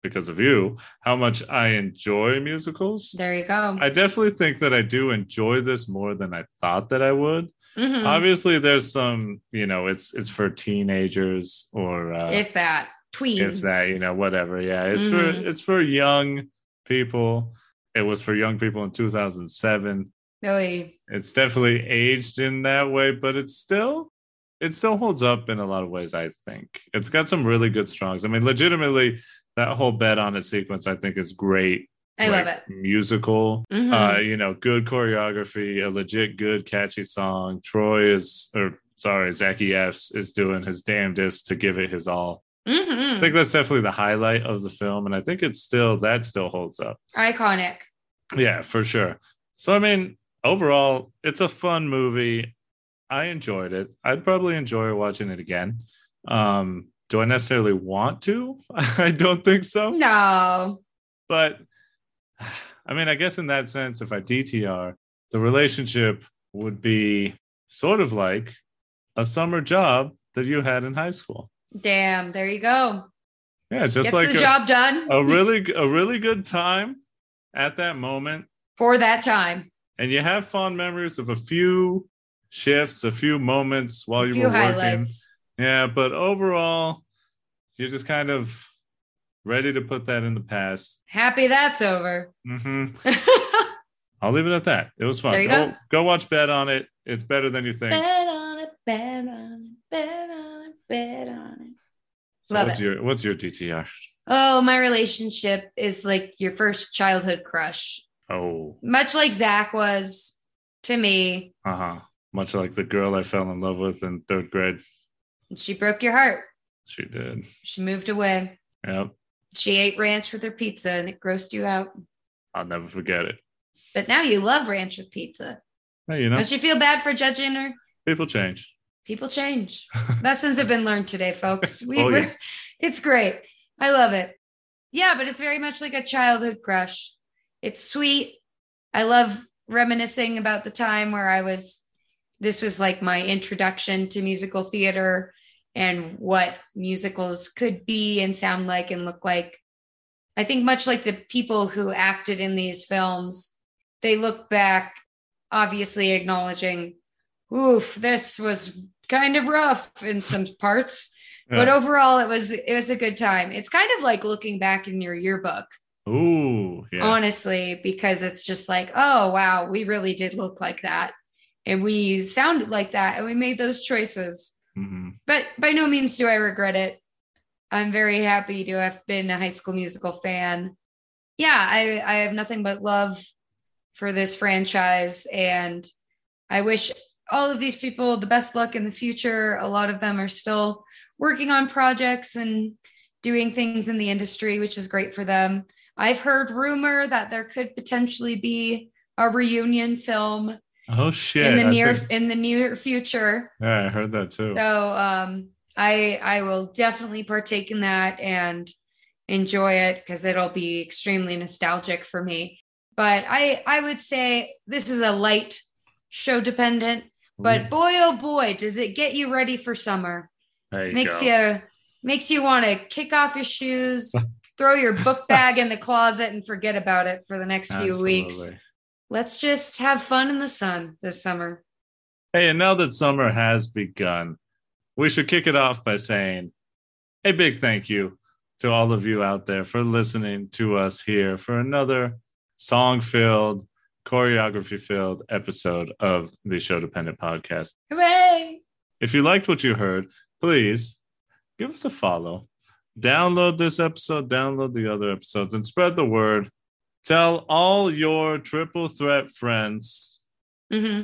Speaker 2: because of you how much I enjoy musicals,
Speaker 1: There you go.
Speaker 2: I definitely think that I do enjoy this more than I thought that I would.
Speaker 1: Mhm.
Speaker 2: Obviously, there's some, you know, it's it's for teenagers or uh,
Speaker 1: if that tweens.
Speaker 2: if that you know whatever yeah it's
Speaker 1: Mhm.
Speaker 2: for it's for young people it was for young people in 2007
Speaker 1: really.
Speaker 2: it's definitely aged in that way but it's still it still holds up in a lot of ways i think it's got some really good songs i mean legitimately that whole bet on it sequence i think is great
Speaker 1: I love
Speaker 2: Like,
Speaker 1: it.
Speaker 2: musical
Speaker 1: Mhm.
Speaker 2: uh you know good choreography a legit good catchy song troy is or sorry zachy f's is doing his damnedest to give it his all I
Speaker 1: Mhm.
Speaker 2: think that's definitely the highlight of the film, and I think it's still that still holds up.
Speaker 1: Iconic.
Speaker 2: Yeah, for sure. So I mean, overall, it's a fun movie. I enjoyed it. I'd probably enjoy watching it again. Um, do I necessarily want to? (laughs) I don't think so.
Speaker 1: No.
Speaker 2: But I mean, I guess in that sense, if I DTR, the relationship would be sort of like a summer job that you had in high school.
Speaker 1: Damn. There you go.
Speaker 2: Yeah, just
Speaker 1: Gets
Speaker 2: like
Speaker 1: the
Speaker 2: a-
Speaker 1: job done
Speaker 2: a really g- a really good time at that moment
Speaker 1: for that time.
Speaker 2: and you have fond memories of a few shifts a few moments while
Speaker 1: A
Speaker 2: you
Speaker 1: few
Speaker 2: were
Speaker 1: highlights.
Speaker 2: working yeah but overall you're just kind of ready to put that in the past
Speaker 1: Happy that's over. (laughs)
Speaker 2: hmm i'll leave it at that it was fun
Speaker 1: There you
Speaker 2: go,
Speaker 1: go.
Speaker 2: go watch bet on it it's better than you think
Speaker 1: bet on it, bet on it, bet on it, bet on it.
Speaker 2: So
Speaker 1: love
Speaker 2: what's
Speaker 1: it.
Speaker 2: your what's your dtr
Speaker 1: Oh, my relationship is like your first childhood crush,
Speaker 2: oh
Speaker 1: much like Zach was to me.
Speaker 2: uh-huh much like the girl i fell in love with in third grade
Speaker 1: And she broke your heart.
Speaker 2: she did
Speaker 1: She moved away.
Speaker 2: yep
Speaker 1: She ate ranch with her pizza and it grossed you out.
Speaker 2: i'll never forget it
Speaker 1: But now you love ranch with pizza.
Speaker 2: hey you know
Speaker 1: Don't you feel bad for judging her?
Speaker 2: people change
Speaker 1: People
Speaker 2: (laughs)
Speaker 1: change. Lessons have been learned today, folks. We,
Speaker 2: Oh, yeah.
Speaker 1: we're- (laughs) It's great. I love it. Yeah, but it's very much like a childhood crush. It's sweet. I love reminiscing about the time where I was, this was like my introduction to musical theater and what musicals could be and sound like and look like. I think, much like the people who acted in these films, they look back, obviously acknowledging, oof, this was kind of rough in some parts. But
Speaker 2: Yeah.
Speaker 1: overall, it was it was a good time. It's kind of like looking back in your yearbook,
Speaker 2: Ooh, yeah.
Speaker 1: honestly, because it's just like, oh wow, we really did look like that, and we sounded like that, and we made those choices.
Speaker 2: Mhm.
Speaker 1: But by no means do I regret it. I'm very happy to have been a High School Musical fan. Yeah, I I have nothing but love for this franchise, and I wish all of these people the best luck in the future. A lot of them are still working on projects and doing things in the industry, which is great for them. I've heard rumor that there could potentially be a reunion film
Speaker 2: Oh shit!
Speaker 1: in the
Speaker 2: I
Speaker 1: near
Speaker 2: think-
Speaker 1: in the near future.
Speaker 2: yeah, I heard that too.
Speaker 1: So um, I I will definitely partake in that and enjoy it because it'll be extremely nostalgic for me. But I I would say this is a light show dependent,
Speaker 2: Mm-hmm.
Speaker 1: but boy oh boy does it get you ready for summer.
Speaker 2: There you
Speaker 1: makes
Speaker 2: go.
Speaker 1: you makes you want to kick off your
Speaker 2: (laughs)
Speaker 1: shoes, throw your book bag in the closet, and forget about it for the next few weeks.
Speaker 2: Absolutely.
Speaker 1: Let's just have fun in the sun this summer.
Speaker 2: Hey, and now that summer has begun, we should kick it off by saying a big thank you to all of you out there for listening to us here for another song-filled, choreography-filled episode of the Show Dependent Podcast.
Speaker 1: Hooray!
Speaker 2: If you liked what you heard, please give us a follow. Download this episode, download the other episodes, and spread the word. Tell all your triple threat friends.
Speaker 1: hmm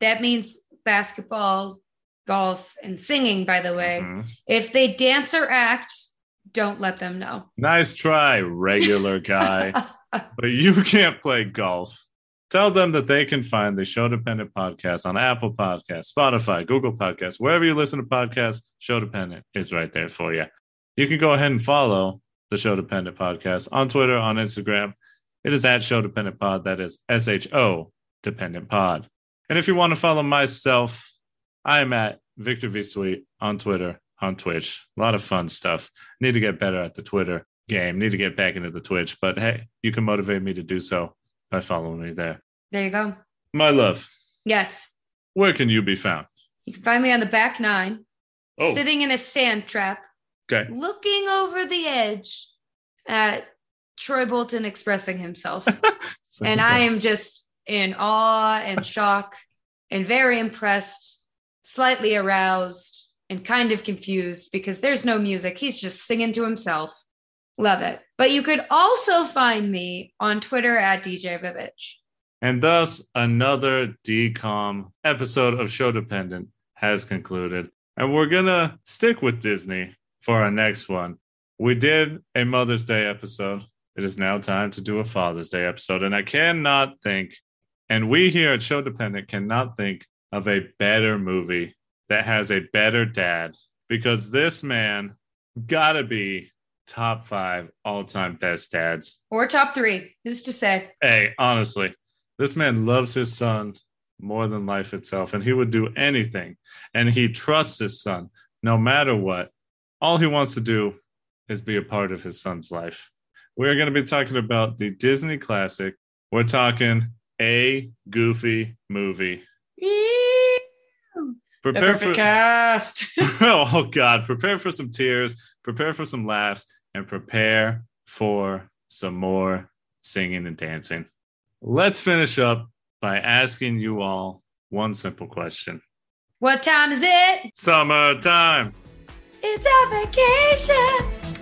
Speaker 1: That means basketball, golf, and singing, by the way.
Speaker 2: Mhm.
Speaker 1: If they dance or act, don't let them know.
Speaker 2: Nice try, regular guy, but you can't play golf. Tell them that they can find the Show Dependent podcast on Apple Podcasts, Spotify, Google Podcasts, wherever you listen to podcasts. Show Dependent is right there for you. You can go ahead and follow the Show Dependent podcast on Twitter, on Instagram. It is at Show Dependent Pod. That is S H O Dependent Pod. And if you want to follow myself, I am at Victor V Sweet on Twitter, on Twitch. A lot of fun stuff. Need to get better at the Twitter game. Need to get back into the Twitch. But hey, you can motivate me to do so by following me there.
Speaker 1: (laughs) There you go.
Speaker 2: My love,
Speaker 1: Yes.
Speaker 2: where can you be found?
Speaker 1: You can find me on the back nine,
Speaker 2: Oh,
Speaker 1: sitting in a sand trap,
Speaker 2: okay.
Speaker 1: looking over the edge at Troy Bolton expressing himself. and I am just in awe and shock and very impressed, slightly aroused, and kind of confused because there's no music. He's just singing to himself. Love it. But you could also find me on Twitter at DJ Vivitch.
Speaker 2: And thus, another DCOM episode of Show Dependent has concluded. And we're going to stick with Disney for our next one. We did a Mother's Day episode. It is now time to do a Father's Day episode. And I cannot think, and we here at Show Dependent cannot think of a better movie that has a better dad because this man got to be top five all time best dads
Speaker 1: Or top three. Who's to say?
Speaker 2: hey, honestly, this man loves his son more than life itself, and he would do anything. And he trusts his son no matter what. All he wants to do is be a part of his son's life. We're going to be talking about the Disney classic. We're talking a goofy movie.
Speaker 1: The
Speaker 2: Prepare
Speaker 1: perfect
Speaker 2: for
Speaker 1: cast.
Speaker 2: (laughs)
Speaker 1: (laughs)
Speaker 2: oh god prepare for some tears prepare for some laughs and prepare for some more singing and dancing let's finish up by asking you all one simple question
Speaker 1: what time is it?
Speaker 2: summertime
Speaker 1: It's a vacation.